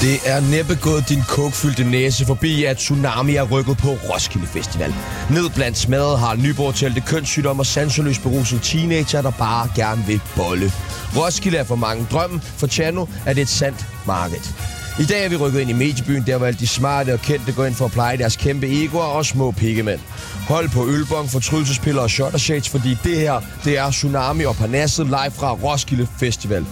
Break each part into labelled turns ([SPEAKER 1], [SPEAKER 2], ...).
[SPEAKER 1] Det er næppe gået din kokfyldte næse forbi, at Tsunami er rykket på Roskilde Festival. Ned blandt smadret har nyborgtælte kønssygdom og sanseløs beruset teenager, der bare gerne vil bolle. Roskilde er for mange drømme, for Chano er det et sandt marked. I dag er vi rykket ind i mediebyen, der hvor alle de smarte og kendte går ind for at pleje deres kæmpe egoer og små pikkemænd. Hold på ølbong, fortrydelsespiller og shot shades, fordi det her, det er Tsunami og Parnasset live fra Roskilde Festival.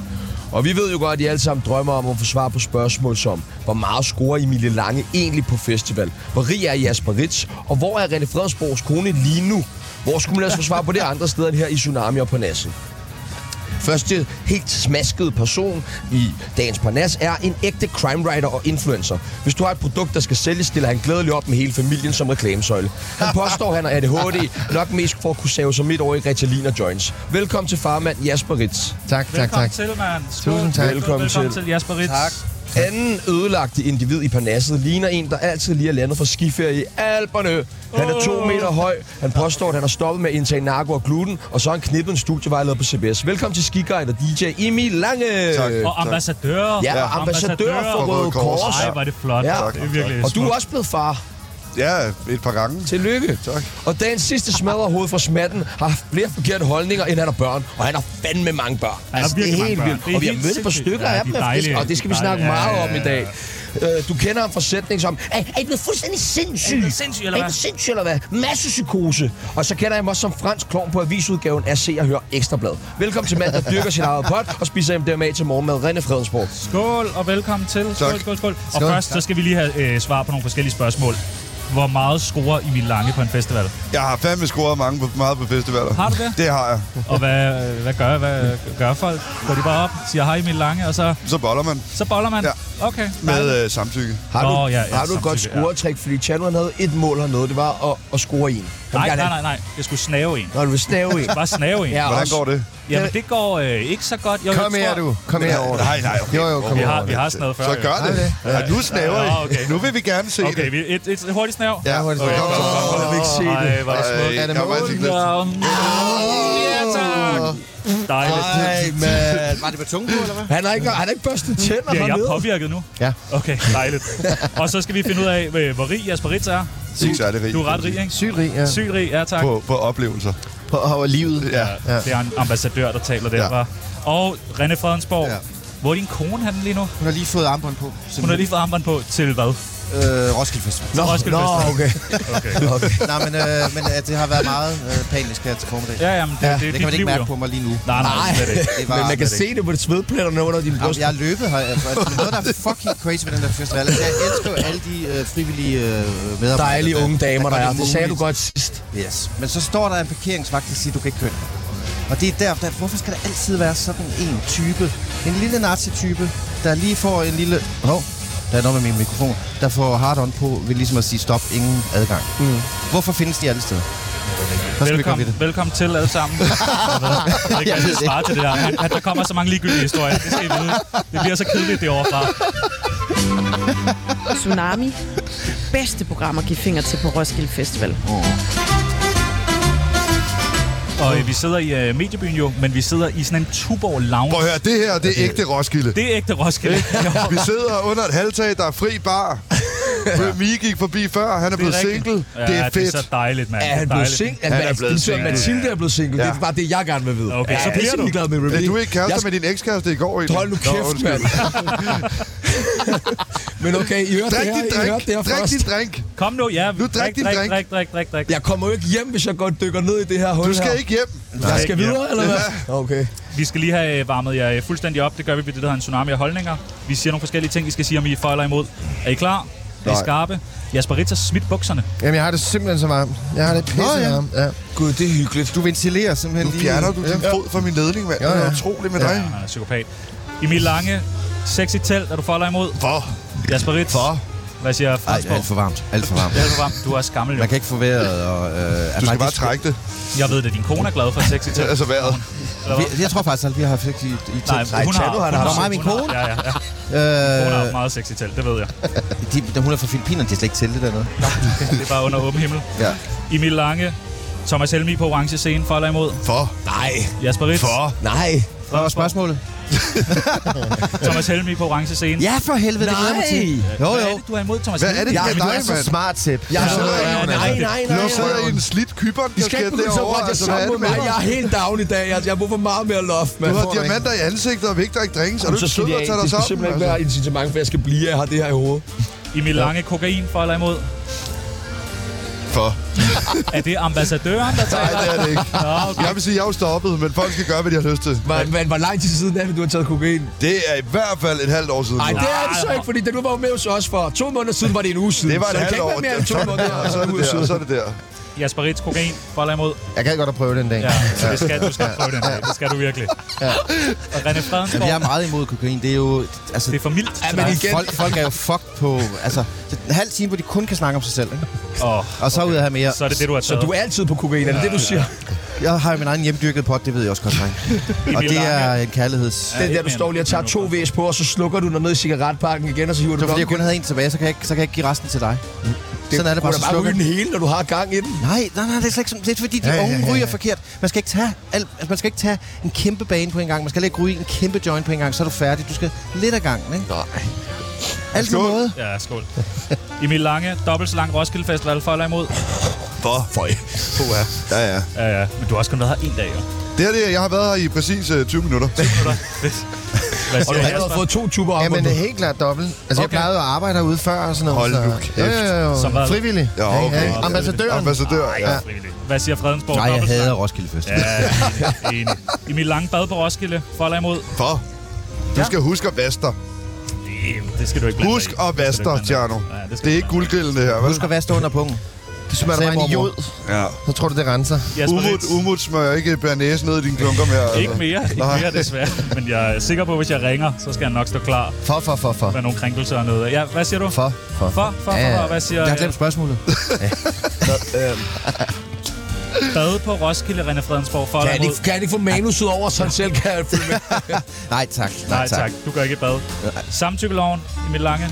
[SPEAKER 1] Og vi ved jo godt, at I alle sammen drømmer om at få svar på spørgsmål som, hvor meget scorer Emilie Lange egentlig på festival? Hvor rig er Jasper Ritz? Og hvor er René Fredensborgs kone lige nu? Hvor skulle man ellers få svar på det andre steder end her i Tsunami og Parnasset? Første helt smaskede person i dagens Parnas er en ægte crime writer og influencer. Hvis du har et produkt, der skal sælges, stiller han glædeligt op med hele familien som reklamesøjle. Han påstår, han er ADHD, nok mest for at kunne save sig midt over i Ritalin og joints. Velkommen til farmand Jasper Ritz.
[SPEAKER 2] Tak, tak,
[SPEAKER 3] Velkommen
[SPEAKER 2] tak.
[SPEAKER 3] til, mand. Skål.
[SPEAKER 2] Tusind tak.
[SPEAKER 1] Velkommen
[SPEAKER 3] Velkommen
[SPEAKER 1] til.
[SPEAKER 3] til Jasper Ritz.
[SPEAKER 2] Tak.
[SPEAKER 1] Anden ødelagte individ i Parnasset ligner en, der altid lige er landet fra skiferie i Alperne. Han er to meter høj. Han påstår, at han har stoppet med at indtage narko og gluten, og så har han knippet en studievejleder på CBS. Velkommen til skiguide og DJ Emil Lange.
[SPEAKER 4] Tak.
[SPEAKER 3] Og ambassadør.
[SPEAKER 1] Ja, og ambassadør for Røde Kors.
[SPEAKER 3] Nej, hvor er det flot.
[SPEAKER 1] Ja.
[SPEAKER 3] Det er virkelig
[SPEAKER 1] Og du er
[SPEAKER 3] smukt.
[SPEAKER 1] også blevet far.
[SPEAKER 4] Ja, et par gange.
[SPEAKER 1] Tillykke.
[SPEAKER 4] Tak.
[SPEAKER 1] Og dagens sidste smadderhoved fra smatten har haft flere forkerte holdninger, end han har børn. Og han har fandme mange børn. Altså,
[SPEAKER 3] har virkelig mange børn. Det er
[SPEAKER 1] Og vi har
[SPEAKER 3] helt
[SPEAKER 1] mødt et par
[SPEAKER 3] sindssygt.
[SPEAKER 1] stykker
[SPEAKER 3] Ja,
[SPEAKER 1] af
[SPEAKER 3] de er
[SPEAKER 1] dem, faktisk,
[SPEAKER 3] dejlige.
[SPEAKER 1] og det skal vi
[SPEAKER 3] De er
[SPEAKER 1] snakke
[SPEAKER 3] dejlige.
[SPEAKER 1] meget
[SPEAKER 3] Ja,
[SPEAKER 1] om i
[SPEAKER 3] ja,
[SPEAKER 1] dag. Øh, Du kender ham fra sætning som, er I er I blevet fuldstændig sindssyg?
[SPEAKER 3] Er I blevet sindssyg, eller
[SPEAKER 1] Er I blevet
[SPEAKER 3] hvad?"
[SPEAKER 1] sindssyg, eller hvad? Masse psykose. Og så kender jeg ham også som fransk klovn på avisudgaven af Se og Hør Ekstrablad. Velkommen til mand, der dyrker sin eget pot og spiser MDMA til morgenmad. René Fredensborg.
[SPEAKER 3] Skål og velkommen til. Skål,
[SPEAKER 4] Tak.
[SPEAKER 3] skål, skål. Og
[SPEAKER 2] Skål.
[SPEAKER 3] først, så skal vi lige have øh, svar på nogle forskellige spørgsmål. Hvor meget scorer Emil Lange på en festival?
[SPEAKER 4] Jeg har fandme scoret mange på, meget på festivaler.
[SPEAKER 3] Har du det?
[SPEAKER 4] Det har jeg.
[SPEAKER 3] Og hvad, øh, hvad, gør, hvad gør folk? Går de bare op, siger hej Emil Lange, og så,
[SPEAKER 4] Så boller man
[SPEAKER 3] så boller man?
[SPEAKER 4] Ja.
[SPEAKER 3] Okay.
[SPEAKER 4] med øh, samtykke.
[SPEAKER 1] Har du,
[SPEAKER 3] Nå,
[SPEAKER 1] oh,
[SPEAKER 3] ja,
[SPEAKER 1] ja,
[SPEAKER 3] ja,
[SPEAKER 1] ja, har du et godt
[SPEAKER 3] samtidig, ja.
[SPEAKER 1] scoretrik? Fordi Chano han havde et mål hernede, det var at, at score en. Han
[SPEAKER 3] Nej, nej, nej, nej. Jeg skulle snave en.
[SPEAKER 1] Når du vil snave en.
[SPEAKER 3] Bare snave en.
[SPEAKER 1] Ja,
[SPEAKER 4] Hvordan
[SPEAKER 1] også.
[SPEAKER 4] går det?
[SPEAKER 3] Jamen, det går øh, ikke så godt. Jo,
[SPEAKER 2] Kom
[SPEAKER 3] jeg
[SPEAKER 2] her,
[SPEAKER 3] tror-
[SPEAKER 2] du. Kom her over.
[SPEAKER 4] Nej, nej, okay.
[SPEAKER 2] Jo, jo, kom
[SPEAKER 3] Vi har,
[SPEAKER 2] over.
[SPEAKER 3] vi har snavet før.
[SPEAKER 4] Så
[SPEAKER 3] jo.
[SPEAKER 4] gør det. Ja, nu snaver I.
[SPEAKER 3] Ja, okay.
[SPEAKER 4] Nu vil vi gerne se
[SPEAKER 3] Okay,
[SPEAKER 4] det.
[SPEAKER 3] vi, et, et hurtigt snav.
[SPEAKER 4] Ja,
[SPEAKER 2] hurtigt.
[SPEAKER 4] okay.
[SPEAKER 2] Kom, kom, kom.
[SPEAKER 1] Jeg vil ikke se det.
[SPEAKER 3] Ej, hvor er det
[SPEAKER 4] Ej,
[SPEAKER 3] smukt.
[SPEAKER 2] Er det
[SPEAKER 4] jeg var
[SPEAKER 2] mål?
[SPEAKER 4] altså glad.
[SPEAKER 3] Ja, tak. Dejligt.
[SPEAKER 1] Nej, mand.
[SPEAKER 5] Var det på tunge på, eller hvad?
[SPEAKER 1] Han har ikke, han har ikke børstet tænder
[SPEAKER 3] Bliver jeg
[SPEAKER 1] hernede.
[SPEAKER 3] påvirket nu?
[SPEAKER 2] Ja.
[SPEAKER 3] Okay, dejligt. Og så skal vi finde ud af, øh, hvor rig Jasper Ritz er.
[SPEAKER 4] Ikke særlig rig.
[SPEAKER 3] Du er ret rig, ikke?
[SPEAKER 2] Sygt rig, ja.
[SPEAKER 3] Syg rig, ja tak.
[SPEAKER 4] På, på oplevelser.
[SPEAKER 2] På over livet.
[SPEAKER 4] Ja.
[SPEAKER 2] Ja.
[SPEAKER 3] Det er en ambassadør, der taler der,
[SPEAKER 4] Ja.
[SPEAKER 3] var. Og René Fredensborg.
[SPEAKER 4] Ja.
[SPEAKER 3] Hvor er din kone han lige nu?
[SPEAKER 5] Hun har lige fået armbånd på.
[SPEAKER 3] Hun har lige fået armbånd på til hvad?
[SPEAKER 5] Øh, Roskilde Festival.
[SPEAKER 3] Nå,
[SPEAKER 1] Nå, okay.
[SPEAKER 3] okay.
[SPEAKER 1] okay.
[SPEAKER 5] Nej, men, øh, men øh, det har været meget øh, panisk her til formiddag.
[SPEAKER 3] Ja, jamen, det, ja, det,
[SPEAKER 5] det
[SPEAKER 3] det,
[SPEAKER 5] kan man
[SPEAKER 3] dit
[SPEAKER 5] ikke
[SPEAKER 3] liv,
[SPEAKER 5] mærke
[SPEAKER 3] jo.
[SPEAKER 5] på mig lige nu.
[SPEAKER 3] Nej, nej,
[SPEAKER 1] Nej.
[SPEAKER 3] slet ikke.
[SPEAKER 5] Det
[SPEAKER 1] Men man kan
[SPEAKER 5] slet
[SPEAKER 1] se det på det svedpletterne under din bryst.
[SPEAKER 5] Jamen, jeg er løbet her. Altså, det er noget, der er fucking crazy ved den der festival. Altså, jeg elsker jo alle de øh, frivillige øh, medarbejdere.
[SPEAKER 1] Dejlige unge damer, der
[SPEAKER 5] gør
[SPEAKER 1] er. Det sagde du
[SPEAKER 5] muligt.
[SPEAKER 1] godt sidst.
[SPEAKER 5] Yes. Men så står der en parkeringsvagt, der siger, du kan ikke køre. Og det er der, der, hvorfor skal der altid være sådan en type, en lille nazi-type, der lige får en lille... Hov, oh, der er noget med min mikrofon. Der får hard on på ved ligesom at sige stop, ingen adgang. Mm. Hvorfor findes de alle steder? Hvad skal vi gøre ved
[SPEAKER 3] Velkommen,
[SPEAKER 5] det?
[SPEAKER 3] velkommen til alle sammen. Jeg ved ikke,
[SPEAKER 5] Jeg
[SPEAKER 3] hvad
[SPEAKER 5] ved
[SPEAKER 3] jeg skal svare til det der. Han, han, der kommer så mange ligegyldige historier. Det skal I vide. Det bliver så kedeligt det overfra.
[SPEAKER 6] Tsunami. Bedste program at give fingre til på Roskilde Festival.
[SPEAKER 3] Og øh, vi sidder i øh, mediebyen jo, men vi sidder i sådan en Tuborg Lounge.
[SPEAKER 4] Prøv at høre, det her, det er ægte Roskilde.
[SPEAKER 3] Det er ægte Roskilde. Jo,
[SPEAKER 4] Vi sidder under et halvtag, der er fri bar. Mie gik forbi før, han er blevet
[SPEAKER 3] rigtigt.
[SPEAKER 4] single.
[SPEAKER 3] Ja,
[SPEAKER 4] Det er
[SPEAKER 3] det er
[SPEAKER 4] fedt.
[SPEAKER 3] så dejligt, mand.
[SPEAKER 1] Er han
[SPEAKER 3] Det
[SPEAKER 1] blevet
[SPEAKER 3] dejligt.
[SPEAKER 1] single?
[SPEAKER 4] Han er blevet
[SPEAKER 1] single.
[SPEAKER 4] single.
[SPEAKER 1] Mathilde er blevet single. Det er bare det, jeg gerne vil vide.
[SPEAKER 3] Okay, så
[SPEAKER 1] jeg
[SPEAKER 3] bliver
[SPEAKER 1] er
[SPEAKER 3] du.
[SPEAKER 1] ligeglad med
[SPEAKER 4] Er
[SPEAKER 1] Remedy.
[SPEAKER 4] du ikke kæreste
[SPEAKER 1] Jeg-
[SPEAKER 4] med din ekskæreste i går egentlig?
[SPEAKER 1] Hold nu
[SPEAKER 4] Nå,
[SPEAKER 1] kæft,
[SPEAKER 4] undskyld.
[SPEAKER 1] mand. Men okay, I hørte det
[SPEAKER 4] Drik
[SPEAKER 1] her,
[SPEAKER 4] din
[SPEAKER 1] I
[SPEAKER 4] drink.
[SPEAKER 1] hørte det her
[SPEAKER 4] Drik
[SPEAKER 1] først.
[SPEAKER 4] din drink.
[SPEAKER 3] Kom nu, ja.
[SPEAKER 4] Nu drik din
[SPEAKER 3] drik,
[SPEAKER 4] drink.
[SPEAKER 3] drik, drik, drik, drik.
[SPEAKER 1] Jeg kommer jo ikke hjem, hvis jeg godt dykker ned i det her hul
[SPEAKER 4] Du skal
[SPEAKER 1] her.
[SPEAKER 4] ikke hjem.
[SPEAKER 1] Jeg skal
[SPEAKER 3] Ja.
[SPEAKER 1] videre, eller hvad? Okay.
[SPEAKER 3] Vi skal lige have øh, varmet jer øh, fuldstændig op. Det gør vi ved det, der hedder en tsunami af holdninger. Vi siger nogle forskellige ting, I skal sige, om I er for eller imod. Er I klar? Er I
[SPEAKER 4] Nej.
[SPEAKER 3] skarpe? Jasper Ritz har smidt bukserne.
[SPEAKER 2] Jamen, jeg har det simpelthen så varmt. Jeg har det pisse
[SPEAKER 5] Nå, ja.
[SPEAKER 2] varmt. Ja.
[SPEAKER 1] Gud, det er hyggeligt.
[SPEAKER 5] Du ventilerer simpelthen
[SPEAKER 4] Nu
[SPEAKER 5] lige...
[SPEAKER 4] fjerner du din fod fra min ledning, mand.
[SPEAKER 2] Ja,
[SPEAKER 4] Det er
[SPEAKER 2] ja.
[SPEAKER 4] utroligt med dig.
[SPEAKER 3] Ja, han er psykopat. Emil Lange, sexy telt. Er du for eller imod?
[SPEAKER 4] For.
[SPEAKER 3] Jasper Ritz. For. Hvad siger
[SPEAKER 5] Ej,
[SPEAKER 3] Fransborg?
[SPEAKER 5] alt for varmt. Alt for varmt.
[SPEAKER 3] Det er du varm. Du er også gammel, jo.
[SPEAKER 5] Man kan ikke få vejret og... Øh,
[SPEAKER 4] Du skal bare trække det.
[SPEAKER 3] Jeg ved det. Din kone er glad for sex i telt.
[SPEAKER 4] Altså vejret.
[SPEAKER 3] Eller hvad?
[SPEAKER 5] Jeg tror faktisk, at vi har haft i, i
[SPEAKER 3] Nej,
[SPEAKER 5] telt.
[SPEAKER 3] hun har,
[SPEAKER 1] Tjano har da
[SPEAKER 3] hun
[SPEAKER 1] haft
[SPEAKER 5] sex. Mig og min
[SPEAKER 3] hun har-
[SPEAKER 5] kone?
[SPEAKER 3] Ja, ja, ja. Hun har
[SPEAKER 5] Øh,
[SPEAKER 3] haft meget sex i telt, det ved jeg.
[SPEAKER 5] de, hun er fra Filippinerne, det er slet ikke til det dernede.
[SPEAKER 3] Det er bare under åben himmel.
[SPEAKER 5] Ja.
[SPEAKER 3] Emil Lange, Thomas Helmi på orange scene, for eller imod.
[SPEAKER 4] For.
[SPEAKER 1] Nej,
[SPEAKER 3] Jasper Ritz.
[SPEAKER 4] For.
[SPEAKER 1] nej.
[SPEAKER 5] Hvad var spørgsmålet?
[SPEAKER 3] Thomas Helmi på orange scene.
[SPEAKER 5] Ja, for helvede, det glæder jeg mig til. Jo,
[SPEAKER 3] Hvad er
[SPEAKER 5] jo.
[SPEAKER 3] det, du er imod, Thomas
[SPEAKER 4] Hvad
[SPEAKER 3] Helmig?
[SPEAKER 4] er det, der er
[SPEAKER 2] Ja, du er
[SPEAKER 4] dig,
[SPEAKER 2] så
[SPEAKER 4] mand?
[SPEAKER 2] smart, Sepp.
[SPEAKER 1] Jeg
[SPEAKER 2] Ja.
[SPEAKER 1] er
[SPEAKER 4] sidder
[SPEAKER 1] nej,
[SPEAKER 4] i-
[SPEAKER 1] nej, nej,
[SPEAKER 4] Nu
[SPEAKER 1] nej.
[SPEAKER 4] sidder I en slidt kyberen,
[SPEAKER 1] I
[SPEAKER 4] der
[SPEAKER 1] skal ikke begynde så
[SPEAKER 4] derovre.
[SPEAKER 1] meget, jeg
[SPEAKER 4] Altså, hvad er
[SPEAKER 1] sammen
[SPEAKER 4] det
[SPEAKER 1] med
[SPEAKER 4] med
[SPEAKER 1] mig. Jeg er
[SPEAKER 4] dig?
[SPEAKER 1] helt down i dag. Altså, jeg har brug for meget mere loft, mand.
[SPEAKER 4] Du har diamanter i ansigtet og vægter ikke drinks. Er du ikke
[SPEAKER 1] Så skal
[SPEAKER 4] sød
[SPEAKER 1] det
[SPEAKER 4] at
[SPEAKER 1] af.
[SPEAKER 4] tage dig
[SPEAKER 1] Det skal
[SPEAKER 4] sammen?
[SPEAKER 1] simpelthen ikke
[SPEAKER 4] altså?
[SPEAKER 1] være incitament, for jeg skal blive. Jeg har det her i hovedet.
[SPEAKER 3] Emil Lange, kokain for eller imod?
[SPEAKER 4] For.
[SPEAKER 3] Er det ambassadøren, der tager
[SPEAKER 4] Nej, det er det ikke.
[SPEAKER 3] Nå, okay.
[SPEAKER 4] Jeg vil sige, jeg er jo stoppet, men folk skal gøre, hvad de har lyst til.
[SPEAKER 1] Men, men hvor lang tid siden er det, du har taget kokain?
[SPEAKER 4] Det er i hvert fald et halvt år siden.
[SPEAKER 1] Nej,
[SPEAKER 4] nu.
[SPEAKER 1] det er det så ikke, fordi da du var med hos os for to måneder siden, var det en uge siden.
[SPEAKER 4] Det var et
[SPEAKER 1] så
[SPEAKER 4] halvt
[SPEAKER 1] kan
[SPEAKER 4] år.
[SPEAKER 1] ikke være mere end to måneder. altså.
[SPEAKER 4] Og så er det
[SPEAKER 1] uge
[SPEAKER 4] der, og
[SPEAKER 1] siden.
[SPEAKER 4] så er det der.
[SPEAKER 3] Jasper Ritz, kokain for eller imod?
[SPEAKER 2] Jeg gad godt at prøve den dag.
[SPEAKER 3] Ja, det skal, du skal prøve den dag. Det skal du virkelig. Og René
[SPEAKER 5] Jamen, jeg er
[SPEAKER 3] Fredensborg,
[SPEAKER 5] meget imod kokain. Det er jo... Altså,
[SPEAKER 3] det er for mildt.
[SPEAKER 1] Ja,
[SPEAKER 3] til
[SPEAKER 1] men
[SPEAKER 3] dig.
[SPEAKER 1] igen.
[SPEAKER 5] folk, folk er jo fucked på... Altså, det er en halv time, hvor de kun kan snakke om sig selv. Ikke?
[SPEAKER 3] Åh,
[SPEAKER 5] Og så ud af have mere.
[SPEAKER 3] så er det det, du har
[SPEAKER 1] Så
[SPEAKER 3] taget.
[SPEAKER 1] du er altid på kokain, er det det, du siger?
[SPEAKER 5] Jeg har jo min egen hjemdyrkede pot, det ved jeg også godt, dreng. Og
[SPEAKER 3] Emil
[SPEAKER 5] det er
[SPEAKER 3] Lange.
[SPEAKER 5] en kærligheds...
[SPEAKER 1] Den der, du står lige og tager to væs på, og så slukker du den ned i cigaretpakken igen, og så hiver
[SPEAKER 5] Det
[SPEAKER 1] du
[SPEAKER 5] var fordi,
[SPEAKER 1] den
[SPEAKER 5] jeg kun havde en tilbage, så kan jeg, ikke- så kan jeg ikke give resten til dig. Sådan er det bare,
[SPEAKER 1] Du kan
[SPEAKER 5] så
[SPEAKER 1] da bare
[SPEAKER 5] slukker
[SPEAKER 1] ryge den hele, når du har gang i den.
[SPEAKER 5] Nej, nej, nej, det er slet ikke sådan. Det er fordi, de ja, unge ja, ja, ja. ryger forkert. Man skal, ikke tage alt, altså, man skal ikke tage en kæmpe bane på en gang. Man skal heller ikke ryge en kæmpe joint på en gang, så er du færdig. Du skal lidt ad gangen, ikke?
[SPEAKER 1] Nej.
[SPEAKER 5] Alt på
[SPEAKER 4] Skål.
[SPEAKER 5] måde.
[SPEAKER 3] Ja, skål. Emil Lange, dobbelt så lang Roskilde Festival for eller imod?
[SPEAKER 4] For.
[SPEAKER 1] For
[SPEAKER 4] Puha. Ja, ja.
[SPEAKER 3] Ja, ja, men du har også kun været her en dag, jo.
[SPEAKER 4] Det her, det er, jeg har været her i præcis øh, 20 minutter.
[SPEAKER 3] Hvad
[SPEAKER 1] Og du
[SPEAKER 3] siger
[SPEAKER 1] har allerede
[SPEAKER 3] Jasper?
[SPEAKER 1] fået to tuber op.
[SPEAKER 2] Jamen, det er øh, helt klart dobbelt. Altså, okay. jeg
[SPEAKER 3] Okay.
[SPEAKER 2] plejede at arbejde herude før og sådan noget.
[SPEAKER 4] Hold nu
[SPEAKER 2] så.
[SPEAKER 4] kæft.
[SPEAKER 2] Jo, jo, jo.
[SPEAKER 3] Som hvad?
[SPEAKER 2] Frivillig.
[SPEAKER 4] Ja, okay.
[SPEAKER 2] Ja, ja. Ambassadøren.
[SPEAKER 4] Ambassadør. Ja.
[SPEAKER 3] Ja, frivilligt. Hvad siger Fredensborg?
[SPEAKER 5] Nej, jeg
[SPEAKER 3] Dobbelt så lang-
[SPEAKER 5] hader Roskilde Fest. Ja.
[SPEAKER 3] Ja, enig. enig. Emil Lange bad på Roskilde for eller imod?
[SPEAKER 4] For. Du skal huske at vaske dig.
[SPEAKER 3] Jamen, Det skal du ikke blande dig
[SPEAKER 4] Husk
[SPEAKER 3] i.
[SPEAKER 4] at
[SPEAKER 3] Det
[SPEAKER 4] vaske
[SPEAKER 3] skal du
[SPEAKER 4] dig,
[SPEAKER 3] ikke blande
[SPEAKER 4] Tjerno.
[SPEAKER 3] dig i. Ja,
[SPEAKER 4] Det er ikke guldgrillen, det her, vel?
[SPEAKER 5] Du skal være stå under pungen.
[SPEAKER 2] Du smørte
[SPEAKER 5] Sagde
[SPEAKER 2] mig en
[SPEAKER 5] mormor.
[SPEAKER 2] jod,
[SPEAKER 4] Ja.
[SPEAKER 2] så tror du, det renser.
[SPEAKER 3] Jasper
[SPEAKER 4] Umut,
[SPEAKER 3] Ritz.
[SPEAKER 4] umut smør ikke blanæs ned i dine klunker mere. altså.
[SPEAKER 3] Ikke mere, ikke
[SPEAKER 4] Nej.
[SPEAKER 3] mere desværre. Men jeg er sikker på, at hvis jeg ringer, så skal jeg nok stå klar
[SPEAKER 2] For, for, for, for.
[SPEAKER 3] med nogle krænkelser og noget. Ja, hvad siger du?
[SPEAKER 2] For, for.
[SPEAKER 3] For, for, for,
[SPEAKER 5] Ja,
[SPEAKER 3] for. Hvad siger
[SPEAKER 5] Jeg har glemt spørgsmålet.
[SPEAKER 3] øh, bad på Roskilde, René Fredensborg?
[SPEAKER 1] Kan
[SPEAKER 3] For eller
[SPEAKER 1] han,
[SPEAKER 3] imod?
[SPEAKER 1] ikke, kan han ikke få manuset over, så han selv kan følge med?
[SPEAKER 5] Nej, tak.
[SPEAKER 3] Nej tak, du går ikke i bad. Samtykkeloven, Emil Lange.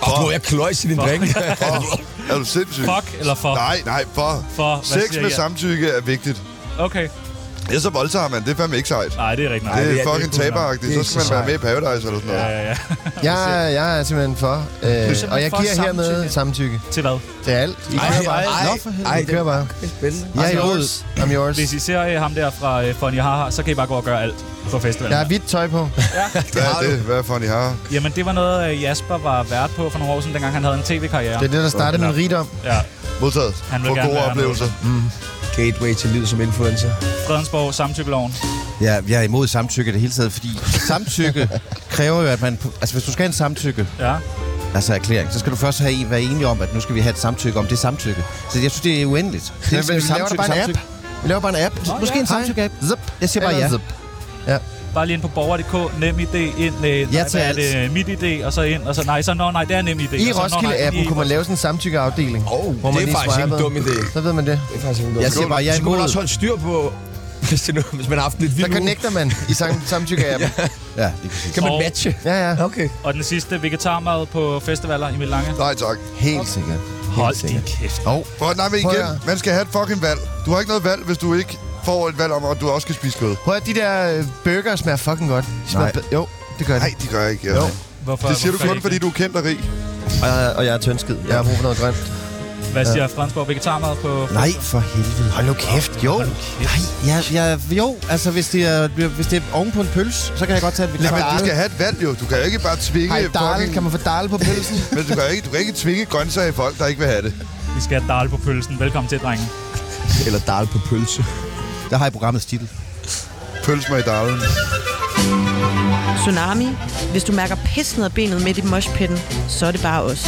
[SPEAKER 1] Og prøv, jeg kløjs i din drink.
[SPEAKER 4] Er du sindssyg?
[SPEAKER 3] Fuck eller for?
[SPEAKER 4] Nej, nej, for.
[SPEAKER 3] For, hvad
[SPEAKER 4] Sex
[SPEAKER 3] siger
[SPEAKER 4] med
[SPEAKER 3] jeg?
[SPEAKER 4] samtykke er vigtigt.
[SPEAKER 3] Okay.
[SPEAKER 4] Det er så voldtager, man. Det er fandme ikke sejt.
[SPEAKER 3] Nej, det er rigtigt. Nej,
[SPEAKER 4] Det er
[SPEAKER 3] ikke
[SPEAKER 4] fucking
[SPEAKER 3] cool nok.
[SPEAKER 4] taberagtigt.
[SPEAKER 2] Det er
[SPEAKER 4] Så skal man
[SPEAKER 2] ikke
[SPEAKER 4] være med i Paradise eller sådan
[SPEAKER 3] Ja,
[SPEAKER 4] noget.
[SPEAKER 3] ja, ja.
[SPEAKER 2] Jeg, jeg er simpelthen for.
[SPEAKER 3] simpelthen
[SPEAKER 2] Øh, og jeg
[SPEAKER 3] for
[SPEAKER 2] giver hermed
[SPEAKER 3] samtykke.
[SPEAKER 2] samtykke.
[SPEAKER 3] Til hvad?
[SPEAKER 2] Det er alt. I kører bare.
[SPEAKER 5] Nå, for helvede.
[SPEAKER 2] Ej, I kører bare. Jeg er
[SPEAKER 5] I'm
[SPEAKER 2] yours. I'm yours.
[SPEAKER 3] Hvis I ser øh, ham der fra øh, Fonny Haha, så kan I bare gå og gøre alt på festivalen.
[SPEAKER 2] Jeg har hvidt tøj på.
[SPEAKER 4] Hvad er det? Hvad for en I har?
[SPEAKER 3] Jamen, det var noget, øh, Jasper var vært på for nogle år siden, dengang han havde en tv-karriere.
[SPEAKER 2] Det er det, der startede min rigdom.
[SPEAKER 3] Ja.
[SPEAKER 4] Modtaget.
[SPEAKER 3] Han vil
[SPEAKER 4] For
[SPEAKER 3] gerne
[SPEAKER 4] gode
[SPEAKER 3] være med.
[SPEAKER 4] oplevelser.
[SPEAKER 1] Gateway til livet som influencer.
[SPEAKER 3] Fredensborg, samtykkeloven.
[SPEAKER 5] Ja, jeg er imod samtykke i det hele taget, fordi samtykke kræver jo, at man... Altså, hvis du skal have en samtykke,
[SPEAKER 3] Ja.
[SPEAKER 5] altså erklæring, så skal du først have en, være enige om, at nu skal vi have et samtykke om det samtykke. Så jeg synes, det er uendeligt. Det
[SPEAKER 2] Men vi laver da bare en app. Vi laver bare en app.
[SPEAKER 3] Nå,
[SPEAKER 5] Måske
[SPEAKER 3] ja.
[SPEAKER 5] en samtykke-app. Zip. Jeg siger bare
[SPEAKER 2] Eller
[SPEAKER 5] ja.
[SPEAKER 2] zip.
[SPEAKER 3] Bare lige ind på borger.dk, nem idé, ind, øh, nej,
[SPEAKER 5] Ja til
[SPEAKER 3] hvad er
[SPEAKER 5] alt.
[SPEAKER 3] det, mit idé, og så ind, og så nej, så nå, nej, det Altså, er nem idé.
[SPEAKER 2] I
[SPEAKER 3] og så, nå, nej,
[SPEAKER 2] Roskilde-appen
[SPEAKER 3] i-
[SPEAKER 2] kunne man lave sådan en samtykkeafdeling.
[SPEAKER 1] Oh,
[SPEAKER 2] hvor
[SPEAKER 1] det
[SPEAKER 2] man
[SPEAKER 1] er
[SPEAKER 2] lige
[SPEAKER 1] faktisk ikke en
[SPEAKER 2] swipede.
[SPEAKER 1] dum idé.
[SPEAKER 2] Så ved man det.
[SPEAKER 1] Det er faktisk ikke en dum
[SPEAKER 5] Jeg
[SPEAKER 1] idé.
[SPEAKER 5] siger bare, jeg er
[SPEAKER 1] Så kunne man
[SPEAKER 5] imod.
[SPEAKER 1] også holde styr på, hvis, det nu, hvis man har haft en lidt
[SPEAKER 2] Så
[SPEAKER 1] vild uge.
[SPEAKER 2] connecter man i sam- samtykke-appen.
[SPEAKER 5] Ja, det er præcis.
[SPEAKER 1] Kan man
[SPEAKER 3] Og-
[SPEAKER 1] matche?
[SPEAKER 2] Ja, ja.
[SPEAKER 1] Okay.
[SPEAKER 3] Og den sidste vegetarmad på festivaler i Lange.
[SPEAKER 4] Nej, tak.
[SPEAKER 5] Helt sikkert.
[SPEAKER 3] Hold
[SPEAKER 5] Helt sikkert.
[SPEAKER 3] din kæft.
[SPEAKER 4] Prøv, nej, men
[SPEAKER 2] Prøv at
[SPEAKER 4] igen,
[SPEAKER 2] høre.
[SPEAKER 4] man skal have et fucking valg. Du har ikke noget valg, hvis du ikke får et valg om, at du også skal spise kød.
[SPEAKER 2] Prøv at de der øh, burger smager fucking godt. De smager
[SPEAKER 5] Nej.
[SPEAKER 2] be- jo, det gør de.
[SPEAKER 4] Nej, de gør ikke. Ja.
[SPEAKER 2] Jo.
[SPEAKER 3] Hvorfor,
[SPEAKER 4] Det siger du
[SPEAKER 3] hvorfor
[SPEAKER 4] kun,
[SPEAKER 3] ikke?
[SPEAKER 4] fordi du er kendt og rig.
[SPEAKER 2] Og jeg, og jeg er tyndskid. Jeg har brug for noget grønt.
[SPEAKER 3] Hvad siger Fredensborg vegetarmad på...
[SPEAKER 5] Nej, for helvede. Hold nu kæft, jo. Nej, jeg, jeg, jo, altså hvis det, er, hvis det er oven på en pølse, så kan jeg godt tage en
[SPEAKER 4] Ja, men
[SPEAKER 5] vegetar.
[SPEAKER 4] du skal have et valg jo. Du kan jo ikke bare tvinge
[SPEAKER 2] Hej, dal.
[SPEAKER 4] fucking...
[SPEAKER 2] Kan man få dal på pølsen?
[SPEAKER 4] Men du kan, jo ikke, du kan ikke tvinge grøntsager i folk, der ikke vil have det.
[SPEAKER 3] Vi skal have dal på pølsen. Velkommen til, drenge.
[SPEAKER 1] Eller dal på pølse.
[SPEAKER 5] Der har jeg programmets titel.
[SPEAKER 4] Pøls mig i dalen.
[SPEAKER 6] Tsunami. Hvis du mærker pis ned ad benet midt i moshpitten, så er det bare os.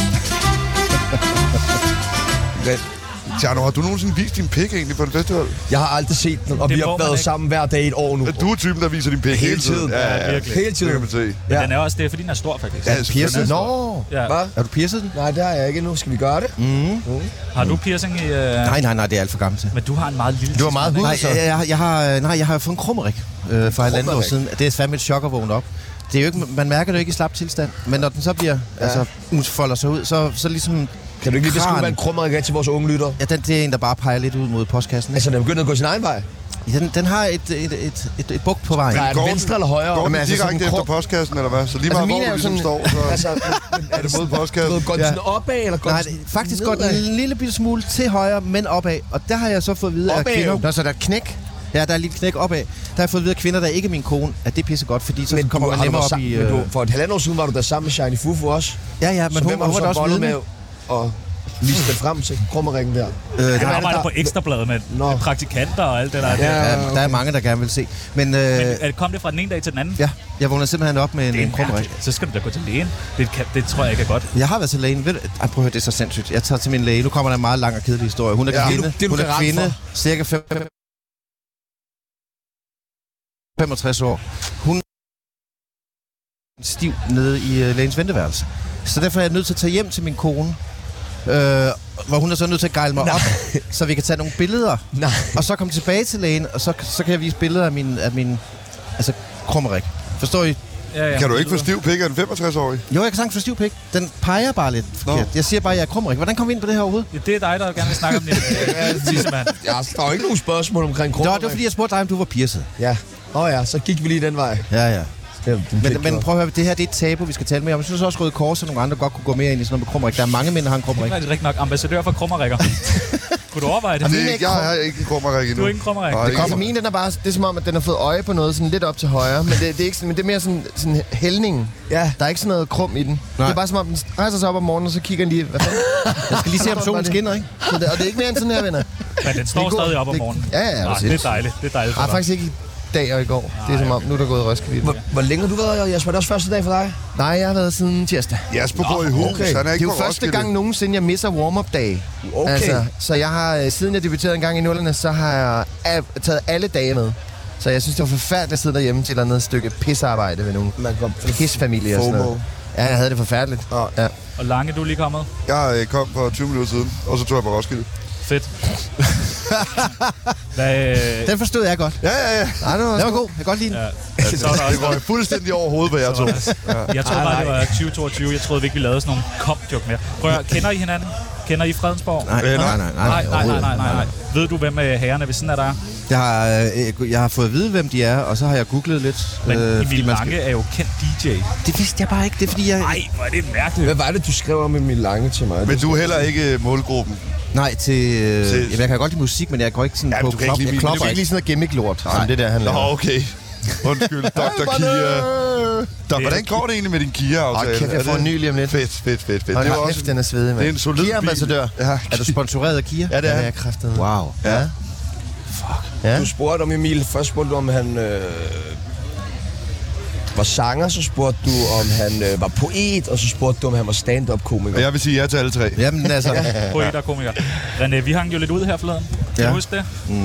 [SPEAKER 4] Tjerno, har du nogensinde vist din pik egentlig på en festival?
[SPEAKER 1] Jeg har aldrig set den, og
[SPEAKER 3] Det
[SPEAKER 1] vi har
[SPEAKER 3] må man
[SPEAKER 1] været
[SPEAKER 3] ikke.
[SPEAKER 1] sammen hver dag i et år nu.
[SPEAKER 4] Du er typen, der viser din pik
[SPEAKER 1] Hele
[SPEAKER 4] hele tiden.
[SPEAKER 1] tiden.
[SPEAKER 4] Ja, ja, ja.
[SPEAKER 3] virkelig.
[SPEAKER 1] Hele
[SPEAKER 4] Det
[SPEAKER 1] tiden.
[SPEAKER 4] kan man se.
[SPEAKER 3] Men
[SPEAKER 1] Ja.
[SPEAKER 3] Den er også, det er fordi, den er stor, faktisk.
[SPEAKER 4] Ja,
[SPEAKER 5] Piercing?
[SPEAKER 4] selvfølgelig.
[SPEAKER 5] Nå,
[SPEAKER 3] Ja.
[SPEAKER 1] Hvad?
[SPEAKER 5] er du piercet den?
[SPEAKER 1] Nej, det har jeg ikke endnu. Skal vi gøre det?
[SPEAKER 3] Har du piercing i... Øh...
[SPEAKER 5] Nej, nej, nej, det er alt for gammelt til.
[SPEAKER 3] Men du har en meget lille...
[SPEAKER 2] Du har meget hud,
[SPEAKER 5] Nej,
[SPEAKER 2] så.
[SPEAKER 5] jeg, jeg, jeg, har, øh, nej, jeg har fået en krummerik øh, for halvandet år siden. Det er fandme et chok at vågne op. Det er jo ikke, man mærker det jo ikke i slap tilstand, men når den så bliver, ja. altså, den folder sig ud, så, så ligesom...
[SPEAKER 1] Kan du ikke lige beskrive,
[SPEAKER 5] Kran.
[SPEAKER 1] hvad en krummer er til vores unge lytter?
[SPEAKER 5] Ja, den, det er en, der bare peger lidt ud mod postkassen.
[SPEAKER 1] Altså, den er begyndt at gå sin egen vej.
[SPEAKER 5] Ja, Den, den har et, et, et, et, et bugt på vejen.
[SPEAKER 4] Men
[SPEAKER 1] Der er
[SPEAKER 4] går
[SPEAKER 1] den venstre
[SPEAKER 4] den-
[SPEAKER 1] eller højre?
[SPEAKER 4] Går
[SPEAKER 2] Jamen,
[SPEAKER 4] den
[SPEAKER 2] altså,
[SPEAKER 4] direkte
[SPEAKER 2] sådan
[SPEAKER 4] efter
[SPEAKER 2] krog-
[SPEAKER 4] postkassen, eller hvad? Så lige
[SPEAKER 2] Altså,
[SPEAKER 4] meget, hvor
[SPEAKER 2] mine er
[SPEAKER 4] du
[SPEAKER 2] jo
[SPEAKER 4] ligesom står, så
[SPEAKER 1] Altså,
[SPEAKER 4] er det mod
[SPEAKER 1] du ved,
[SPEAKER 4] postkassen.
[SPEAKER 1] går den
[SPEAKER 2] Ja.
[SPEAKER 1] sådan opad, eller går
[SPEAKER 5] Nej,
[SPEAKER 1] den
[SPEAKER 5] det,
[SPEAKER 1] sådan
[SPEAKER 5] faktisk går den
[SPEAKER 1] nedad?
[SPEAKER 5] en lille bitte smule til højre, men opad. Og der har jeg så fået at vide, at
[SPEAKER 1] Opad,
[SPEAKER 5] kvinder...
[SPEAKER 1] jo.
[SPEAKER 5] Nå, så der er et knæk. Ja, der er lige et knæk opad. Der har jeg fået at vide, at kvinder, der ikke er min kone, at det er pissegodt, fordi så
[SPEAKER 1] Men
[SPEAKER 5] kommer
[SPEAKER 1] du,
[SPEAKER 5] man
[SPEAKER 1] har du
[SPEAKER 5] nemmere
[SPEAKER 1] været
[SPEAKER 5] op
[SPEAKER 1] sammen,
[SPEAKER 5] i...
[SPEAKER 1] men
[SPEAKER 5] Øh...
[SPEAKER 1] du, for et halvandet år siden var du der sammen med Shiny Fufu også.
[SPEAKER 5] Ja, ja,
[SPEAKER 1] så
[SPEAKER 5] men hun,
[SPEAKER 1] hvem har
[SPEAKER 5] hun
[SPEAKER 1] du
[SPEAKER 5] er da
[SPEAKER 1] så
[SPEAKER 5] også
[SPEAKER 1] bollet
[SPEAKER 5] vidne.
[SPEAKER 1] med og vise det frem til krummeringen der?
[SPEAKER 5] Øh,
[SPEAKER 3] Han
[SPEAKER 1] er
[SPEAKER 3] arbejder
[SPEAKER 1] der-
[SPEAKER 3] på Ekstrabladet med
[SPEAKER 1] Nå.
[SPEAKER 3] med praktikanter og alt det der.
[SPEAKER 1] Ja,
[SPEAKER 5] Ja, der er mange, der gerne vil se. Men, øh,
[SPEAKER 3] Men øh, kom det fra den ene dag til den anden?
[SPEAKER 5] ja, jeg vågner simpelthen op med en,
[SPEAKER 3] Det er
[SPEAKER 5] en krum ryg.
[SPEAKER 3] mærkeligt. Så skal du da gå til lægen. Det, kan, det tror jeg ikke er godt.
[SPEAKER 5] Jeg har været til lægen. Ved, du- ej, prøv at høre, det er så sindssygt. Jeg tager til min læge. Nu kommer der en meget lang og kedelig historie. Hun er
[SPEAKER 1] Ja.
[SPEAKER 5] kvinde.
[SPEAKER 1] Det er du- det er du
[SPEAKER 5] hun
[SPEAKER 1] garant
[SPEAKER 5] er
[SPEAKER 1] for.
[SPEAKER 5] kvinde. Cirka fem- 65 år. Hun er stiv nede i øh, lægens venteværelse. Så derfor er jeg nødt til at tage hjem til min kone. Øh, hvor hun er så nødt til at gejle mig Nej. op, så vi kan tage nogle billeder.
[SPEAKER 1] Nej.
[SPEAKER 5] Og så komme tilbage til lægen, og så, så kan jeg vise billeder af min, af min altså, krummerik. Forstår I?
[SPEAKER 3] Ja, ja.
[SPEAKER 4] Kan du ikke få stiv pik af en 65-årig?
[SPEAKER 5] Jo, jeg kan sagtens få stiv pik. Den peger bare lidt forkert. Jeg siger bare, at jeg er krummerik. Hvordan kom vi ind på det her overhovedet?
[SPEAKER 3] Ja, Det er dig, der gerne vil snakke om det. Tissemand.
[SPEAKER 1] Ja, altså, der er jo ikke nogen spørgsmål omkring
[SPEAKER 5] Nå,
[SPEAKER 1] krummeringen.
[SPEAKER 5] det var fordi, jeg spurgte dig, om du var pierced.
[SPEAKER 1] Ja. Nå ja, så gik vi lige den vej.
[SPEAKER 5] Ja, ja.
[SPEAKER 1] Ja,
[SPEAKER 5] Men, men prøv at høre, det her det er et tabu, vi skal tale mere om. Jeg synes også, at Røde Kors og nogle andre godt kunne gå mere ind i sådan noget med krummerik. Der er mange mænd, der har en krummerik.
[SPEAKER 3] Nej, det er rigtig nok. Ambassadør for krummerrækker. Kunne du overveje det?
[SPEAKER 4] Det
[SPEAKER 5] mine
[SPEAKER 4] er
[SPEAKER 5] er
[SPEAKER 4] ikke,
[SPEAKER 5] ikke
[SPEAKER 4] jeg er ikke en krummerik endnu.
[SPEAKER 3] Du er ikke en krummerik.
[SPEAKER 4] Nej,
[SPEAKER 3] Det
[SPEAKER 4] ikke
[SPEAKER 2] Altså, mine, den er bare, det er som om, at den har fået øje på noget sådan lidt op til højre, men det, det, er, ikke, sådan- men det er mere sådan, sådan hældningen.
[SPEAKER 1] Ja.
[SPEAKER 2] Der er ikke sådan noget krum i den. Nej. Det er bare som om, den rejser sig op om morgenen, og så kigger den lige, hvad fanden?
[SPEAKER 5] Jeg skal lige se, om solen skinner, ikke?
[SPEAKER 2] Så det, og det er ikke mere end sådan her, venner.
[SPEAKER 3] Men den står
[SPEAKER 2] Det er god-
[SPEAKER 3] stadig op om
[SPEAKER 2] det-
[SPEAKER 3] morgenen.
[SPEAKER 2] Ja, ja,
[SPEAKER 3] Nej,
[SPEAKER 2] præcis.
[SPEAKER 3] det er dejligt. Det er dejligt for
[SPEAKER 2] Nej,
[SPEAKER 3] dig.
[SPEAKER 2] faktisk ikke i dag og i går. Det er som om, nu er der gået Roskilde. i den.
[SPEAKER 1] Hvor, hvor længe har du været her, Jesper? Er det også første dag for dig?
[SPEAKER 2] Nej, jeg har været siden tirsdag.
[SPEAKER 4] Jasper går i hus,
[SPEAKER 1] okay.
[SPEAKER 4] han er
[SPEAKER 2] Det er
[SPEAKER 4] ikke
[SPEAKER 2] jo
[SPEAKER 4] på
[SPEAKER 2] første
[SPEAKER 4] Roskilde.
[SPEAKER 2] gang nogensinde, jeg misser warm-up-dage.
[SPEAKER 1] Okay.
[SPEAKER 2] så jeg har, øh, siden jeg debuterede en gang i nullerne, så har jeg af- taget alle dage med. Så jeg synes, det var forfærdeligt at sidde derhjemme til et eller andet stykke pissearbejde ved nogen.
[SPEAKER 1] Man kom
[SPEAKER 2] Pisfamilie og sådan
[SPEAKER 1] FOMO.
[SPEAKER 2] noget. Ja, jeg havde det forfærdeligt.
[SPEAKER 4] Ah.
[SPEAKER 2] Ja.
[SPEAKER 3] Og Lange, du er lige kommet.
[SPEAKER 4] Jeg øh, kom for 20 minutter siden, og så tog jeg på Roskilde.
[SPEAKER 3] Fedt. Hvad, øh,
[SPEAKER 5] Den forstod jeg godt.
[SPEAKER 4] Ja, ja, ja.
[SPEAKER 2] Ej, det
[SPEAKER 5] Den
[SPEAKER 2] var, også
[SPEAKER 5] var god. Jeg kan godt lide den.
[SPEAKER 3] ja, så er der
[SPEAKER 4] Det
[SPEAKER 3] også
[SPEAKER 4] var fuldstændig over hovedet på jer to.
[SPEAKER 3] Jeg troede bare, det var 2022. Jeg troede vi ikke, vi lavede sådan nogle kom-joke mere. Prøv at høre, kender I hinanden? Kender I Fredensborg?
[SPEAKER 5] Nej,
[SPEAKER 4] Øh,
[SPEAKER 5] nej,
[SPEAKER 4] nej.
[SPEAKER 5] nej,
[SPEAKER 3] Nej, nej, nej,
[SPEAKER 5] overhovedet.
[SPEAKER 3] nej, nej, nej. Ved du, hvem øh, herrerne ved siden af dig er?
[SPEAKER 5] Jeg har, øh, jeg har fået at vide, hvem de er, og så har jeg googlet lidt.
[SPEAKER 3] Men
[SPEAKER 5] øh, fordi
[SPEAKER 3] Emil
[SPEAKER 5] man skal-
[SPEAKER 3] Lange er jo kendt DJ.
[SPEAKER 5] Det vidste jeg bare ikke. Det er fordi, jeg...
[SPEAKER 3] Nej, hvor er det mærkeligt.
[SPEAKER 1] Hvad var det, du skrev om Emil Lange til mig?
[SPEAKER 4] Men du er heller ikke øh, målgruppen.
[SPEAKER 5] Nej, til... Øh,
[SPEAKER 4] Til-
[SPEAKER 5] jamen, jeg kan godt lide musik, men jeg går ikke sådan
[SPEAKER 4] Ja,
[SPEAKER 5] på
[SPEAKER 4] men du kan ikke lide
[SPEAKER 5] jeg
[SPEAKER 4] min-
[SPEAKER 5] klopper
[SPEAKER 2] det er ikke
[SPEAKER 5] ikke.
[SPEAKER 2] lige sådan noget gimmick-lort, som det der, han
[SPEAKER 4] Nå,
[SPEAKER 2] laver.
[SPEAKER 4] okay. Undskyld, Dr. Kia. Der, hvordan går det egentlig med din Kia-aftale?
[SPEAKER 2] Åh, kæft, jeg
[SPEAKER 4] Er
[SPEAKER 2] får
[SPEAKER 4] det-
[SPEAKER 2] en ny lige om lidt.
[SPEAKER 4] Fedt, fedt, fedt. fedt.
[SPEAKER 2] Hold
[SPEAKER 4] Det var
[SPEAKER 2] kæft,
[SPEAKER 4] også
[SPEAKER 2] den er svedig, mand.
[SPEAKER 4] det er en solid bil.
[SPEAKER 2] Kia-ambassadør.
[SPEAKER 4] Ja,
[SPEAKER 5] Er du sponsoreret af Kia?
[SPEAKER 4] ja det
[SPEAKER 2] Ja,
[SPEAKER 4] er
[SPEAKER 2] det er
[SPEAKER 4] han.
[SPEAKER 2] kræftet.
[SPEAKER 5] Wow.
[SPEAKER 2] Ja. Ja.
[SPEAKER 1] Du spurgte om Emil, først spurgte du, om han øh, var sanger, så spurgte du, om han øh, var poet, og så spurgte du, om han var stand-up-komiker.
[SPEAKER 4] Og jeg vil sige ja til alle tre.
[SPEAKER 5] Jamen altså,
[SPEAKER 3] Poet og komiker. René, vi hang jo lidt ud her forleden. Kan
[SPEAKER 5] Ja.
[SPEAKER 3] du huske det? Mm,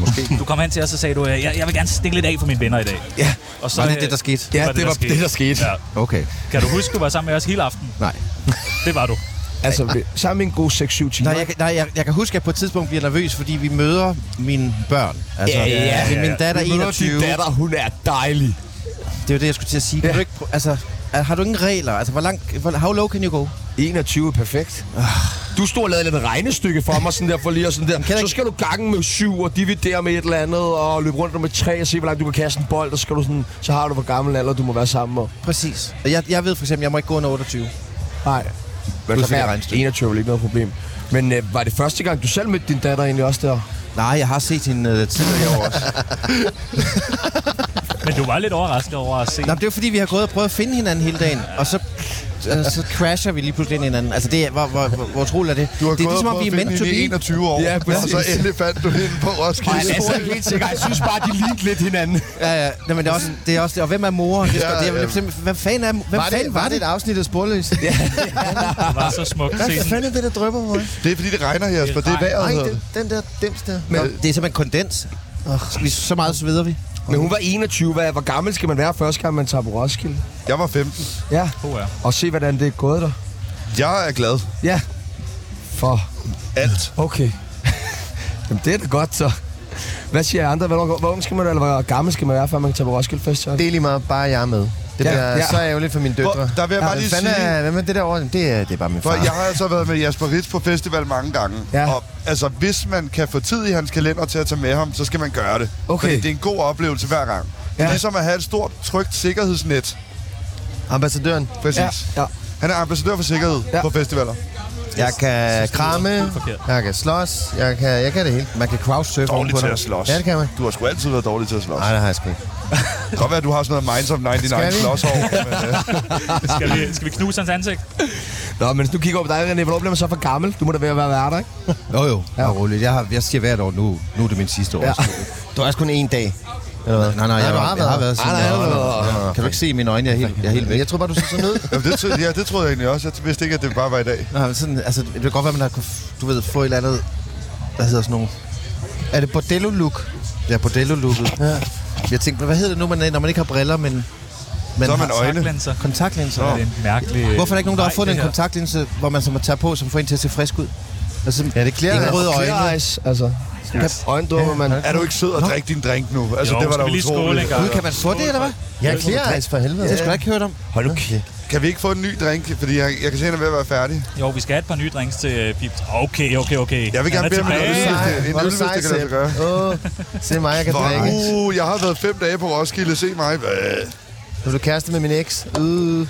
[SPEAKER 3] måske. Du kom hen til os og sagde, du, øh, jeg, jeg vil gerne stikke lidt af for mine venner i dag.
[SPEAKER 1] Ja.
[SPEAKER 3] Og så,
[SPEAKER 5] var det
[SPEAKER 3] øh,
[SPEAKER 5] det, der skete?
[SPEAKER 1] Ja, det var det, der skete.
[SPEAKER 3] Ja.
[SPEAKER 5] Okay.
[SPEAKER 3] Kan du huske, du var sammen med os hele aften?
[SPEAKER 5] Nej.
[SPEAKER 3] Det var du.
[SPEAKER 1] Altså, vi- sammen med en god 6-7 timer.
[SPEAKER 5] Nej, jeg, kan- nej jeg, jeg kan huske, at jeg på et tidspunkt bliver nervøs, fordi vi møder mine børn. Altså,
[SPEAKER 1] Ja, ja, ja,
[SPEAKER 5] Min,
[SPEAKER 3] ja.
[SPEAKER 5] min datter er
[SPEAKER 1] Vi møder
[SPEAKER 5] 21.
[SPEAKER 1] din datter, hun er dejlig.
[SPEAKER 5] Det er jo det, jeg skulle til at sige. Kan
[SPEAKER 1] Ja.
[SPEAKER 5] du ikke, prø- altså, er- har du ingen regler? Altså, hvor langt... Hvor, how low can you go?
[SPEAKER 1] 21 er perfekt. Du stod og lavede lidt regnestykke for mig, sådan der for lige og sådan der.
[SPEAKER 5] jeg
[SPEAKER 1] Så
[SPEAKER 5] ikke-
[SPEAKER 1] skal du gange med syv og dividere med et eller andet, og løbe rundt om et træ og se, hvor langt du kan kaste en bold, og så, skal du sådan, så har du hvor gammel alder, du må være sammen med.
[SPEAKER 5] Præcis. Og Jeg, jeg ved for eksempel, jeg må ikke gå under 28.
[SPEAKER 1] Nej. Men
[SPEAKER 5] Så
[SPEAKER 1] så
[SPEAKER 5] fik jeg
[SPEAKER 1] fair.
[SPEAKER 5] regnestykke.
[SPEAKER 1] 21 er vel ikke noget problem. Men øh, var det første gang, du selv mødte din datter egentlig også der?
[SPEAKER 5] Nej, jeg har set hende øh, tidligere i år også.
[SPEAKER 3] Men du var lidt overrasket over at se.
[SPEAKER 5] Nå, men det er jo fordi, vi har gået og prøvet at finde hinanden hele dagen, og så, øh, så crasher vi lige pludselig ind i hinanden. Altså, det er, hvor, hvor, hvor, hvor troligt er det?
[SPEAKER 4] Du har
[SPEAKER 5] det er
[SPEAKER 4] gået
[SPEAKER 5] ligesom,
[SPEAKER 4] og
[SPEAKER 5] om vi er
[SPEAKER 4] prøvet at
[SPEAKER 5] meant to
[SPEAKER 4] finde hende i
[SPEAKER 5] be.
[SPEAKER 4] 21 år,
[SPEAKER 1] Ja,
[SPEAKER 4] og
[SPEAKER 1] præcis. altså,
[SPEAKER 4] så endelig fandt du hende på Roskilde.
[SPEAKER 1] ikke helt sikker. Jeg synes bare, de lignede lidt hinanden.
[SPEAKER 5] Ja, ja. Nå, men det er også, det er også det. Og hvem er mor? Det, ja,
[SPEAKER 4] Ja,
[SPEAKER 5] det er,
[SPEAKER 4] ja.
[SPEAKER 5] simpelthen- Hvem fanden er hvem
[SPEAKER 2] Var det,
[SPEAKER 5] fanden
[SPEAKER 2] var det et afsnit af Sporløs? Ja.
[SPEAKER 3] Det var så smukt. Se
[SPEAKER 2] Hvad
[SPEAKER 3] sådan-
[SPEAKER 2] fanden er det, der drøber på?
[SPEAKER 4] Det er fordi, det regner, Jesper. Det er vejret.
[SPEAKER 2] Nej,
[SPEAKER 4] hedder
[SPEAKER 2] den,
[SPEAKER 4] det.
[SPEAKER 2] den der dims der.
[SPEAKER 5] Men, det er simpelthen kondens. Oh, vi, så meget sveder vi.
[SPEAKER 1] Men hun var 21. Hvad, hvor gammel skal man være første gang, man tager på Roskilde?
[SPEAKER 4] Jeg var 15.
[SPEAKER 1] Ja.
[SPEAKER 3] Puh, ja.
[SPEAKER 1] Og se, hvordan det er gået der.
[SPEAKER 4] Jeg er glad.
[SPEAKER 1] Ja. For
[SPEAKER 4] Alt.
[SPEAKER 1] Okay. Jamen, det er da godt, så. Hvad siger I andre? Hvor, hvor ung skal man være, eller hvor gammel skal man være, før man kan tage på Roskilde Festival?
[SPEAKER 2] Det er lige meget, bare jeg er med. Det
[SPEAKER 4] Ja,
[SPEAKER 2] ja, bliver
[SPEAKER 4] ja.
[SPEAKER 2] ja. så ærgerligt for mine døtre.
[SPEAKER 4] Hvor, der vil jeg bare lige
[SPEAKER 2] fanden
[SPEAKER 4] sige...
[SPEAKER 2] Er, hvem er det der over? Det, er- det er bare min
[SPEAKER 4] For
[SPEAKER 2] far.
[SPEAKER 4] jeg har altså været med Jasper Ritz på festival mange gange.
[SPEAKER 2] Ja.
[SPEAKER 4] Og altså, hvis man kan få tid i hans kalender til at tage med ham, så skal man gøre det.
[SPEAKER 2] Okay.
[SPEAKER 4] Fordi det er en god oplevelse hver gang. Ja.
[SPEAKER 2] Ja.
[SPEAKER 4] Ligesom at have et stort, trygt sikkerhedsnet.
[SPEAKER 2] Ambassadøren.
[SPEAKER 4] Præcis. Ja.
[SPEAKER 5] Ja.
[SPEAKER 4] Han er ambassadør for sikkerhed ja.
[SPEAKER 5] Ja.
[SPEAKER 4] på festivaler.
[SPEAKER 2] Jeg kan kramme,
[SPEAKER 3] forkert.
[SPEAKER 2] jeg kan slås, jeg kan, jeg kan det hele.
[SPEAKER 5] Man kan crowdsurfe
[SPEAKER 4] Dårlig
[SPEAKER 5] ovenpå
[SPEAKER 4] til
[SPEAKER 5] dig.
[SPEAKER 4] at slås.
[SPEAKER 2] Ja, det kan man.
[SPEAKER 4] Du har sgu altid været dårlig til at slås.
[SPEAKER 2] Nej,
[SPEAKER 4] Ej.
[SPEAKER 2] det har jeg sgu ikke.
[SPEAKER 4] Det kan godt være, at du har sådan noget Minds of 99
[SPEAKER 2] Skal vi?
[SPEAKER 4] slås over. Men, øh,
[SPEAKER 3] Skal vi, skal vi knuse hans ansigt?
[SPEAKER 1] Nå, men hvis du kigger over på dig, René, hvornår bliver man så for gammel? Du må da være ved at være der, ikke?
[SPEAKER 5] Jo, jo. Ja. Roligt. Jeg, har, jeg siger hvert år nu. Nu er det min sidste år. Ja.
[SPEAKER 2] Du har også kun én dag. Eller hvad?
[SPEAKER 5] Nej, nej, jeg,
[SPEAKER 2] du
[SPEAKER 5] har, jeg har været
[SPEAKER 1] Nej,
[SPEAKER 5] siden.
[SPEAKER 1] nej,
[SPEAKER 5] jeg
[SPEAKER 1] jeg har
[SPEAKER 5] har-
[SPEAKER 1] været-
[SPEAKER 5] Kan du ikke se i mine øjne? Jeg er helt, jeg er helt væk.
[SPEAKER 2] Jeg tror bare, du så sådan ud.
[SPEAKER 4] jamen, det, tro- ja, det troede jeg egentlig også. Jeg vidste ikke, at det bare var i dag.
[SPEAKER 5] Nå, men sådan, altså, det kan godt være, man har kunne, f- du ved, få et eller andet, hvad hedder sådan nogle... Er det bordello-look? Ja, bordello-looket. Ja. Jeg tænkte, hvad hedder det nu, man, når man ikke har briller, men... men
[SPEAKER 4] Så er man
[SPEAKER 5] har
[SPEAKER 4] øjne.
[SPEAKER 3] Kontaktlinser.
[SPEAKER 5] Kontaktlinser.
[SPEAKER 3] Det er en mærkelig...
[SPEAKER 5] Hvorfor er der ikke nogen, der har
[SPEAKER 3] Nej,
[SPEAKER 5] fået
[SPEAKER 3] det
[SPEAKER 5] den
[SPEAKER 3] her.
[SPEAKER 5] kontaktlinse, hvor man som tager på, som får en til at se frisk ud? Altså,
[SPEAKER 2] Ja, det klæder
[SPEAKER 5] ingen
[SPEAKER 2] dig.
[SPEAKER 5] røde øjne.
[SPEAKER 1] Clear eyes, altså. Yes. Øjendåber, man.
[SPEAKER 4] Er du ikke sød at drikke din drink nu? Altså,
[SPEAKER 3] Jo,
[SPEAKER 4] det var da
[SPEAKER 3] skal vi lige skåle
[SPEAKER 4] utroligt.
[SPEAKER 3] en gang?
[SPEAKER 5] Gud, kan man få det, eller hvad?
[SPEAKER 2] Jeg klæder altså for
[SPEAKER 5] Det
[SPEAKER 2] helvede.
[SPEAKER 5] har jeg sgu da ikke hørt om.
[SPEAKER 1] Hold nu kæft.
[SPEAKER 4] Kan vi ikke få en ny drink? Fordi jeg, jeg kan se, at han er ved at være færdig.
[SPEAKER 3] Jo, vi skal have et par nye drinks til øh, Pip. Okay, okay, okay.
[SPEAKER 4] Jeg vil gerne
[SPEAKER 3] Han
[SPEAKER 4] bede
[SPEAKER 3] er
[SPEAKER 4] om en
[SPEAKER 3] tilbage.
[SPEAKER 4] øl.
[SPEAKER 2] Sej,
[SPEAKER 4] En
[SPEAKER 2] hvor er du
[SPEAKER 4] øl, hvis det
[SPEAKER 2] sej,
[SPEAKER 4] kan lade sig
[SPEAKER 2] Sepp.
[SPEAKER 4] gøre.
[SPEAKER 2] Åh, se mig, jeg kan drikke.
[SPEAKER 4] Uh, jeg har været fem dage på Roskilde. Se mig. Øh.
[SPEAKER 2] Nu er du kæreste med min eks. Øh.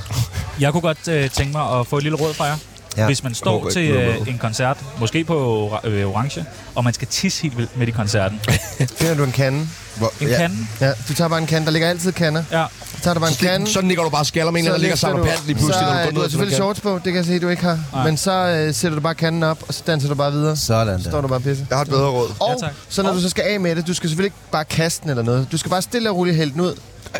[SPEAKER 3] Jeg kunne godt øh, tænke mig at få et lille råd fra jer. Ja.
[SPEAKER 5] Ja.
[SPEAKER 3] Hvis man står
[SPEAKER 1] Håber
[SPEAKER 3] til
[SPEAKER 1] ikke, du er
[SPEAKER 3] øh, en koncert, måske på ora- øh, Orange, og man skal tisse helt vildt midt i koncerten.
[SPEAKER 2] Finder du en kande?
[SPEAKER 3] En
[SPEAKER 5] Ja.
[SPEAKER 3] kande?
[SPEAKER 2] Ja, du tager bare en kande. Der ligger altid kander.
[SPEAKER 3] Ja.
[SPEAKER 2] Så tager du bare en kande.
[SPEAKER 1] Sådan ligger du bare og skaller med en, eller anden, der ligger og samler pant lige pludselig,
[SPEAKER 2] så,
[SPEAKER 1] når du
[SPEAKER 2] øh,
[SPEAKER 1] går
[SPEAKER 2] du
[SPEAKER 1] ned
[SPEAKER 2] har
[SPEAKER 1] til
[SPEAKER 2] selvfølgelig shorts på, det kan jeg se, du ikke har.
[SPEAKER 3] Nej.
[SPEAKER 2] Men så øh, sætter du bare kanden op, og så danser du bare videre. Så
[SPEAKER 5] Sådan
[SPEAKER 2] står
[SPEAKER 5] der.
[SPEAKER 2] du bare og pisser.
[SPEAKER 4] Jeg har et bedre råd.
[SPEAKER 2] Og
[SPEAKER 3] tak.
[SPEAKER 2] så når du så skal af med det, du skal selvfølgelig ikke bare kaste den eller noget. Du skal bare stille og roligt hælde den ud.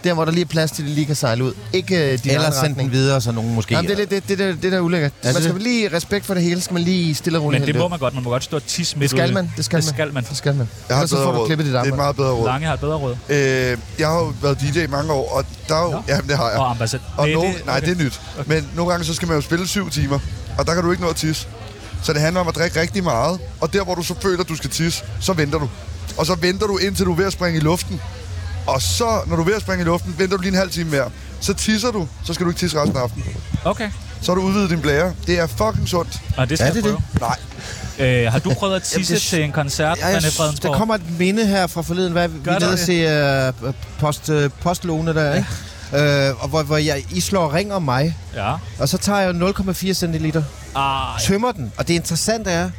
[SPEAKER 2] Der, hvor der lige er plads til, at det lige kan sejle ud. Ikke øh, din
[SPEAKER 5] Eller
[SPEAKER 2] egen
[SPEAKER 5] send
[SPEAKER 2] retning.
[SPEAKER 5] den videre, så nogen måske...
[SPEAKER 2] Jamen, det er lidt det, det, det, det der er ulækkert.
[SPEAKER 5] det
[SPEAKER 2] man skal
[SPEAKER 5] det?
[SPEAKER 2] lige respekt for det hele, skal man lige stille og roligt
[SPEAKER 3] Men det
[SPEAKER 2] hælde
[SPEAKER 3] må
[SPEAKER 2] ud.
[SPEAKER 3] man godt. Man må godt stå og tisse midt
[SPEAKER 2] Det skal
[SPEAKER 3] ude.
[SPEAKER 2] man, det skal
[SPEAKER 3] det
[SPEAKER 2] man.
[SPEAKER 3] skal man.
[SPEAKER 2] Det skal man.
[SPEAKER 4] Jeg har et
[SPEAKER 2] Ellers så
[SPEAKER 4] bedre
[SPEAKER 2] får du
[SPEAKER 4] råd.
[SPEAKER 2] klippet dit
[SPEAKER 4] Det er
[SPEAKER 2] armbånd.
[SPEAKER 4] et meget bedre råd.
[SPEAKER 3] Lange har et bedre råd.
[SPEAKER 4] Øh, jeg har jo været DJ i mange år, og der er jo... Jamen, det har jeg.
[SPEAKER 3] Og ambassad.
[SPEAKER 4] Og
[SPEAKER 3] Nej,
[SPEAKER 4] no,
[SPEAKER 3] det-
[SPEAKER 4] Nej,
[SPEAKER 3] okay.
[SPEAKER 4] det er nyt. Men nogle gange, så skal man jo spille syv timer, og der kan du ikke nå at tisse. Så det handler om at drikke rigtig meget, og der, hvor du så føler, du skal tisse, så venter du. Og så venter du, indtil du er ved at springe i luften. Og så, når du er ved at springe i luften, venter du lige en halv time mere. Så tisser du, så skal du ikke tisse resten af aftenen.
[SPEAKER 3] Okay.
[SPEAKER 4] Så har du udvidet din blære. Det er fucking sundt.
[SPEAKER 3] Og det skal
[SPEAKER 5] Er
[SPEAKER 3] jeg
[SPEAKER 5] det
[SPEAKER 3] prøve.
[SPEAKER 4] Nej,
[SPEAKER 3] Øh, har du prøvet at tisse
[SPEAKER 5] det-
[SPEAKER 3] til en koncert,
[SPEAKER 5] Ja, jeg,
[SPEAKER 3] René
[SPEAKER 5] synes, der
[SPEAKER 3] Fredensborg?
[SPEAKER 5] kommer et minde her fra forleden, hvad vi
[SPEAKER 3] Gør
[SPEAKER 5] er nede og
[SPEAKER 3] der
[SPEAKER 5] se uh, post, uh, postlåne der, ikke? Øh, og hvor, hvor jeg, I slår ring om mig,
[SPEAKER 3] Ja.
[SPEAKER 5] og så tager jeg 0,4 centiliter,
[SPEAKER 3] Ah,
[SPEAKER 5] tømmer den, og det interessante er,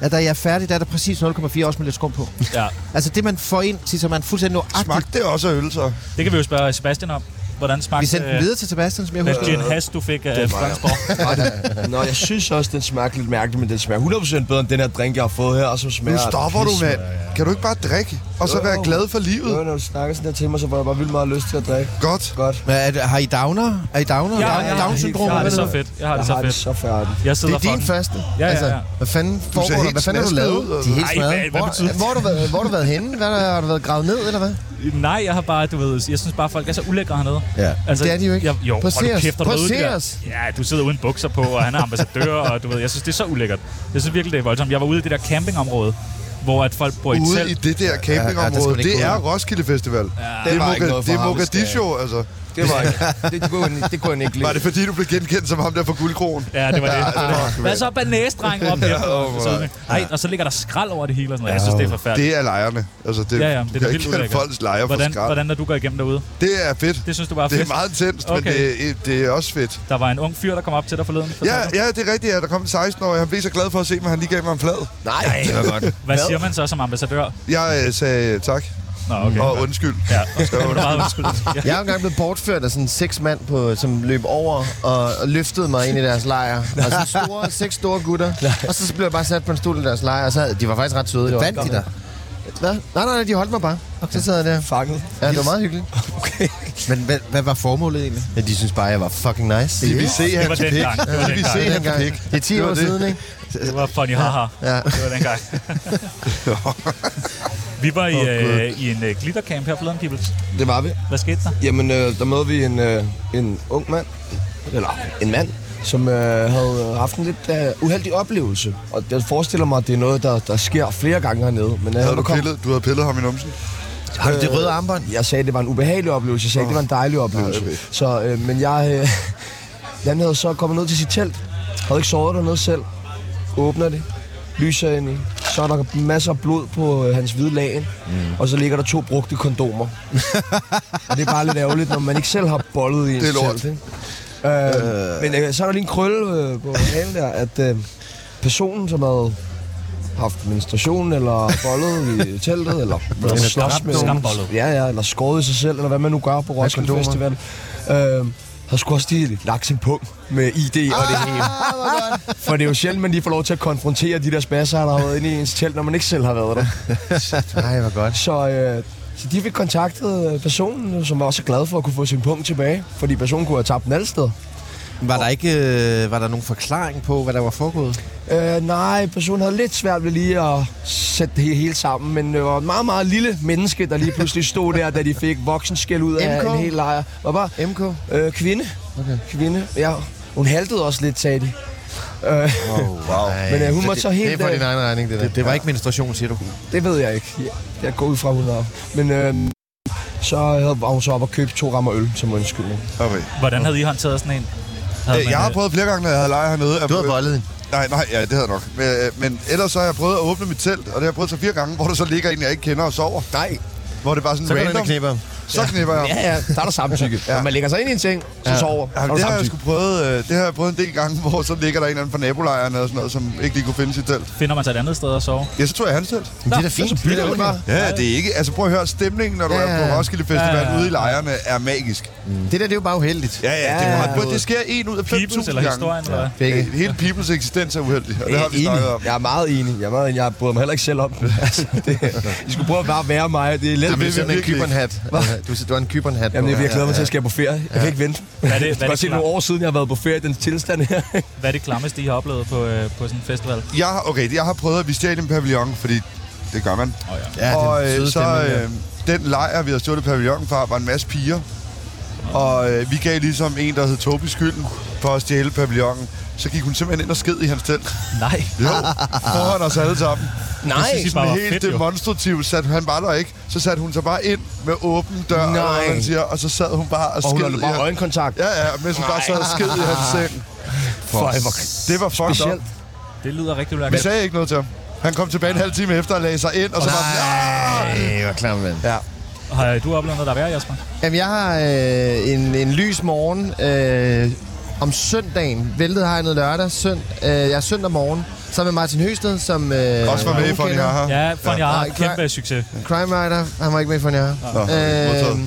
[SPEAKER 5] at da jeg er færdig, der er der præcis 0,4 også med lidt skum på.
[SPEAKER 3] ja.
[SPEAKER 5] Altså det, man får ind, så man fuldstændig nøjagtigt.
[SPEAKER 4] smagte det også af øl, så.
[SPEAKER 3] Det kan vi jo spørge Sebastian om. Hvordan smagte øh,
[SPEAKER 5] Vi sendte den videre til Sebastian, som jeg
[SPEAKER 3] den
[SPEAKER 5] husker.
[SPEAKER 3] gin has, du fik øh, af Fredensborg?
[SPEAKER 1] Nå, jeg synes også, den smager lidt mærkeligt, men den smager 100% bedre end den her drink, jeg har fået her, og som smager...
[SPEAKER 4] Nu stopper du, mand. Kan du ikke bare drikke, og så
[SPEAKER 1] Jo.
[SPEAKER 4] være glad for
[SPEAKER 1] Jo,
[SPEAKER 4] livet?
[SPEAKER 1] når du snakker sådan der til mig, så var jeg bare vildt meget lyst til at drikke.
[SPEAKER 4] Godt.
[SPEAKER 1] Godt.
[SPEAKER 5] Hvad er det, har I downer? Er I downer?
[SPEAKER 3] Ja,
[SPEAKER 5] Down-
[SPEAKER 3] ja, ja.
[SPEAKER 5] Down-syndrom?
[SPEAKER 3] Jeg har det så
[SPEAKER 5] hvad hedder
[SPEAKER 3] fedt. Jeg har
[SPEAKER 1] Jeg
[SPEAKER 3] det så
[SPEAKER 1] har det
[SPEAKER 3] fedt.
[SPEAKER 1] så færdigt.
[SPEAKER 3] Jeg sidder
[SPEAKER 2] Det er
[SPEAKER 3] for
[SPEAKER 2] din
[SPEAKER 3] den.
[SPEAKER 2] første.
[SPEAKER 3] Ja, ja,
[SPEAKER 2] Altså,
[SPEAKER 3] ja.
[SPEAKER 2] hvad fanden foregår der?
[SPEAKER 4] helt
[SPEAKER 2] Hvad fanden har du
[SPEAKER 4] snasket
[SPEAKER 2] lavet?
[SPEAKER 4] ud, altså.
[SPEAKER 2] De er helt
[SPEAKER 3] Ej,
[SPEAKER 2] smadret.
[SPEAKER 3] hvad- hvad betyder
[SPEAKER 2] Hvor,
[SPEAKER 3] det?
[SPEAKER 2] hvor, har du været, hvor har du været henne? Hvad er der, har du været gravet ned, eller hvad?
[SPEAKER 3] Nej, jeg har bare, du ved, jeg synes bare, folk er så ulækre hernede.
[SPEAKER 5] Ja.
[SPEAKER 3] altså,
[SPEAKER 2] Det er de jo ikke.
[SPEAKER 3] Jeg, jo,
[SPEAKER 2] Prøv at se
[SPEAKER 3] hold
[SPEAKER 2] os.
[SPEAKER 3] kæft, er du
[SPEAKER 2] Prøv at
[SPEAKER 3] ved
[SPEAKER 2] se
[SPEAKER 3] det der?
[SPEAKER 2] os.
[SPEAKER 3] Ja, du sidder uden bukser på, og han er ambassadør, og du ved, jeg synes, det er så ulækkert. Jeg synes virkelig, det er voldsomt. Jeg var ude i det der campingområde, hvor at folk bor i
[SPEAKER 4] øh, Ude
[SPEAKER 3] telt.
[SPEAKER 4] i det der
[SPEAKER 5] Ja, ja, der skal
[SPEAKER 4] campingområde,
[SPEAKER 5] man
[SPEAKER 4] det,
[SPEAKER 5] ikke gå
[SPEAKER 4] er
[SPEAKER 5] ud.
[SPEAKER 4] Roskilde Festival. Ja, det,
[SPEAKER 1] Det var
[SPEAKER 4] er
[SPEAKER 1] ikke noget
[SPEAKER 4] Moga-
[SPEAKER 1] for
[SPEAKER 4] det er
[SPEAKER 1] ham, hvis
[SPEAKER 4] Mogadishu, altså.
[SPEAKER 1] Det var ikke... Det, det, kunne, jeg, det kunne jeg ikke lide.
[SPEAKER 4] Var det fordi, du blev genkendt som ham der fra Guldkronen?
[SPEAKER 3] Ja, det var det. det, var det.
[SPEAKER 4] fuck,
[SPEAKER 3] Hvad så banæsdreng op her?
[SPEAKER 4] åh, hvor-
[SPEAKER 3] Nej, og så ligger der skrald over det hele og sådan noget. Jeg synes, det er forfærdeligt.
[SPEAKER 4] Det er lejerne. Altså, det,
[SPEAKER 3] Ja, ja, det er
[SPEAKER 4] du kan ikke
[SPEAKER 3] da vildt
[SPEAKER 4] kalde
[SPEAKER 3] ulækkert.
[SPEAKER 4] folks lejre for
[SPEAKER 3] Hvordan,
[SPEAKER 4] skrald.
[SPEAKER 3] hvordan er du går igennem derude?
[SPEAKER 4] Det er fedt.
[SPEAKER 3] Det synes du bare er
[SPEAKER 4] Det er
[SPEAKER 3] fedt?
[SPEAKER 4] meget intenst, okay. men
[SPEAKER 3] Okay.
[SPEAKER 4] det, er- det er også fedt.
[SPEAKER 3] Der var en ung fyr, der kom op til dig forleden.
[SPEAKER 4] Ja, ja, det er rigtigt, at der kom en 16-årig. Han blev så glad for at se mig, han lige gav mig en flad.
[SPEAKER 1] Nej, det var godt.
[SPEAKER 3] Hvad siger man så som ambassadør?
[SPEAKER 4] Jeg øh, sagde tak
[SPEAKER 3] Nå, okay.
[SPEAKER 4] og undskyld.
[SPEAKER 3] Ja, det var meget undskyld. Ja.
[SPEAKER 2] Jeg er jo engang blevet bortført af sådan seks mand, på, som løb over og, og løftede mig ind i deres lejr. Og sådan store, seks store gutter. Og så blev jeg bare sat på en stol i deres lejr, og så, de var faktisk ret søde.
[SPEAKER 5] det? Vandt de dig?
[SPEAKER 2] Hvad? Nej, nej, nej, de holdt mig bare. Okay. Så sad jeg der.
[SPEAKER 1] Fanget.
[SPEAKER 2] Ja, det var meget hyggeligt.
[SPEAKER 5] Men hvad, hvad var formålet egentlig?
[SPEAKER 2] Ja, de synes bare, jeg var fucking nice.
[SPEAKER 4] De vil se
[SPEAKER 3] Det var
[SPEAKER 4] hans
[SPEAKER 3] den
[SPEAKER 4] pik.
[SPEAKER 3] gang. Det var
[SPEAKER 4] De
[SPEAKER 3] den
[SPEAKER 4] vil se
[SPEAKER 3] gang.
[SPEAKER 2] Det er
[SPEAKER 4] hans
[SPEAKER 2] dengang.
[SPEAKER 4] pik.
[SPEAKER 2] Det er 10
[SPEAKER 4] Det var
[SPEAKER 2] år
[SPEAKER 4] det.
[SPEAKER 2] siden, ikke?
[SPEAKER 3] Det var funny, haha.
[SPEAKER 2] Ja.
[SPEAKER 3] Det var den gang. Vi var i, øh, i en øh, glittercamp her forleden, Pibels.
[SPEAKER 1] Det var vi.
[SPEAKER 3] Hvad skete der?
[SPEAKER 1] Jamen, øh, der mødte vi en, øh, en ung mand, eller en mand, som øh, havde øh, haft en lidt øh, uheldig oplevelse. Og jeg forestiller mig, at det er noget, der, der sker flere gange hernede. Men øh,
[SPEAKER 4] Havde
[SPEAKER 1] der
[SPEAKER 4] du,
[SPEAKER 1] kom-
[SPEAKER 4] pillet, du havde pillet ham i numsen?
[SPEAKER 2] Har du det røde armbånd?
[SPEAKER 1] Jeg sagde, at det var en ubehagelig oplevelse. Jeg sagde, at det var en dejlig oplevelse. Så, øh, men jeg... Øh, han havde så kommet ned til sit telt. Havde ikke sovet dernede selv. Åbner det. Lyser ind i. Så er der masser af blod på øh, hans hvide lagen. Mm. Og så ligger der to brugte kondomer. og det er bare lidt ærgerligt, når man ikke selv har bollet i ens
[SPEAKER 4] lort.
[SPEAKER 1] telt. Ikke? Øh, men øh, så er der lige en krølle øh, på hagen der, at øh, personen, som havde haft menstruation, eller bollet i teltet, eller eller slås med...
[SPEAKER 3] skambollet.
[SPEAKER 1] Ja, ja, eller skåret i sig selv, eller hvad man nu gør på Roskilde
[SPEAKER 2] kondomer.
[SPEAKER 1] Festival. Øh, har sgu også lige lagt sin punkt med ID og det
[SPEAKER 2] Ah,
[SPEAKER 1] hele. For det er jo sjældent, man lige får lov til at konfrontere de der spasser, der har været inde i ens telt, når man ikke selv har været der.
[SPEAKER 2] Nej, hvor godt.
[SPEAKER 1] Så, øh, så de fik kontaktet øh, personen, som var også glad for at kunne få sin punkt tilbage, fordi personen kunne have tabt den alle steder.
[SPEAKER 2] Var der ikke øh, var der nogen forklaring på, hvad der var foregået?
[SPEAKER 1] Øh, nej, personen havde lidt svært ved lige at sætte det hele sammen, men det var et meget, meget lille menneske, der lige pludselig stod der, da de fik voksenskæld ud af
[SPEAKER 2] MK?
[SPEAKER 1] en hel lejr. Var bare
[SPEAKER 2] MK?
[SPEAKER 1] øh, kvinde. Okay. Kvinde, ja. Hun haltede også lidt, sagde de. Øh,
[SPEAKER 2] Wow.
[SPEAKER 1] Men, øh, hun måtte så helt,
[SPEAKER 2] Det er på
[SPEAKER 1] øh,
[SPEAKER 2] din egen regning, det der. Det, det var ikke menstruation, siger du.
[SPEAKER 1] det ved jeg ikke. Jeg, jeg går ud fra, hun har. Men øh, så havde- var hun så op og købte to rammer øl som undskyldning.
[SPEAKER 4] Okay.
[SPEAKER 3] Hvordan havde I håndteret sådan en? Havde
[SPEAKER 4] Øh, Jeg har
[SPEAKER 3] øh,
[SPEAKER 4] prøvet flere gange, når jeg havde lejet hernede. at-
[SPEAKER 2] Du har bollet en.
[SPEAKER 4] Nej, nej, ja, det havde jeg nok. Men, øh, men ellers så har jeg prøvet at åbne mit telt, og det har jeg prøvet så fire gange, hvor der så ligger en, jeg ikke kender og sover.
[SPEAKER 1] Nej.
[SPEAKER 4] Hvor det bare sådan
[SPEAKER 2] Så går du ind
[SPEAKER 4] random.
[SPEAKER 2] og knipper.
[SPEAKER 4] så knipper jeg.
[SPEAKER 1] Ja, ja, der er der samtykke. ja. Når man lægger sig ind i en seng, så sover. Ja, der
[SPEAKER 4] Jamen, det har
[SPEAKER 1] samtykke.
[SPEAKER 4] jeg sgu prøvet, øh, det har jeg prøvet en del gange, hvor så ligger der en eller anden fra nabolejren eller sådan noget, som ikke lige kunne finde sit telt.
[SPEAKER 3] Finder man sig et andet sted at sove?
[SPEAKER 4] Ja, så tog jeg hans telt.
[SPEAKER 2] Men det er da fint.
[SPEAKER 1] så bytter
[SPEAKER 2] Det er
[SPEAKER 1] man
[SPEAKER 2] da
[SPEAKER 1] bare.
[SPEAKER 4] Ja, det er ikke... Altså prøv at høre, stemningen, når du
[SPEAKER 2] Ja, ja,
[SPEAKER 4] er
[SPEAKER 2] ja.
[SPEAKER 4] på Roskilde Festival
[SPEAKER 3] Ja, ja, ja.
[SPEAKER 4] ude i lejrene, er magisk.
[SPEAKER 2] okay. Det der, det er jo bare uheldigt.
[SPEAKER 4] Ja, ja, det,
[SPEAKER 1] Ja,
[SPEAKER 4] ja,
[SPEAKER 1] ja.
[SPEAKER 4] det, det sker en ud af 5.000
[SPEAKER 3] Peoples
[SPEAKER 4] gange.
[SPEAKER 3] eller historien? Eller? hvad?
[SPEAKER 2] Begge.
[SPEAKER 4] Ja, Hele peoples eksistens er uheldig, og det
[SPEAKER 1] Jeg
[SPEAKER 4] har
[SPEAKER 1] er
[SPEAKER 4] vi snakket om.
[SPEAKER 1] enig. Jeg er meget enig. Jeg er meget enig. Jeg bryder mig heller ikke selv om den. Altså, det, I skulle prøve at bare være mig. Det er let.
[SPEAKER 2] Du er
[SPEAKER 4] vil vi
[SPEAKER 2] sådan en
[SPEAKER 4] virkelig
[SPEAKER 2] kybernhat. Du, du har en kybernhat
[SPEAKER 1] Jamen, det er, fordi jeg glæder mig til at
[SPEAKER 2] Ja,
[SPEAKER 1] skal jeg på ferie. Jeg kan ikke vente.
[SPEAKER 3] Hvad er det- hvad er
[SPEAKER 1] Godt
[SPEAKER 3] det
[SPEAKER 1] se
[SPEAKER 3] for
[SPEAKER 1] nogle år siden, jeg har været på ferie i den tilstand her.
[SPEAKER 3] Hvad er det klammeste, I har oplevet på, øh, på sådan en festival?
[SPEAKER 4] Jeg, har- okay, jeg har prøvet, at vi stjal en pavillon, fordi det gør man.
[SPEAKER 3] Oh, ja.
[SPEAKER 2] Ja,
[SPEAKER 4] og
[SPEAKER 2] den
[SPEAKER 4] øh,
[SPEAKER 2] søde
[SPEAKER 4] så
[SPEAKER 2] stemning, ja.
[SPEAKER 4] øh, den lejr, vi havde stjålet pavillonen fra, var en masse piger. Og øh, vi gav ligesom en, der hed Tobi skylden for at stjæle pavillonen. Så gik hun simpelthen ind og sked i hans telt.
[SPEAKER 3] Nej.
[SPEAKER 4] Jo, foran os alle sammen.
[SPEAKER 1] Nej.
[SPEAKER 3] synes I bare
[SPEAKER 4] Sådan
[SPEAKER 3] var
[SPEAKER 4] helt
[SPEAKER 3] fedt, jo.
[SPEAKER 4] demonstrativt satte han bare der ikke. Så satte hun sig bare ind med åben dør, eller
[SPEAKER 1] Nej.
[SPEAKER 4] hvad man siger, og så sad hun bare og,
[SPEAKER 1] Og hun
[SPEAKER 4] sked
[SPEAKER 1] holdt
[SPEAKER 4] i
[SPEAKER 1] bare
[SPEAKER 4] hans-
[SPEAKER 1] øjenkontakt.
[SPEAKER 4] Ja, ja, mens hun bare sad og sked i hans seng.
[SPEAKER 1] For, hvor
[SPEAKER 4] Det var fucked
[SPEAKER 1] specielt.
[SPEAKER 4] up.
[SPEAKER 3] Det lyder rigtig
[SPEAKER 4] Vi
[SPEAKER 3] ulækkert.
[SPEAKER 4] sagde ikke noget til ham. Han kom tilbage en halv time efter og lagde sig ind, og så var han...
[SPEAKER 2] Ej, hvor klam, mand.
[SPEAKER 3] Har du oplevet noget, der er værre, Jesper?
[SPEAKER 2] Jamen, jeg har øh, en, en lys morgen øh, om søndagen. Væltet har jeg noget lørdag. Sønd, øh, jeg er søndag morgen sammen med Martin Høsted, som... Øh,
[SPEAKER 4] Også var med i Fonny Haha.
[SPEAKER 3] Ja, for jeg har
[SPEAKER 2] Nej,
[SPEAKER 3] kæmpe succes.
[SPEAKER 2] Crime Rider, han var ikke med i Fonja.
[SPEAKER 4] modtaget.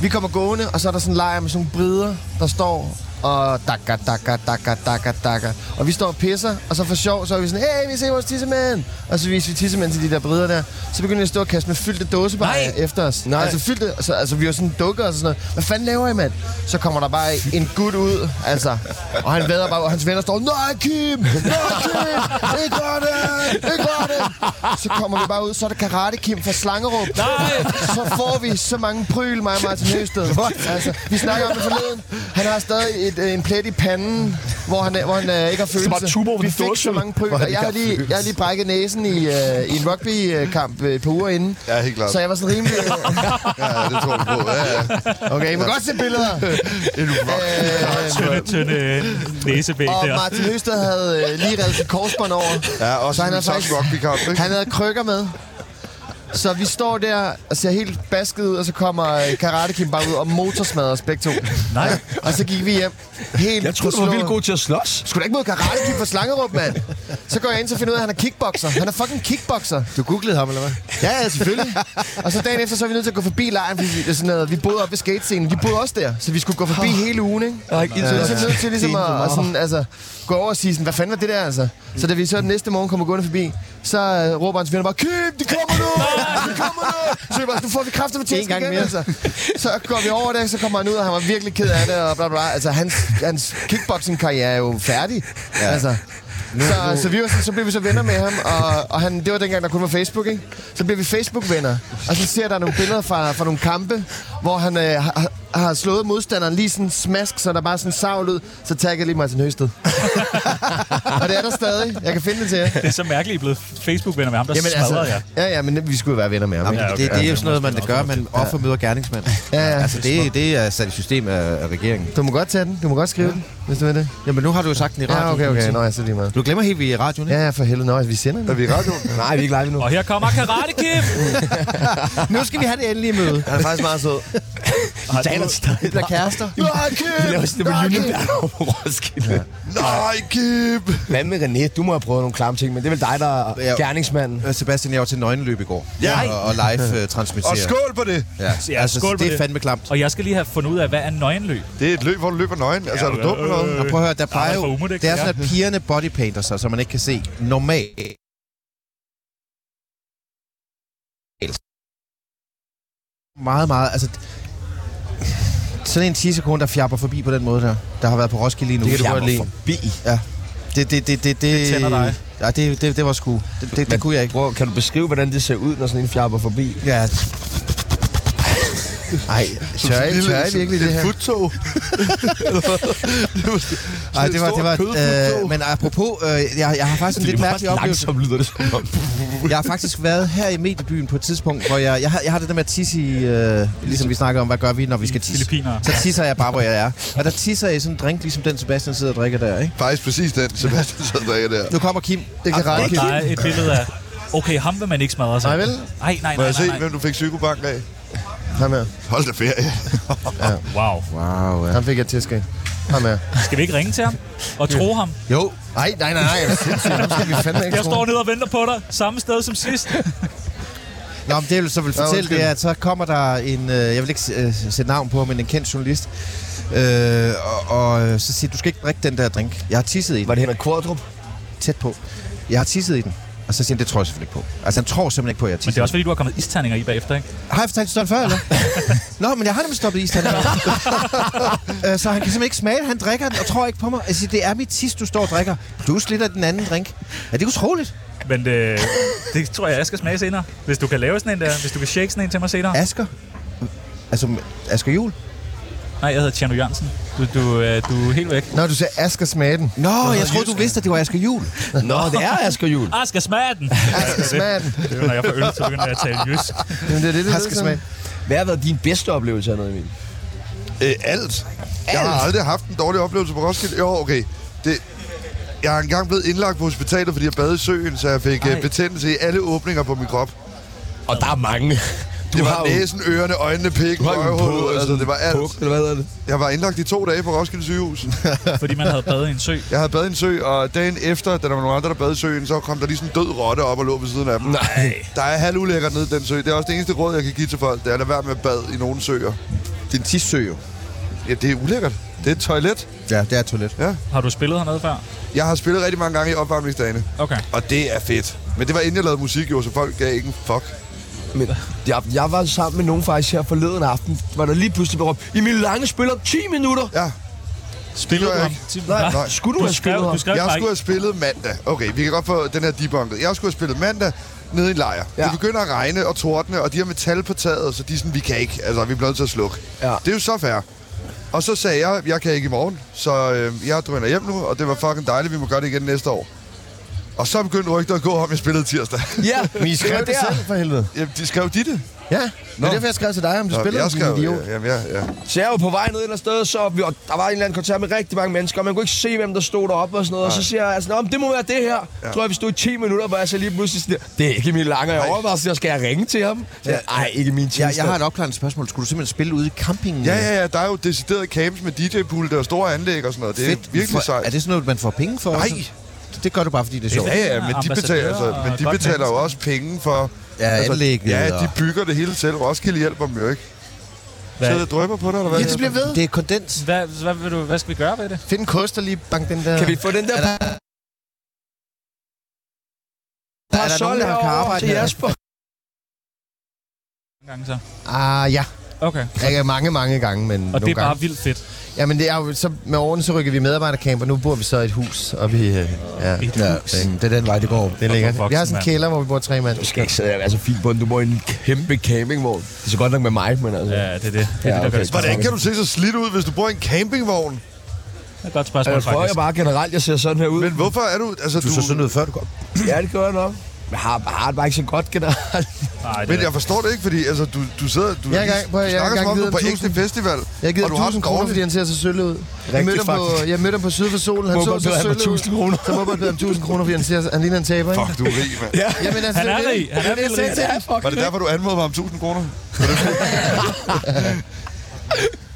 [SPEAKER 2] Vi kommer gående, og så er der sådan en lejr med sådan nogle brider, der står og dakka, dakka, dakka, dakka, dakka. Og vi står og pisser, og så for sjov, så er vi sådan, hey, vi ser vores tissemand. Og så viser vi tissemand til de der brider der. Så begynder de at stå og kaste med fyldte dåsebajer
[SPEAKER 1] Nej.
[SPEAKER 2] efter os.
[SPEAKER 1] Nej.
[SPEAKER 2] Altså fyldte, altså, altså vi var sådan dukker og sådan noget. Hvad fanden laver I, mand? Så kommer der bare en gut ud, altså. Og han vader bare, og hans venner står, nej, Kim! Nej, Kim! Ikke gør det! Ikke gør det! Så kommer vi bare ud, så er det Karate Kim fra Slangerup.
[SPEAKER 3] Nej!
[SPEAKER 2] Så får vi så mange pryl, mig og Martin Høsted. Altså, vi snakker om det forleden. Han har stadig et, øh, en plet i panden, hvor han, hvor han øh, ikke har følelse.
[SPEAKER 1] bare tuber på
[SPEAKER 2] vi
[SPEAKER 1] den
[SPEAKER 2] fik
[SPEAKER 1] dåse.
[SPEAKER 2] så mange pryl.
[SPEAKER 1] Hvor han
[SPEAKER 2] Jeg
[SPEAKER 1] ikke
[SPEAKER 2] har
[SPEAKER 1] har
[SPEAKER 2] lige, jeg har lige brækket næsen i, øh, i en rugbykamp øh, et par uger inden.
[SPEAKER 4] Ja, helt klart.
[SPEAKER 2] Så jeg var sådan rimelig...
[SPEAKER 4] Ja, det tror jeg på. Ja, ja.
[SPEAKER 2] Okay, I må godt se billeder.
[SPEAKER 4] En rock.
[SPEAKER 3] Tynde, tynde øh, næsebæk
[SPEAKER 2] Og
[SPEAKER 3] der.
[SPEAKER 2] Martin Høsted havde øh, lige reddet sit korsbånd over.
[SPEAKER 4] Ja, også
[SPEAKER 2] Så han
[SPEAKER 4] en
[SPEAKER 2] er
[SPEAKER 4] top
[SPEAKER 2] faktisk-
[SPEAKER 4] rugbykamp, ikke?
[SPEAKER 2] Han havde krykker med. Så vi står der og ser helt basket ud, og så kommer øh, Karate Kim bare ud og motorsmadrer os begge to.
[SPEAKER 3] Nej.
[SPEAKER 2] Og så gik vi hjem. Helt
[SPEAKER 1] Jeg troede, du var
[SPEAKER 2] forslået.
[SPEAKER 1] vildt god til at slås.
[SPEAKER 2] Skulle da ikke mod Karate Kim fra Slangerup, mand? Så går jeg ind og finder ud af, at han er kickboxer. Han er fucking kickboxer.
[SPEAKER 5] Du googlede ham, eller hvad?
[SPEAKER 2] Ja, ja, selvfølgelig. Og så dagen efter, så er vi nødt til at gå forbi lejren, fordi vi, sådan noget, vi boede oppe ved skatescenen. De boede også der, så vi skulle gå forbi hele ugen, ikke?
[SPEAKER 1] Jeg har ikke
[SPEAKER 2] Så vi er ligesom
[SPEAKER 1] indtil
[SPEAKER 2] nødt til ligesom at, at sådan, altså, gå over og sige, sådan, hvad fanden var det der, altså? Så da vi så den næste morgen kommer gående forbi, så øh, råber hans venner bare, Kim, de kommer nu! De kommer nu! Så vi bare, nu får vi kræfter med tæsken
[SPEAKER 5] gang
[SPEAKER 2] igen,
[SPEAKER 5] mere.
[SPEAKER 2] altså. Så går vi over der, så kommer han ud, og han var virkelig ked af det, og bla bla bla. Altså, hans, hans kickboxing-karriere er jo færdig, ja. altså. Så, så, vi var, sådan- så blev vi så venner med ham, og, og han, det var dengang, der kun var Facebook, ikke? Så blev vi Facebook-venner, og så ser jeg, der er nogle billeder fra, fra nogle kampe, hvor han øh, har, har slået modstanderen lige sådan smask, så der bare er sådan savl ud, så tagger jeg lige Martin Høsted. og det er der stadig. Jeg kan finde det til jer.
[SPEAKER 3] Det er så mærkeligt, I er blevet Facebook-venner med ham, der
[SPEAKER 2] Jamen,
[SPEAKER 3] smadrer
[SPEAKER 2] altså,
[SPEAKER 3] jer.
[SPEAKER 2] ja, ja, men vi skulle jo være venner med ham,
[SPEAKER 5] Jamen,
[SPEAKER 2] ikke?
[SPEAKER 5] ja,
[SPEAKER 3] Ja,
[SPEAKER 5] okay. det,
[SPEAKER 3] okay.
[SPEAKER 5] det, er jo sådan noget, man gør, man offer møder gerningsmand.
[SPEAKER 2] Ja, ja.
[SPEAKER 5] Altså, det, det er sat i system af, af regeringen.
[SPEAKER 2] Du må godt tage den. Du må godt skrive ja. den, hvis du vil det.
[SPEAKER 5] Jamen, nu har du jo sagt den i radioen.
[SPEAKER 2] Ja, okay, okay. Nå, jeg så lige meget.
[SPEAKER 5] Du glemmer helt, vi er i radioen, ikke?
[SPEAKER 2] Ja, ja, for helvede. Nå, vi sender den.
[SPEAKER 4] Er vi i radioen?
[SPEAKER 1] Nej, vi er ikke live endnu.
[SPEAKER 3] Og her kommer Karate Kid!
[SPEAKER 5] Nu skal vi have det endelige møde.
[SPEAKER 2] Han er faktisk meget sød.
[SPEAKER 5] Vi bliver kærester.
[SPEAKER 2] Nej,
[SPEAKER 1] Vi laver
[SPEAKER 2] Kim!
[SPEAKER 1] sådan noget med Julian Bernhard på Roskilde.
[SPEAKER 4] Nej, Kim!
[SPEAKER 1] Hvad med René? Du må have prøvet nogle klamme ting, men det er vel dig, der
[SPEAKER 5] Ja.
[SPEAKER 1] er gerningsmanden.
[SPEAKER 5] Øh, Sebastian, jeg var til nøgenløb i går.
[SPEAKER 4] Ja.
[SPEAKER 5] Og, og live uh,
[SPEAKER 4] Og
[SPEAKER 5] transmittere.
[SPEAKER 4] skål på det!
[SPEAKER 5] Ja,
[SPEAKER 3] Ja,
[SPEAKER 5] altså,
[SPEAKER 3] skål på
[SPEAKER 5] det er
[SPEAKER 3] det.
[SPEAKER 5] fandme klamt.
[SPEAKER 3] Og jeg skal lige have fundet ud af, hvad er nøgenløb?
[SPEAKER 4] Det er et løb, hvor du løber nøgen. Altså, er du dum eller
[SPEAKER 2] øh,
[SPEAKER 4] noget?
[SPEAKER 5] Og prøv at høre, der plejer
[SPEAKER 3] det er for
[SPEAKER 5] jo...
[SPEAKER 3] umodægt,
[SPEAKER 5] Det er
[SPEAKER 3] ja.
[SPEAKER 5] sådan, at pigerne bodypainter sig, så man ikke kan se normalt. Meget, meget... Altså, sådan en 10 sekunder, der fjapper forbi på den måde der, der har været på Roskilde lige nu.
[SPEAKER 1] Fjammer
[SPEAKER 5] Fjapper for-
[SPEAKER 1] forbi.
[SPEAKER 5] Ja. Det, det, det, det, det,
[SPEAKER 3] tænder dig.
[SPEAKER 5] Ja, det, det, det var sgu... Det, det, det kunne jeg ikke.
[SPEAKER 1] Bro, kan du beskrive, hvordan det ser ud, når sådan en fjapper forbi?
[SPEAKER 5] Ja. Ej,
[SPEAKER 2] Tør I, tør I virkelig det her?
[SPEAKER 4] Et futtog.
[SPEAKER 5] Ej, det var, det var,
[SPEAKER 4] kødfutog.
[SPEAKER 5] øh, men apropos, øh, jeg, jeg har faktisk en lidt mærkelig oplevelse.
[SPEAKER 1] Langsomt lyder det som om.
[SPEAKER 5] Jeg har faktisk været her i mediebyen på et tidspunkt, hvor jeg, jeg, har, jeg har det der med at tisse i, øh, ligesom vi snakker om, hvad gør vi, når vi skal tisse.
[SPEAKER 3] Filippiner.
[SPEAKER 5] Så tisser jeg bare, hvor jeg er. Og der tisser jeg i sådan en drink, ligesom den Sebastian sidder og drikker der, ikke? Ah,
[SPEAKER 4] Faktisk præcis den, Sebastian sidder og drikker der.
[SPEAKER 5] Nu kommer Kim.
[SPEAKER 2] Det kan rette,
[SPEAKER 3] Og
[SPEAKER 2] Kim.
[SPEAKER 3] der er et billede af, okay, ham vil man ikke smadre sig.
[SPEAKER 2] Nej, vel?
[SPEAKER 3] Nej, nej,
[SPEAKER 4] Må
[SPEAKER 3] nej,
[SPEAKER 4] jeg se,
[SPEAKER 3] nej, nej.
[SPEAKER 4] hvem du fik psykobank af?
[SPEAKER 2] Ham her.
[SPEAKER 4] Hold da ferie.
[SPEAKER 3] Wow.
[SPEAKER 5] Wow, ja.
[SPEAKER 2] Ham fik jeg tæsk af. Ham her.
[SPEAKER 3] Skal vi ikke ringe til ham og tro ham?
[SPEAKER 5] Jo,
[SPEAKER 2] Nej, nej, nej, nej. Jeg er sindssyg. Ham skal vi fandme ikke
[SPEAKER 3] Jeg står
[SPEAKER 2] tro.
[SPEAKER 3] nede og venter på dig, samme sted som sidst.
[SPEAKER 5] Nå, men det jeg vil så vil
[SPEAKER 2] Ja,
[SPEAKER 5] fortælle,
[SPEAKER 2] undskyld.
[SPEAKER 5] det er, at så kommer der en, øh, jeg vil ikke s- øh, sætte navn på, men en kendt journalist, øh, og, og øh, så siger du skal ikke drikke den der drink. Jeg har tisset i
[SPEAKER 1] Var
[SPEAKER 5] den,
[SPEAKER 1] det Henrik Kordrup?
[SPEAKER 5] tæt på. Jeg har tisset i den. Og så siger han, det tror jeg selvfølgelig ikke på. Altså, han tror simpelthen ikke på, at jeg
[SPEAKER 3] Men det er
[SPEAKER 5] tisser.
[SPEAKER 3] også fordi, du har kommet isterninger i bagefter, ikke?
[SPEAKER 5] Har jeg fortalt historien før, eller? Nå, men jeg har nemlig stoppet is, den her. Øh, så han kan simpelthen ikke smage det. Han drikker den og tror ikke på mig. Jeg siger, det er mit tis, du står og drikker. Du slitter den anden drink. Ja, det er utroligt.
[SPEAKER 3] Men
[SPEAKER 2] øh,
[SPEAKER 3] det, det tror jeg, jeg skal smage senere. Hvis du kan lave sådan en der, hvis du kan shake sådan en til mig senere.
[SPEAKER 5] Asker. Altså, Asker Jul.
[SPEAKER 3] Nej, jeg hedder Tjerno Jørgensen. Du, du, øh, du er helt væk.
[SPEAKER 2] Nå, du sagde Asger smage den.
[SPEAKER 5] Nå, jeg troede, du vidste, at det var Asker Jul.
[SPEAKER 1] Nå, det er Asger Jul.
[SPEAKER 3] Ah, skal smage den!
[SPEAKER 2] Asger smage den.
[SPEAKER 3] Det er jo, når jeg får øl, så begynder jeg at tale jysk.
[SPEAKER 2] Jamen, det er det, det
[SPEAKER 5] Asger smage.
[SPEAKER 1] Hvad har været din bedste oplevelse hernede, Emil?
[SPEAKER 4] Øh, alt. Jeg har aldrig haft en dårlig oplevelse på Roskilde. Jo, okay. Det, jeg er engang blevet indlagt på hospitalet, fordi jeg badede i søen, så jeg fik
[SPEAKER 3] Ej.
[SPEAKER 4] Ej. betændelse i alle åbninger på min krop.
[SPEAKER 1] Og der er mange. Du
[SPEAKER 4] Det
[SPEAKER 1] har
[SPEAKER 4] var
[SPEAKER 1] jo-
[SPEAKER 4] næsen, ørerne, øjnene, pik,
[SPEAKER 1] Du har jo en
[SPEAKER 4] øjehullet,
[SPEAKER 1] puk,
[SPEAKER 4] altså det var alt.
[SPEAKER 1] Puk, eller hvad hedder det?
[SPEAKER 4] Jeg var indlagt i to dage på Roskilde sygehus.
[SPEAKER 3] Fordi man havde badet i en sø.
[SPEAKER 4] Jeg havde badet i en sø, og dagen efter, da der var nogle andre, der badede i søen, så kom der lige sådan en død rotte op og lå ved siden af dem.
[SPEAKER 1] Nej.
[SPEAKER 4] Der er halvulækkert nede i den sø. Det er også det eneste råd, jeg kan give til folk. Det er at lade være med at bade i nogle søer.
[SPEAKER 5] Din tissø jo.
[SPEAKER 4] Ja, det er ulækkert. Det er et toilet.
[SPEAKER 5] Ja, det er et toilet.
[SPEAKER 3] Har du spillet hernede før?
[SPEAKER 4] Jeg har spillet rigtig mange gange i opvarmningsdagene.
[SPEAKER 3] Okay.
[SPEAKER 4] Og det er fedt. Men det var inden jeg lavede musik, jo, så folk gav ikke en fuck.
[SPEAKER 1] Men jeg, jeg var sammen med nogen faktisk her forleden aften, hvor der lige pludselig blev råbt, Emil Lange spiller 10 minutter.
[SPEAKER 4] Ja,
[SPEAKER 3] Spillede
[SPEAKER 4] jeg
[SPEAKER 3] du ham?
[SPEAKER 4] ikke.
[SPEAKER 1] Nej,
[SPEAKER 3] Nej.
[SPEAKER 1] nej. Skulle du,
[SPEAKER 3] Du
[SPEAKER 1] have
[SPEAKER 3] skrev,
[SPEAKER 1] spillet ham?
[SPEAKER 3] du skrev
[SPEAKER 4] jeg
[SPEAKER 3] bare
[SPEAKER 4] skulle
[SPEAKER 3] ikke.
[SPEAKER 4] have spillet mandag. Okay, vi kan godt få den her debunket. Jeg skulle have spillet mandag nede i en lejr.
[SPEAKER 1] Ja.
[SPEAKER 4] Ja. Det begynder at regne og tordne, og de har metal på taget, så de er sådan, vi kan ikke. Altså, vi bliver nødt til at slukke.
[SPEAKER 1] Ja.
[SPEAKER 4] Det er jo så fair. Og så sagde jeg, jeg kan ikke i morgen, så øh, jeg drøner hjem nu, og det var fucking dejligt, vi må gøre det igen næste år. Og så begyndte rygter at gå om, jeg spillede tirsdag.
[SPEAKER 1] Ja,
[SPEAKER 2] Men I skrev det selv, for helvede.
[SPEAKER 4] Jamen, de skrev de det?
[SPEAKER 2] Ja, det er derfor, jeg skrev til dig, om du
[SPEAKER 4] Nå,
[SPEAKER 2] spiller
[SPEAKER 4] jeg
[SPEAKER 2] den, din
[SPEAKER 4] skrev, øh,
[SPEAKER 2] idiot.
[SPEAKER 4] ja, jamen, ja, ja.
[SPEAKER 1] Så jeg var på vej ned et eller andet sted, så vi, og der var en eller anden koncert med rigtig mange mennesker, og man kunne ikke se, hvem der stod deroppe og sådan noget. Og så siger jeg, altså, "Nå, men det må være det her. Ja. Tror jeg, vi stod i 10 minutter, hvor jeg så lige pludselig sådan, der, det er ikke Emil Lange. Jeg overvejede, så skal jeg ringe til ham? Så jeg, Ej, ikke min tjeneste.
[SPEAKER 5] Jeg, jeg har et opklarende spørgsmål. Skulle du simpelthen spille ude i campingen?
[SPEAKER 4] Ja, ja, ja, der er jo decideret camps med DJ-pulte og store anlæg og sådan noget. Det er Fedt. virkelig
[SPEAKER 5] For,
[SPEAKER 4] sejt.
[SPEAKER 5] er det sådan noget, man får penge for?
[SPEAKER 4] Nej.
[SPEAKER 5] Så- Det gør du bare, fordi det er sjovt.
[SPEAKER 4] Ja, ja, men de betaler,
[SPEAKER 3] Ambassadører
[SPEAKER 4] altså,
[SPEAKER 3] og
[SPEAKER 4] men de
[SPEAKER 3] godt
[SPEAKER 4] betaler jo
[SPEAKER 3] mennesker.
[SPEAKER 4] også penge for...
[SPEAKER 5] Ja, anlægget
[SPEAKER 4] Ja,
[SPEAKER 5] og-
[SPEAKER 4] de bygger det hele selv. Roskilde hjælper dem jo ikke.
[SPEAKER 3] Hvad,
[SPEAKER 4] Så det drypper på dig, eller hvad?
[SPEAKER 2] Ja, det bliver ved.
[SPEAKER 5] Det er kondens.
[SPEAKER 3] hvad, hvad, vil du, hvad skal vi gøre ved det?
[SPEAKER 2] Find en kost og lige bank den der.
[SPEAKER 1] Kan vi få den der
[SPEAKER 5] Der er der nogen, der kan
[SPEAKER 1] herover
[SPEAKER 5] arbejde
[SPEAKER 1] til
[SPEAKER 5] med det?
[SPEAKER 1] Jesper?
[SPEAKER 3] Nogle gange så.
[SPEAKER 2] Ah, ja.
[SPEAKER 3] Okay.
[SPEAKER 2] Ikke mange, mange gange, men
[SPEAKER 3] Og
[SPEAKER 2] nogle
[SPEAKER 3] det er
[SPEAKER 2] gange.
[SPEAKER 3] bare vildt fedt.
[SPEAKER 2] Jamen, det er jo, så med årene, så rykker vi i medarbejdercamp, og nu bor vi så i et hus oppe i... Øh, ja,
[SPEAKER 3] Et
[SPEAKER 2] ja,
[SPEAKER 3] hus.
[SPEAKER 2] Det,
[SPEAKER 5] Det er den vej, det går.
[SPEAKER 2] det er lækkert. Vi har sådan en
[SPEAKER 3] mand.
[SPEAKER 2] kælder, hvor vi bor tre mand.
[SPEAKER 1] Du skal ikke sidde og være så fint, bunden. du må i en kæmpe campingvogn. Det er så godt nok med mig, men altså...
[SPEAKER 3] Ja, det er det. Det er det, der
[SPEAKER 1] Ja,
[SPEAKER 3] gør
[SPEAKER 1] okay.
[SPEAKER 3] det. specielt.
[SPEAKER 4] Hvordan kan du se så slidt ud, hvis du bor i en campingvogn?
[SPEAKER 3] Det er et godt spørgsmål,
[SPEAKER 1] Jeg tror jeg
[SPEAKER 3] faktisk.
[SPEAKER 1] bare generelt, jeg ser sådan her ud.
[SPEAKER 4] Men hvorfor er du... Altså, du,
[SPEAKER 5] Du så sådan ud før, du går.
[SPEAKER 1] Ja, det gør jeg nok. Jeg har, har det bare ikke så godt generelt.
[SPEAKER 3] Nej, det
[SPEAKER 4] men
[SPEAKER 3] er
[SPEAKER 4] jeg forstår det ikke, fordi altså, du, du sidder... Du,
[SPEAKER 2] Jeg er i gang-
[SPEAKER 4] du
[SPEAKER 2] prøv at- jeg er i
[SPEAKER 4] snakker
[SPEAKER 2] gang
[SPEAKER 4] som om, du
[SPEAKER 2] videre
[SPEAKER 4] er på
[SPEAKER 2] med
[SPEAKER 4] ægte festival.
[SPEAKER 2] Jeg giver
[SPEAKER 4] og du har
[SPEAKER 2] 1000
[SPEAKER 4] den
[SPEAKER 2] kroner,
[SPEAKER 4] dårligt.
[SPEAKER 2] fordi han ser så søllet ud. Jeg mødte, ham på,
[SPEAKER 1] faktisk.
[SPEAKER 2] jeg mødte ham på Syd for Solen. Han
[SPEAKER 1] Hvorfor
[SPEAKER 2] så
[SPEAKER 1] blev
[SPEAKER 2] så
[SPEAKER 1] han på
[SPEAKER 2] søllet ud.
[SPEAKER 1] 1000 kroner?
[SPEAKER 2] Så hvorfor blev han 1000 kroner, fordi han, ser, han ligner en taber, ikke?
[SPEAKER 4] Fuck, du er rig, mand.
[SPEAKER 2] Jamen, altså,
[SPEAKER 3] Han er
[SPEAKER 2] det
[SPEAKER 3] rig. Han
[SPEAKER 2] det,
[SPEAKER 3] er vildt
[SPEAKER 2] det, jeg
[SPEAKER 3] rig.
[SPEAKER 2] sagde til ham.
[SPEAKER 4] Var det derfor, du anmodede mig om 1000 kroner?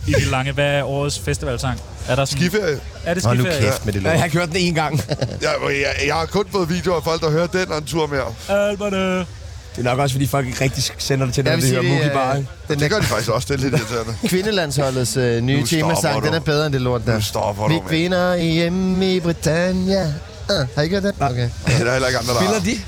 [SPEAKER 3] I det lange, hvad er årets festivalsang? Er der sådan...
[SPEAKER 4] Skiferie.
[SPEAKER 3] Er det
[SPEAKER 5] Nå, nu
[SPEAKER 3] skiferie?
[SPEAKER 5] kæft med det
[SPEAKER 1] Jeg
[SPEAKER 5] lort.
[SPEAKER 1] har kørt den en gang.
[SPEAKER 4] Jeg, jeg, jeg, har kun fået videoer af folk, der hører den og en tur mere.
[SPEAKER 3] Alberne.
[SPEAKER 1] Det er nok også, fordi folk ikke rigtig sender det til
[SPEAKER 2] Jeg
[SPEAKER 1] dem,
[SPEAKER 2] vil
[SPEAKER 1] det
[SPEAKER 2] sige,
[SPEAKER 1] her Mookie Bar.
[SPEAKER 2] det,
[SPEAKER 1] ikke?
[SPEAKER 2] øh, den
[SPEAKER 4] Det gør
[SPEAKER 2] der
[SPEAKER 4] de faktisk også, det er lidt irriterende.
[SPEAKER 2] kvindelandsholdets øh, nye
[SPEAKER 4] Nu stopper
[SPEAKER 2] temasang,
[SPEAKER 4] du.
[SPEAKER 2] den er bedre end det lort der.
[SPEAKER 4] Nu stopper du,
[SPEAKER 2] Vi
[SPEAKER 4] mand.
[SPEAKER 2] kvinder hjemme i Britannia. Ah, har I gjort det? Okay.
[SPEAKER 4] Det er heller ikke andre, der
[SPEAKER 1] Spiller
[SPEAKER 4] har.
[SPEAKER 1] de?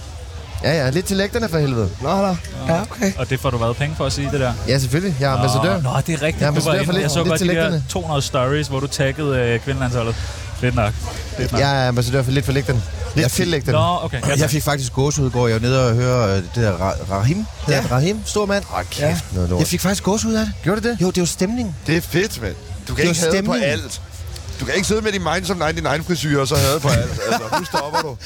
[SPEAKER 2] Ja, ja, lidt til lægterne for helvede.
[SPEAKER 1] Nå, da. Ja, okay.
[SPEAKER 3] Og det får du været penge for at sige, det der.
[SPEAKER 2] Ja, selvfølgelig. Jeg er ambassadør.
[SPEAKER 3] Nå, nå, det er rigtigt. Ja, du
[SPEAKER 2] Ja,
[SPEAKER 3] var
[SPEAKER 2] ambassadør
[SPEAKER 3] inde.
[SPEAKER 2] for lidt-
[SPEAKER 3] Jeg så
[SPEAKER 2] lidt
[SPEAKER 3] godt
[SPEAKER 2] til
[SPEAKER 3] de der
[SPEAKER 2] lægterne.
[SPEAKER 3] 200 stories, hvor du taggede øh, kvindelandsholdet. Fedt nok. Fedt nok.
[SPEAKER 2] Jeg er ambassadør for lidt for lægterne. Lidt
[SPEAKER 5] Jeg
[SPEAKER 2] til
[SPEAKER 5] fik-
[SPEAKER 2] lægterne.
[SPEAKER 3] Nå, okay. Ja,
[SPEAKER 5] Jeg fik faktisk gåsehud, går jeg var nede og høre øh, det der Ra- Rahim. Ja. Rahim, stor mand.
[SPEAKER 2] Åh, kæft, noget lort.
[SPEAKER 5] Jeg fik faktisk gåsehud af det.
[SPEAKER 2] Gjorde du det?
[SPEAKER 5] Jo, det er jo stemning.
[SPEAKER 4] Det er fedt, mand. Du kan
[SPEAKER 5] Det er
[SPEAKER 4] ikke have på
[SPEAKER 5] stemningen.
[SPEAKER 4] alt. Du kan ikke sidde med din mind som 99 frisyrer og så have på alt. Altså, nu stopper du.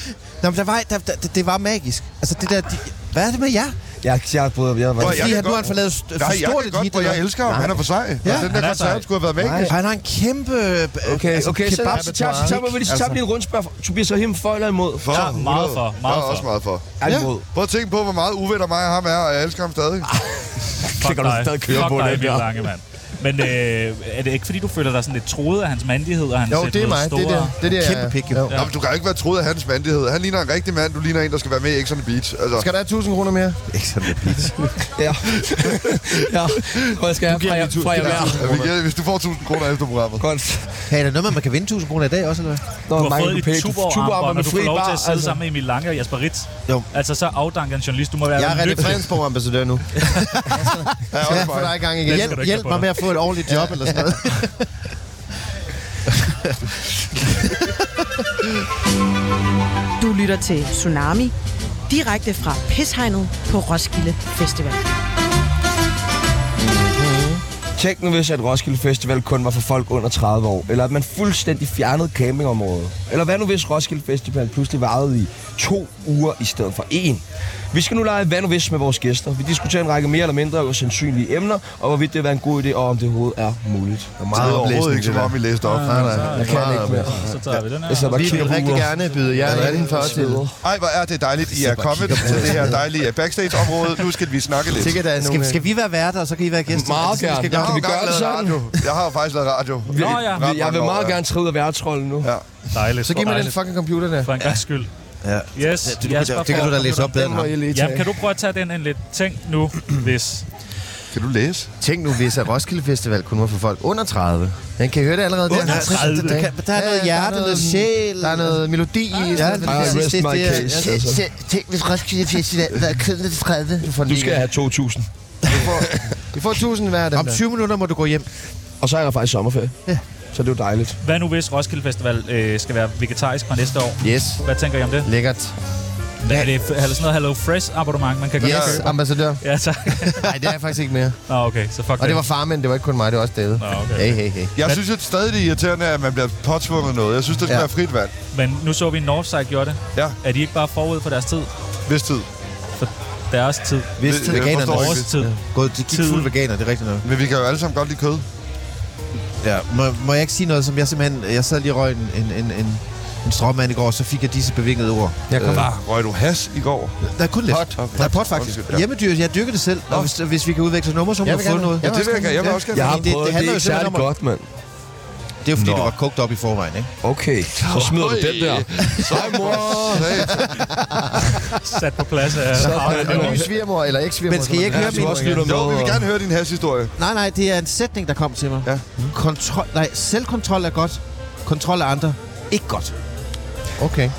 [SPEAKER 5] Nå, men der var, der, der, det var magisk. Altså, det der... De, hvad er det med jer?
[SPEAKER 1] Jeg, jeg bryder jeg, jeg,
[SPEAKER 4] Prøv at- jeg
[SPEAKER 5] Fordi
[SPEAKER 4] kan
[SPEAKER 5] han, nu
[SPEAKER 4] godt-
[SPEAKER 5] har han fået lavet st-
[SPEAKER 4] Nej,
[SPEAKER 5] for
[SPEAKER 4] jeg
[SPEAKER 5] stort
[SPEAKER 4] kan
[SPEAKER 5] et
[SPEAKER 4] godt,
[SPEAKER 5] hit.
[SPEAKER 4] hvor jeg
[SPEAKER 5] eller-
[SPEAKER 4] elsker ham. Han er for sej.
[SPEAKER 5] Ja,
[SPEAKER 4] Ja, den der
[SPEAKER 3] han er sej.
[SPEAKER 4] koncert skulle have været
[SPEAKER 5] Nej,
[SPEAKER 4] magisk.
[SPEAKER 5] Han har en kæmpe... øh,
[SPEAKER 1] Okay,
[SPEAKER 5] altså,
[SPEAKER 1] okay, så,
[SPEAKER 5] kebab-
[SPEAKER 1] så, tager, så tager vi lige, så tager vi lige en rundspørg. Tobias og him for eller imod?
[SPEAKER 4] For
[SPEAKER 3] Ja, meget
[SPEAKER 4] 100.
[SPEAKER 3] for, meget
[SPEAKER 4] Jeg er
[SPEAKER 3] for.
[SPEAKER 4] også meget for.
[SPEAKER 1] Er imod.
[SPEAKER 4] Prøv at tænke på, hvor meget uvenner mig og ham er, og jeg elsker ham stadig.
[SPEAKER 3] fuck
[SPEAKER 1] kan du
[SPEAKER 3] dig.
[SPEAKER 1] stadig køre
[SPEAKER 3] fuck
[SPEAKER 1] på
[SPEAKER 3] dig,
[SPEAKER 1] den
[SPEAKER 3] Mikkel
[SPEAKER 1] der.
[SPEAKER 3] Lange, mand. Men øh, er det ikke, fordi du føler dig sådan lidt troet af hans mandighed? Og hans
[SPEAKER 2] Jo,
[SPEAKER 3] lidt
[SPEAKER 2] det er mig. Det er
[SPEAKER 3] store-
[SPEAKER 2] der. Det er der, jeg
[SPEAKER 5] Kæmpe
[SPEAKER 2] er.
[SPEAKER 5] pik, jo.
[SPEAKER 2] Jo.
[SPEAKER 4] Nå, men du kan jo ikke være troet af hans mandighed. Han ligner en rigtig mand, du ligner en, der skal være med i X on the Beach. Altså,
[SPEAKER 2] Skal der have 1000 kroner mere?
[SPEAKER 5] Ikke sådan lidt pizza.
[SPEAKER 1] Ja. ja. Hvad skal jeg fra jer, fra jer hver?
[SPEAKER 4] ja, vi giver- hvis du får 1000 kroner efter programmet.
[SPEAKER 1] Godt.
[SPEAKER 5] Hey, er der noget, med, man kan vinde 1000 kroner i dag også, eller hvad?
[SPEAKER 1] Nå,
[SPEAKER 3] Du har
[SPEAKER 1] mange
[SPEAKER 3] fået et
[SPEAKER 1] pæne- tuborgarmbånd
[SPEAKER 3] tuborg-armbånd, og du får lov til at sidde
[SPEAKER 1] altså.
[SPEAKER 3] sammen med Emil Lange og Jesper Ritz.
[SPEAKER 5] Jo.
[SPEAKER 3] Altså, så afdanker en journalist. Du må være
[SPEAKER 2] Jeg er René
[SPEAKER 3] lykkelig.
[SPEAKER 2] Fredensborg-ambassadør
[SPEAKER 4] Ja,
[SPEAKER 2] nu. Ja,
[SPEAKER 4] også
[SPEAKER 2] for dig
[SPEAKER 4] mig.
[SPEAKER 2] i gang igen.
[SPEAKER 3] Hjælp-
[SPEAKER 2] Hjælp,
[SPEAKER 3] skal du ikke
[SPEAKER 2] hjælp
[SPEAKER 3] have på
[SPEAKER 2] mig
[SPEAKER 3] dig.
[SPEAKER 2] med at få et ordentligt job eller sådan noget.
[SPEAKER 6] Du lytter til Tsunami, direkte fra Pishegnet på Roskilde Festival.
[SPEAKER 1] Tænk nu, hvis at Roskilde Festival kun var for folk under 30 år, eller at man fuldstændig fjernede campingområdet. Eller hvad nu, hvis Roskilde Festival pludselig varede i to uger i stedet for én? Vi skal nu lege hvad nu hvis med vores gæster. Vi diskuterer en række mere eller mindre sandsynlige emner, og hvorvidt det vil være en god idé, og om det overhovedet er muligt.
[SPEAKER 4] Det lyder overhovedet ikke, som om I læste
[SPEAKER 3] Ah,
[SPEAKER 4] op.
[SPEAKER 2] Nej, nej.
[SPEAKER 1] Jeg kan ikke mere.
[SPEAKER 3] Så tager vi den her.
[SPEAKER 1] Jeg sidder bare og
[SPEAKER 2] Vi
[SPEAKER 1] kigger
[SPEAKER 2] vil
[SPEAKER 1] på
[SPEAKER 2] rigtig
[SPEAKER 1] uret.
[SPEAKER 2] gerne byde jer indenfor til.
[SPEAKER 4] Ej, hvor er det dejligt, I er kommet til det her dejlige backstage-område. Nu skal vi snakke lidt.
[SPEAKER 2] Sikkert der er
[SPEAKER 5] Skal,
[SPEAKER 2] nogle...
[SPEAKER 5] skal vi være værter, og så kan I være gæster?
[SPEAKER 1] Meget
[SPEAKER 5] Er det sådan, vi skal
[SPEAKER 1] gerne. Kan vi
[SPEAKER 5] gøre?
[SPEAKER 4] jo engang
[SPEAKER 1] gøre det
[SPEAKER 4] lavet
[SPEAKER 1] sådan?
[SPEAKER 4] Radio. Jeg har jo faktisk lavet radio.
[SPEAKER 1] Nå
[SPEAKER 4] I
[SPEAKER 3] ja.
[SPEAKER 4] ret
[SPEAKER 1] Jeg vil
[SPEAKER 4] mange år,
[SPEAKER 1] meget
[SPEAKER 4] ja.
[SPEAKER 1] gerne træde ud af værtrollen nu.
[SPEAKER 4] Ja.
[SPEAKER 3] Dejligt.
[SPEAKER 2] Så giv mig den
[SPEAKER 3] dejligt.
[SPEAKER 2] fucking computer der.
[SPEAKER 3] For en gang skyld.
[SPEAKER 5] Ja.
[SPEAKER 3] Yes,
[SPEAKER 5] Det, det, det, det kan du da læse op bedre end ham.
[SPEAKER 1] lige
[SPEAKER 3] Jamen, kan du prøve at tage den en lidt tænk nu, hvis...
[SPEAKER 4] Kan du læse?
[SPEAKER 2] Tænk nu, hvis at Roskilde Festival kun var for folk under 30. Den kan I høre det allerede der.
[SPEAKER 5] Under 30.
[SPEAKER 2] Det- det kan-
[SPEAKER 5] Der er noget hjerte, noget sjæl.
[SPEAKER 2] Der er noget melodi i.
[SPEAKER 5] Ja,
[SPEAKER 2] sådan
[SPEAKER 5] det
[SPEAKER 2] noget.
[SPEAKER 5] er præcis
[SPEAKER 1] rest
[SPEAKER 5] det,
[SPEAKER 1] my
[SPEAKER 5] det er-
[SPEAKER 1] case,
[SPEAKER 5] Ja,
[SPEAKER 1] altså.
[SPEAKER 5] se-
[SPEAKER 2] Tænk, hvis Roskilde Festival var kun til 30. Du får,
[SPEAKER 1] Du skal have 2.000.
[SPEAKER 2] du får 1000 hver den
[SPEAKER 5] Om 20 minutter må du gå hjem.
[SPEAKER 1] Og så er der faktisk sommerferie.
[SPEAKER 5] Ja.
[SPEAKER 1] Så det er jo dejligt.
[SPEAKER 3] Hvad nu hvis Roskilde Festival øh, skal være vegetarisk fra næste år?
[SPEAKER 2] Yes.
[SPEAKER 3] Hvad tænker I om det?
[SPEAKER 2] Lækkert.
[SPEAKER 3] Ja. Er det f- er det sådan noget Hello Fresh abonnement, man kan gøre?
[SPEAKER 2] Yes, ambassadør.
[SPEAKER 3] Ja, tak.
[SPEAKER 2] Nej, det er jeg faktisk ikke mere.
[SPEAKER 3] Nå, okay, så fuck
[SPEAKER 2] Og det var farmænd, det var ikke kun mig, det var også David.
[SPEAKER 3] Nå, okay.
[SPEAKER 2] Hey, hey, hey.
[SPEAKER 4] Jeg synes, at det stadig det er irriterende, at man bliver påtvunget noget. Jeg synes, det skal
[SPEAKER 2] Ja.
[SPEAKER 4] være frit valg.
[SPEAKER 3] Men nu så vi Northside gøre det.
[SPEAKER 4] Ja,
[SPEAKER 3] Er de ikke bare forud for deres tid?
[SPEAKER 4] hvis tid.
[SPEAKER 3] Deres tid.
[SPEAKER 5] Hvis
[SPEAKER 4] Det-
[SPEAKER 5] til
[SPEAKER 4] jeg
[SPEAKER 5] veganerne.
[SPEAKER 4] forstår
[SPEAKER 3] Vores tid.
[SPEAKER 5] Gået, det gik
[SPEAKER 3] Tid.
[SPEAKER 5] fuld veganer, det er rigtigt nok.
[SPEAKER 4] Men vi kan jo alle sammen godt lide kød.
[SPEAKER 5] Ja, må, må jeg ikke sige noget, som jeg simpelthen... Jeg sad lige og røg en, en, en, en, en stråmand i går, så fik jeg disse bevingede ord.
[SPEAKER 2] Jeg kom
[SPEAKER 4] Var
[SPEAKER 3] Øh,
[SPEAKER 4] røg du has i går?
[SPEAKER 5] Der er kun lidt.
[SPEAKER 4] Pot.
[SPEAKER 5] Der er pot, faktisk.
[SPEAKER 4] Undskyld, ja.
[SPEAKER 5] Hjemmedyr, jeg dyrker det selv, og hvis, hvis vi kan udveksle numre, så må
[SPEAKER 2] Jeg
[SPEAKER 5] du
[SPEAKER 2] vil
[SPEAKER 5] få
[SPEAKER 2] gerne-
[SPEAKER 5] noget.
[SPEAKER 4] Ja, det vil jeg gerne. Jeg vil
[SPEAKER 5] Ja.
[SPEAKER 4] også
[SPEAKER 1] Jeg
[SPEAKER 4] gerne.
[SPEAKER 1] har
[SPEAKER 5] det- det
[SPEAKER 1] prøvet det, det, det er
[SPEAKER 5] handler jo
[SPEAKER 1] ikke særlig
[SPEAKER 5] simpelthen om
[SPEAKER 1] godt, mand.
[SPEAKER 5] Det er jo fordi,
[SPEAKER 4] Nå.
[SPEAKER 5] det var kogt op i forvejen, ikke?
[SPEAKER 1] Okay, så smider du den der.
[SPEAKER 4] Så mor.
[SPEAKER 3] Sat på plads af...
[SPEAKER 2] En ny svigermor eller ikke-svigermor.
[SPEAKER 5] Men skal I ikke høre min...
[SPEAKER 4] Jo, vi vil gerne høre din has-historie.
[SPEAKER 5] Nej, nej, det er en sætning, der kom til mig.
[SPEAKER 4] Ja.
[SPEAKER 5] Kontrol, nej, selvkontrol er godt. Kontrol af andre, ikke godt.
[SPEAKER 2] Okay.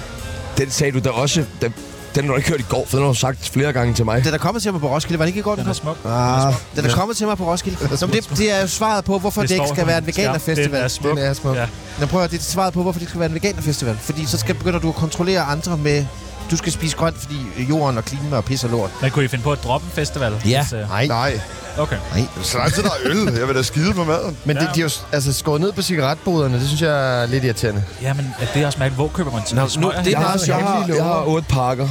[SPEAKER 1] Den sagde du da også, da Den har du ikke hørt i går, for den har du sagt flere gange til mig.
[SPEAKER 5] Den er kommet til mig på Roskilde. Var det ikke i går, den
[SPEAKER 3] Den er
[SPEAKER 5] kom?
[SPEAKER 3] smuk.
[SPEAKER 5] Ah, den er kommet til mig på Roskilde. Nå, men det, det er jo svaret på, hvorfor det, det ikke
[SPEAKER 3] står
[SPEAKER 5] skal
[SPEAKER 3] her.
[SPEAKER 5] være en veganerfestival.
[SPEAKER 3] Den er smuk.
[SPEAKER 2] Den er smuk.
[SPEAKER 3] Ja.
[SPEAKER 5] Jeg prøver, det er svaret på, hvorfor det skal være en veganerfestival. Fordi så skal, begynder du at kontrollere andre med, du skal spise grønt, fordi jorden og klima og pis og lort. Altså,
[SPEAKER 3] Men kunne I finde på at droppe en festival?
[SPEAKER 1] Ja.
[SPEAKER 3] Hvis, øh,
[SPEAKER 2] Nej.
[SPEAKER 4] Nej,
[SPEAKER 3] okay.
[SPEAKER 4] så lang tid der er øl. Jeg vil da skide på maden.
[SPEAKER 2] Men det,
[SPEAKER 3] Ja.
[SPEAKER 2] de har jo s- altså, skåret ned på cigaretboderne. Det synes jeg er lidt irriterende.
[SPEAKER 3] Ja, men er det også mærkeligt? Hvor køber man til?
[SPEAKER 5] Nå,
[SPEAKER 3] Smøger
[SPEAKER 5] nu-
[SPEAKER 3] her?
[SPEAKER 5] det er
[SPEAKER 1] Jeg har,
[SPEAKER 5] meget
[SPEAKER 1] jeg,
[SPEAKER 5] sjovt.
[SPEAKER 1] har, jeg har otte pakker.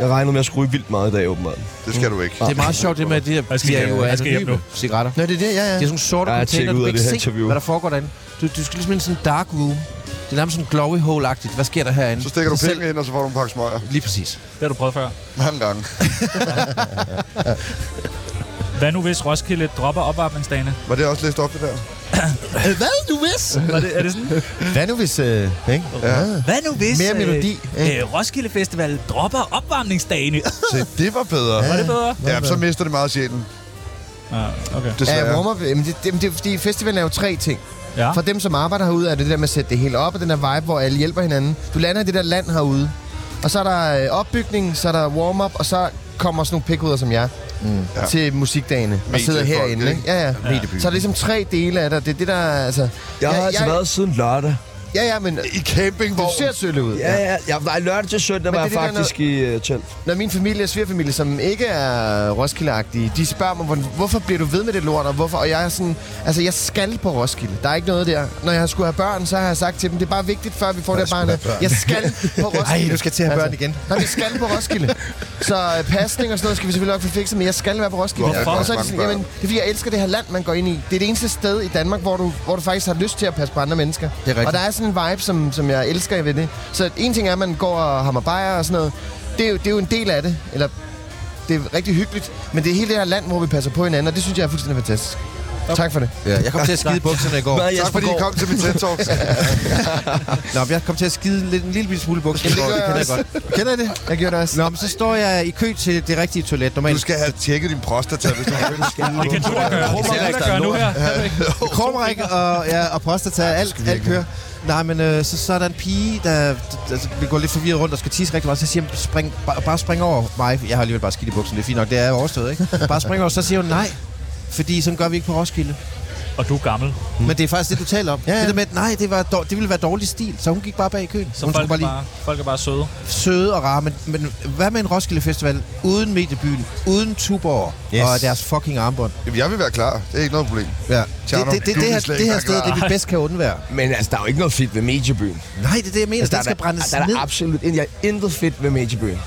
[SPEAKER 1] Jeg regnede med at skrue vildt meget i dag, åbenbart.
[SPEAKER 4] Det skal du ikke.
[SPEAKER 5] Det er meget sjovt, det med, at de, her,
[SPEAKER 3] Jeg skal
[SPEAKER 5] de er
[SPEAKER 3] hjem.
[SPEAKER 5] jo
[SPEAKER 3] Jeg skal hjem
[SPEAKER 5] anonyme
[SPEAKER 3] nu.
[SPEAKER 5] cigaretter.
[SPEAKER 2] Nå, det er det, ja, ja.
[SPEAKER 5] Det er sådan nogle sorte
[SPEAKER 1] Jeg har
[SPEAKER 5] container,
[SPEAKER 1] tjekket
[SPEAKER 5] du
[SPEAKER 1] ud af
[SPEAKER 5] kan ikke
[SPEAKER 1] det her
[SPEAKER 5] se,
[SPEAKER 1] interview.
[SPEAKER 5] hvad der foregår derinde. Du, du skal ligesom ind i sådan en dark room. Det er nærmest sådan glowy hole-agtigt. Hvad sker der herinde?
[SPEAKER 4] Så stikker du
[SPEAKER 5] Selv-
[SPEAKER 4] penge ind, og så får du en pakke smøger.
[SPEAKER 5] Lige præcis.
[SPEAKER 3] Det har du prøvet før.
[SPEAKER 4] Mange gange.
[SPEAKER 3] Hvad nu hvis Roskilde dropper opvarmningsdagene?
[SPEAKER 4] Var det også læst op, det der?
[SPEAKER 5] Hvad nu hvis?
[SPEAKER 3] Er det, er det sådan?
[SPEAKER 2] Hvad nu hvis... Øh, ikke?
[SPEAKER 3] Hvad nu hvis
[SPEAKER 2] Mere melodi, ikke?
[SPEAKER 3] øh, Roskilde Festival dropper opvarmningsdagene?
[SPEAKER 4] Se, det var bedre.
[SPEAKER 3] Var det bedre?
[SPEAKER 4] Ja, så mister det meget af sjælen.
[SPEAKER 3] Ja, okay.
[SPEAKER 2] Ja,
[SPEAKER 4] Desværre.
[SPEAKER 2] warm-up. Jamen, det, det, det, er fordi festivalen er jo tre ting.
[SPEAKER 3] Ja.
[SPEAKER 2] For dem, som arbejder herude, er det det der med at sætte det hele op, og den der vibe, hvor alle hjælper hinanden. Du lander i det der land herude. Og så er der øh, opbygning, så er der warm-up, og så kommer sådan nogle pikhuder som jeg mm,
[SPEAKER 4] Ja.
[SPEAKER 2] ja. til musikdagene og
[SPEAKER 4] Mediefolk,
[SPEAKER 2] sidder herinde.
[SPEAKER 4] ikke?
[SPEAKER 2] Ikke? Ja, ja. ja. Så er der ligesom tre dele af det. Det er det, der... er, Altså,
[SPEAKER 1] Jeg har
[SPEAKER 2] ja,
[SPEAKER 1] altså været siden lørdag.
[SPEAKER 2] Ja, ja, men
[SPEAKER 4] I campingvogn.
[SPEAKER 2] du ser sølle ud.
[SPEAKER 1] Ja, ja. Jeg, nej, lørdag til søndag
[SPEAKER 2] Men
[SPEAKER 1] var jeg
[SPEAKER 2] det er det, der er
[SPEAKER 1] faktisk i uh, telt.
[SPEAKER 2] Når min familie og svigerfamilie, som ikke er Roskilde-agtige, de spørger mig, "Hvordan- hvorfor bliver du ved med det lort, og, hvorfor? og jeg er sådan, altså jeg skal på Roskilde. Der er ikke noget der. Når jeg har skulle have børn, så har jeg sagt til dem, det er bare vigtigt, før vi får det barn. Jeg skal på Roskilde.
[SPEAKER 5] Ej, du skal til at have børn igen.
[SPEAKER 2] Nej, vi skal på Roskilde. Så øh, pasning og sådan noget skal vi selvfølgelig nok få fikset, men jeg skal være på Roskilde.
[SPEAKER 4] Hvorfor?
[SPEAKER 2] Og så er de
[SPEAKER 4] Mange
[SPEAKER 2] sådan,
[SPEAKER 4] børn.
[SPEAKER 2] jamen, det er fordi, jeg elsker det her land, man går ind i. Det er det eneste sted i Danmark, hvor du, hvor du faktisk har lyst til at passe på andre mennesker.
[SPEAKER 5] Det er rigtigt.
[SPEAKER 2] Og der er sådan en vibe, som, som jeg elsker ved det. Så en ting er, at man går og hammer bajer og sådan noget. Det er, jo, det er jo en del af det. Eller det er rigtig hyggeligt, men det er hele det her land, hvor vi passer på hinanden, og det synes jeg er fuldstændig fantastisk. Tak for det.
[SPEAKER 5] Ja, jeg kom til at skide i bukserne i går.
[SPEAKER 1] Hvad,
[SPEAKER 4] Tak
[SPEAKER 1] Jesper
[SPEAKER 4] fordi I
[SPEAKER 1] Gård?
[SPEAKER 4] kom til min TED Talk.
[SPEAKER 5] Nå, men jeg kom til at skide lidt, en lille bitte smule i bukserne i går.
[SPEAKER 2] Jamen, det
[SPEAKER 5] Det kender
[SPEAKER 2] gør
[SPEAKER 5] jeg
[SPEAKER 2] jeg
[SPEAKER 5] godt. Kender I det?
[SPEAKER 2] Jeg gjorde det også.
[SPEAKER 5] Nå, men så står jeg i kø til det rigtige toilet.
[SPEAKER 4] Du
[SPEAKER 5] Normalt
[SPEAKER 4] skal have tjekket din prostata, hvis du har det.
[SPEAKER 3] Det kan du øh, da gøre. Det kan du da gøre nu her.
[SPEAKER 5] Krummerik og, ja, og prostata, alt, alt kører. Nej, men øh, så, så er der en pige, der, der, der går lidt forvirret rundt og skal tisse rigtig meget. Så siger hun, spring, bare, bare spring over mig. Jeg har alligevel bare skidt i buksen, det er fint nok, det er overstået, ikke? Bare spring over, så siger hun nej. Fordi sådan gør vi ikke på Roskilde.
[SPEAKER 3] Og du er gammel.
[SPEAKER 5] Mm. Men det er faktisk det, du taler om.
[SPEAKER 2] Ja, ja.
[SPEAKER 5] Det der med, at nej, det, var dår, det ville være dårlig stil. Så hun gik bare bag i køen.
[SPEAKER 3] Så
[SPEAKER 5] hun
[SPEAKER 3] folk
[SPEAKER 5] skulle
[SPEAKER 3] er,
[SPEAKER 5] bare lige
[SPEAKER 3] bare, folk er bare søde.
[SPEAKER 5] søde og rare. Men, men hvad med en Roskilde Festival uden mediebyen, uden Tuborg yes.
[SPEAKER 2] Yes.
[SPEAKER 5] og deres fucking armbånd?
[SPEAKER 4] Jamen, jeg vil være klar. Det er ikke noget problem.
[SPEAKER 5] Ja. Det,
[SPEAKER 4] Tjerno,
[SPEAKER 5] det, det,
[SPEAKER 4] du
[SPEAKER 5] det,
[SPEAKER 4] vil
[SPEAKER 5] her,
[SPEAKER 4] slet
[SPEAKER 5] det
[SPEAKER 4] ikke
[SPEAKER 5] her
[SPEAKER 4] være
[SPEAKER 5] sted, er det vi bedst kan undvære.
[SPEAKER 1] Men altså, der er jo ikke noget fedt ved mediebyen.
[SPEAKER 5] Nej, det er det, jeg mener.
[SPEAKER 1] Altså,
[SPEAKER 5] Altså, den skal
[SPEAKER 1] der,
[SPEAKER 5] brændes
[SPEAKER 1] der, der,
[SPEAKER 5] ned.
[SPEAKER 1] er absolut in- jeg er intet fedt ved mediebyen.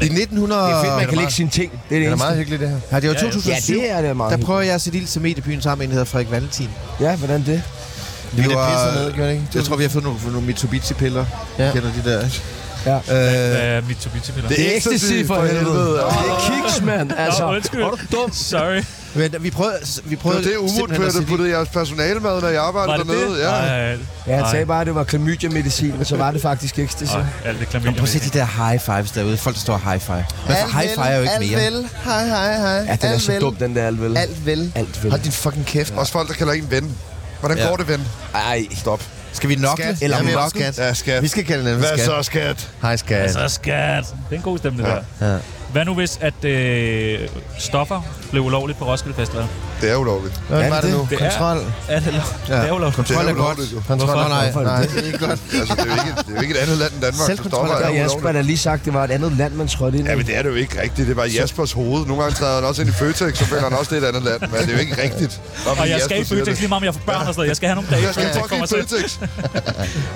[SPEAKER 5] I 1900...
[SPEAKER 1] Det er fedt, man kan lægge
[SPEAKER 5] meget-
[SPEAKER 1] sine ting. Det er det
[SPEAKER 2] Det er
[SPEAKER 1] eneste.
[SPEAKER 2] meget hyggeligt, det her.
[SPEAKER 5] Ja, det var
[SPEAKER 3] Ja, ja.
[SPEAKER 5] 2007.
[SPEAKER 1] Ja, det er det meget
[SPEAKER 5] Der prøver jeg at sætte ild til mediebyen sammen med en, der hedder Frederik Valentin.
[SPEAKER 1] Ja, hvordan det?
[SPEAKER 5] Vi
[SPEAKER 2] det pisser ned, gjorde det ikke?
[SPEAKER 5] Jeg tror, vi har fået nogle, nogle Mitsubishi-piller. Ja.
[SPEAKER 2] Ja.
[SPEAKER 5] Kender de der, ikke?
[SPEAKER 1] Ja.
[SPEAKER 5] Øh,
[SPEAKER 3] Øh, Mitsubishi-piller.
[SPEAKER 1] Det er ecstasy for helvede. Det er kiks, mand. Altså,
[SPEAKER 3] Nå, undskyld.
[SPEAKER 1] er du dum?
[SPEAKER 3] Sorry.
[SPEAKER 5] men vi prøvede, vi
[SPEAKER 4] Det
[SPEAKER 5] prøvede
[SPEAKER 4] var det, Umut
[SPEAKER 5] simpelthen at sætte ild.
[SPEAKER 4] puttede jeres personalemad, når jeg
[SPEAKER 3] Var
[SPEAKER 4] arbejdede
[SPEAKER 3] det det?
[SPEAKER 4] dernede. Ja.
[SPEAKER 3] Ej,
[SPEAKER 1] Ja, han
[SPEAKER 3] ej,
[SPEAKER 1] sagde bare, at det var klamydia-medicin, men så var det faktisk ecstasy.
[SPEAKER 3] ej, alt det klamydia.
[SPEAKER 5] Prøv at se de der high fives derude. Folk, der står high five. Men for Altså, high five er jo ikke
[SPEAKER 2] alt
[SPEAKER 5] mere.
[SPEAKER 2] vel. Hej, hej, hej.
[SPEAKER 1] Ja, den er
[SPEAKER 2] alt
[SPEAKER 1] så
[SPEAKER 2] vel.
[SPEAKER 1] dum, den der alvel.
[SPEAKER 2] Alt vel.
[SPEAKER 1] Alt vel.
[SPEAKER 2] Hold din fucking kæft.
[SPEAKER 4] Også folk, der kalder en ven. Hvordan
[SPEAKER 5] Ja.
[SPEAKER 4] går det, ven?
[SPEAKER 1] Ej, stop.
[SPEAKER 5] Skal vi nokle?
[SPEAKER 2] Skat.
[SPEAKER 5] Eller
[SPEAKER 2] Ja, vi er
[SPEAKER 5] nokle?
[SPEAKER 2] skat.
[SPEAKER 4] Ja, skat.
[SPEAKER 2] Vi skal kalde den
[SPEAKER 4] Hvad
[SPEAKER 2] skat.
[SPEAKER 4] så, skat?
[SPEAKER 2] Hej, skat.
[SPEAKER 3] Så Altså, skat. Det er en god stemme, det der.
[SPEAKER 5] Ja.
[SPEAKER 3] Hvad nu hvis, at øh, stoffer blev ulovligt på Roskilde Festival?
[SPEAKER 4] Det er ulovligt.
[SPEAKER 2] Hvad
[SPEAKER 5] Er
[SPEAKER 2] var
[SPEAKER 5] det
[SPEAKER 2] det nu?
[SPEAKER 3] det? Det er-
[SPEAKER 2] Kontrol.
[SPEAKER 3] Er det, ja. det er ulovligt.
[SPEAKER 5] Kontrol
[SPEAKER 4] Det
[SPEAKER 5] er
[SPEAKER 4] er
[SPEAKER 5] godt.
[SPEAKER 4] ulovligt, jo.
[SPEAKER 2] Kontrol.
[SPEAKER 5] Hvorfor?
[SPEAKER 2] Nej,
[SPEAKER 5] Hvorfor er det
[SPEAKER 2] nej.
[SPEAKER 5] det?
[SPEAKER 2] Det er ikke godt.
[SPEAKER 4] Altså, det er jo ikke, det er jo ikke et andet land end Danmark, der
[SPEAKER 5] Selvkontrol
[SPEAKER 4] stopper.
[SPEAKER 5] er
[SPEAKER 1] Der
[SPEAKER 4] er
[SPEAKER 1] er Jasper,
[SPEAKER 4] ulovligt.
[SPEAKER 1] der lige sagt, det var et andet land, man trådte ind i.
[SPEAKER 4] Ja, men det er det jo ikke rigtigt. Det var Jaspers hoved. Nogle gange træder han også ind i Føtex, så føler han også, det er et andet land. Men det er jo ikke rigtigt. Bare fordi
[SPEAKER 3] Og jeg skal i
[SPEAKER 4] Jasper siger
[SPEAKER 3] Føtex
[SPEAKER 4] det.
[SPEAKER 3] lige meget, om jeg får børn og sådan noget. Jeg skal have nogle dage,
[SPEAKER 4] Jeg skal
[SPEAKER 3] før jeg
[SPEAKER 4] fucking
[SPEAKER 3] kommer
[SPEAKER 4] i
[SPEAKER 3] til.
[SPEAKER 4] Føtex.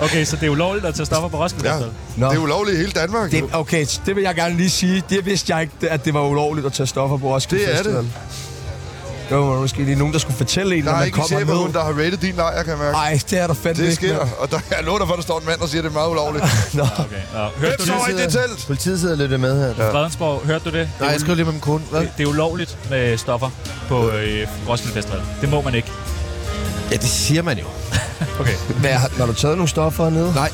[SPEAKER 3] Okay, så det er ulovligt at tage stoffer på Roskilde
[SPEAKER 4] Ja.
[SPEAKER 3] Festival.
[SPEAKER 1] Nå.
[SPEAKER 4] Det er ulovligt i hele Danmark. jo.
[SPEAKER 1] Det, okay, så det vil jeg gerne lige sige. Det vidste jeg ikke, at det var ulovligt at tage stoffer på Roskilde
[SPEAKER 4] Det er det.
[SPEAKER 1] Festival. Det var måske lige nogen, der skulle fortælle en,
[SPEAKER 4] Der
[SPEAKER 1] når
[SPEAKER 4] er
[SPEAKER 1] man
[SPEAKER 4] ikke en
[SPEAKER 1] kommer
[SPEAKER 4] chefhund,
[SPEAKER 1] ned.
[SPEAKER 4] der har rated din lejr, kan jeg mærke.
[SPEAKER 1] Ej, det er der fandme
[SPEAKER 4] Det
[SPEAKER 1] ikke.
[SPEAKER 4] sker,
[SPEAKER 1] mand.
[SPEAKER 4] og der, jeg lover dig for, der står en mand, der siger, at det er meget ulovligt.
[SPEAKER 1] Nå.
[SPEAKER 3] Okay, nå. Hørte du
[SPEAKER 4] Hvem sover i
[SPEAKER 3] det?
[SPEAKER 4] det telt?
[SPEAKER 2] Politiet sidder lidt med her.
[SPEAKER 3] Fredensborg, hørte du det?
[SPEAKER 5] Nej, jeg skriver lige med min kone. Hvad?
[SPEAKER 3] Det, det er ulovligt med stoffer på øh, Roskilde Festival. Det må man ikke.
[SPEAKER 5] Ja, det siger man jo.
[SPEAKER 3] Okay.
[SPEAKER 1] Hvad, har, har du taget nogle stoffer hernede?
[SPEAKER 5] Nej.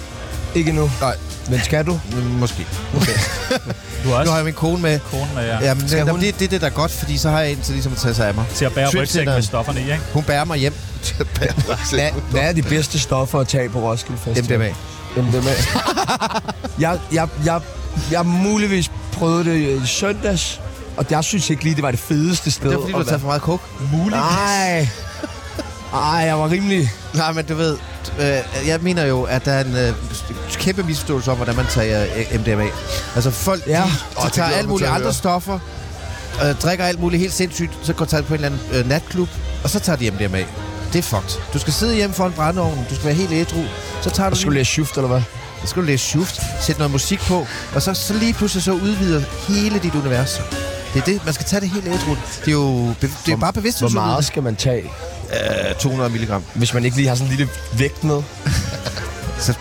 [SPEAKER 1] Ikke endnu.
[SPEAKER 5] Nej.
[SPEAKER 1] Men skal du?
[SPEAKER 5] Måske.
[SPEAKER 3] Du har
[SPEAKER 5] Nu
[SPEAKER 3] også
[SPEAKER 5] har jeg min kone med.
[SPEAKER 3] kone med jer
[SPEAKER 5] Ja, men
[SPEAKER 1] Skal
[SPEAKER 5] det,
[SPEAKER 1] hun-
[SPEAKER 5] det, det, er det, der er godt, fordi så har jeg en til ligesom at tage sig af mig.
[SPEAKER 3] til at bære
[SPEAKER 5] Trip
[SPEAKER 3] rygsækken
[SPEAKER 5] til
[SPEAKER 3] med
[SPEAKER 5] dig.
[SPEAKER 3] stofferne i, ikke?
[SPEAKER 5] Hun bærer mig hjem.
[SPEAKER 1] Hvad, hvad er de bedste stoffer at tage på Roskilde Festival?
[SPEAKER 5] MDMA.
[SPEAKER 1] MDMA. jeg, jeg, jeg jeg har muligvis prøvet det øh, i søndags, og jeg synes ikke lige, det var det fedeste sted.
[SPEAKER 5] Det er fordi, du har
[SPEAKER 1] at
[SPEAKER 5] taget for meget coke.
[SPEAKER 1] være. Nej. Ej, jeg var rimelig...
[SPEAKER 5] Nej, men du ved, øh, jeg mener jo, at der er en øh, kæmpe misforståelse om, hvordan man tager øh, MDMA. Altså folk, ja.
[SPEAKER 1] Ja.
[SPEAKER 5] de,
[SPEAKER 1] Åh,
[SPEAKER 5] de
[SPEAKER 4] det
[SPEAKER 5] tager
[SPEAKER 4] glæder
[SPEAKER 5] alle
[SPEAKER 4] mig til
[SPEAKER 5] mulige
[SPEAKER 4] at
[SPEAKER 5] andre
[SPEAKER 4] høre.
[SPEAKER 5] stoffer, øh, drikker alt muligt helt sindssygt, så går tager de på en eller anden øh, natklub, og så tager de MDMA. Det er fucked. Du skal sidde hjemme foran brændeovnen, du skal være helt ædru, så tager du...
[SPEAKER 1] Jeg skulle læse shift, eller hvad?
[SPEAKER 5] Så skal du læse shift, sætte noget musik på, og så, så lige pludselig så udvider hele dit univers. Det er det, man skal tage det helt ædru. Det er jo be, det er bare bevidst,
[SPEAKER 1] Hvor meget skal man tage,
[SPEAKER 4] Øh,
[SPEAKER 5] 200 milligram.
[SPEAKER 1] hvis man ikke lige har sådan en lille vægt med?
[SPEAKER 5] Så,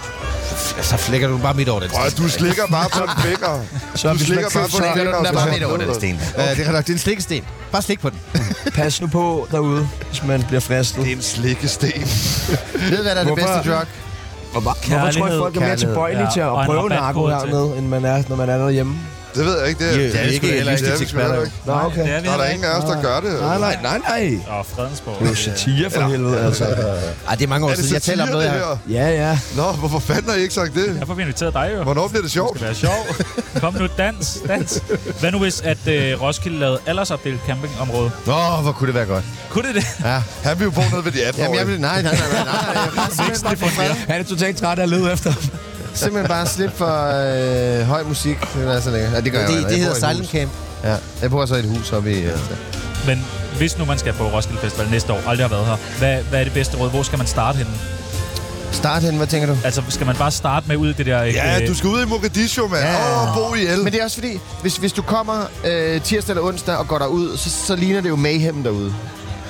[SPEAKER 5] så flækker du bare midt over den.
[SPEAKER 4] Prøv, at du slikker bare på den finger.
[SPEAKER 1] Så
[SPEAKER 4] Du
[SPEAKER 1] hvis man
[SPEAKER 4] slikker bare på
[SPEAKER 1] køber-
[SPEAKER 4] den finger.
[SPEAKER 5] Den er
[SPEAKER 4] og
[SPEAKER 5] bare
[SPEAKER 4] så-
[SPEAKER 5] midt over den sten. Okay. det er nok, det er en slikkesten. Bare slik på den.
[SPEAKER 1] Pas nu på derude, hvis man bliver fristet.
[SPEAKER 4] Det er en slikkesten.
[SPEAKER 5] Ved hvad der er det
[SPEAKER 1] Hvorfor-
[SPEAKER 5] bedste drug?
[SPEAKER 1] Hvor, hvorfor tror jeg,
[SPEAKER 3] Kærlighed,
[SPEAKER 1] folk er mere
[SPEAKER 5] kærlighed,
[SPEAKER 1] tilbøjelige
[SPEAKER 3] ja.
[SPEAKER 1] til at
[SPEAKER 3] Og en
[SPEAKER 1] prøve
[SPEAKER 3] rabat
[SPEAKER 1] narko
[SPEAKER 3] på det.
[SPEAKER 1] hernede, end man er, når man er derhjemme?
[SPEAKER 4] Det ved jeg ikke. Det er,
[SPEAKER 5] Ja, det er ikke heller ikke
[SPEAKER 4] det er vi
[SPEAKER 5] eksperter,
[SPEAKER 4] heller
[SPEAKER 5] jo.
[SPEAKER 4] ikke.
[SPEAKER 1] Nå, okay.
[SPEAKER 3] Det er vi
[SPEAKER 4] Der er der
[SPEAKER 3] heller
[SPEAKER 4] ingen
[SPEAKER 3] ikke.
[SPEAKER 4] af os, der gør det.
[SPEAKER 1] Nej, nej, nej, nej.
[SPEAKER 3] Åh, Fredensborg. øh,
[SPEAKER 1] Det er jo satire for helvede, altså.
[SPEAKER 5] Ej, det er mange år
[SPEAKER 4] Er det
[SPEAKER 5] siden. Altså, Jeg taler om
[SPEAKER 4] satire,
[SPEAKER 5] noget,
[SPEAKER 4] det
[SPEAKER 5] jeg
[SPEAKER 4] her?
[SPEAKER 1] Ja, ja.
[SPEAKER 4] Nå, hvorfor fanden har I ikke sagt det?
[SPEAKER 3] Derfor har vi inviteret dig jo.
[SPEAKER 4] Hvornår bliver det
[SPEAKER 3] Det
[SPEAKER 4] sjovt?
[SPEAKER 3] skal være sjov. Kom nu, dans, dans. Hvad nu hvis, at øh, Roskilde lavede aldersopdelt campingområde?
[SPEAKER 5] Åh, oh, hvor kunne det være godt.
[SPEAKER 3] Kunne det det?
[SPEAKER 5] Ja.
[SPEAKER 4] Han vil jo bo nede ved de 18
[SPEAKER 5] Jamen,
[SPEAKER 4] år.
[SPEAKER 5] jeg vil... Nej, nej, nej, nej. nej. Jeg vil simpelthen bare,
[SPEAKER 1] Han er totalt træt af at lede efter ham.
[SPEAKER 2] Simpelthen bare slip for øh, høj musik. Det er så lækkert. Ja, det gør jeg. jo
[SPEAKER 5] det,
[SPEAKER 2] heller.
[SPEAKER 5] det
[SPEAKER 2] Jeg
[SPEAKER 5] hedder
[SPEAKER 2] bor i et
[SPEAKER 5] silent
[SPEAKER 2] hus.
[SPEAKER 5] camp.
[SPEAKER 2] Ja. Jeg bor så i et hus oppe i... Øh,
[SPEAKER 3] Men hvis nu man skal på Roskilde Festival næste år, aldrig har været her, hvad, hvad er det bedste råd? Hvor skal man starte henne?
[SPEAKER 2] Start hen, hvad tænker du?
[SPEAKER 3] Altså, skal man bare starte med ud i det der... øh,
[SPEAKER 4] Ja, du skal ud i Mogadishu, mand. Åh, bo i el.
[SPEAKER 2] Men det er også fordi, hvis, hvis du kommer øh, tirsdag eller onsdag og går derud, så, så ligner det jo mayhem derude.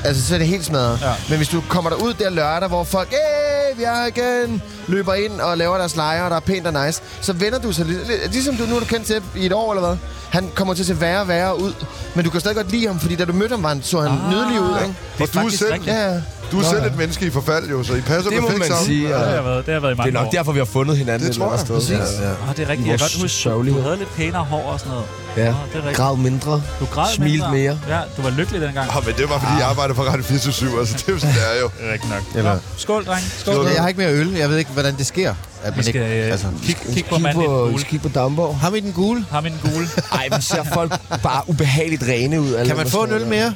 [SPEAKER 2] Altså, så er det helt smadret.
[SPEAKER 3] Ja.
[SPEAKER 2] Ja. Men hvis du kommer derud der lørdag, hvor folk, hey, vi er her igen, løber ind og laver deres lejre, og der er pænt og nice, så vender du sig lidt, lidt- ligesom du nu har du kendt til i et år eller hvad. Han kommer til at se værre og værre ud, men du kan stadig godt lide ham, fordi da du mødte ham, var han, så han ah. nydelig ud, ikke?
[SPEAKER 3] Det
[SPEAKER 4] Og
[SPEAKER 3] er
[SPEAKER 4] du er
[SPEAKER 3] faktisk
[SPEAKER 4] selv-
[SPEAKER 3] rigtigt.
[SPEAKER 2] Ja, ja.
[SPEAKER 4] Du er selv et menneske i forfald, jo, så I passer
[SPEAKER 1] Det må
[SPEAKER 4] perfekt
[SPEAKER 1] man
[SPEAKER 4] sammen.
[SPEAKER 1] sige.
[SPEAKER 3] Det har
[SPEAKER 1] Ja.
[SPEAKER 3] jeg været, det har jeg været i
[SPEAKER 1] Det
[SPEAKER 3] mange
[SPEAKER 1] er nok
[SPEAKER 3] år.
[SPEAKER 1] derfor, vi har fundet hinanden
[SPEAKER 4] Det
[SPEAKER 1] et
[SPEAKER 4] tror
[SPEAKER 1] eller andet
[SPEAKER 4] jeg,
[SPEAKER 1] sted.
[SPEAKER 4] præcis.
[SPEAKER 1] Ja,
[SPEAKER 3] Åh, det er rigtigt. Jeg kan
[SPEAKER 1] Vores
[SPEAKER 3] godt huske,
[SPEAKER 1] sørgelighed.
[SPEAKER 3] du havde lidt pænere hår og sådan noget.
[SPEAKER 1] ja.
[SPEAKER 3] Åh, det er
[SPEAKER 1] ja.
[SPEAKER 3] rigtigt.
[SPEAKER 1] Græd mindre.
[SPEAKER 3] Du græd
[SPEAKER 1] Smil
[SPEAKER 3] mindre.
[SPEAKER 1] mere.
[SPEAKER 3] Ja, du var lykkelig dengang.
[SPEAKER 4] Ah, men det var, fordi jeg arbejder for Radio 24 altså det er jo sådan, det er jo.
[SPEAKER 3] Det er rigtigt nok.
[SPEAKER 5] Eller-
[SPEAKER 3] Nå, skål, dreng. Skål.
[SPEAKER 5] Okay, jeg har ikke mere øl. Jeg ved ikke, hvordan det sker. At
[SPEAKER 3] Vi
[SPEAKER 5] man
[SPEAKER 3] skal
[SPEAKER 5] ikke,
[SPEAKER 3] øh,
[SPEAKER 5] altså,
[SPEAKER 3] kigge kig på
[SPEAKER 1] Kig
[SPEAKER 3] manden i den
[SPEAKER 1] på,
[SPEAKER 3] gule.
[SPEAKER 1] kig på Damborg.
[SPEAKER 5] ham i den gule.
[SPEAKER 3] Ham i den gule.
[SPEAKER 1] Ej, hvor ser folk bare ubehageligt rene ud. alle
[SPEAKER 5] Kan man
[SPEAKER 1] dem,
[SPEAKER 5] få
[SPEAKER 1] der
[SPEAKER 5] en
[SPEAKER 1] står
[SPEAKER 5] øl
[SPEAKER 1] der.
[SPEAKER 5] mere?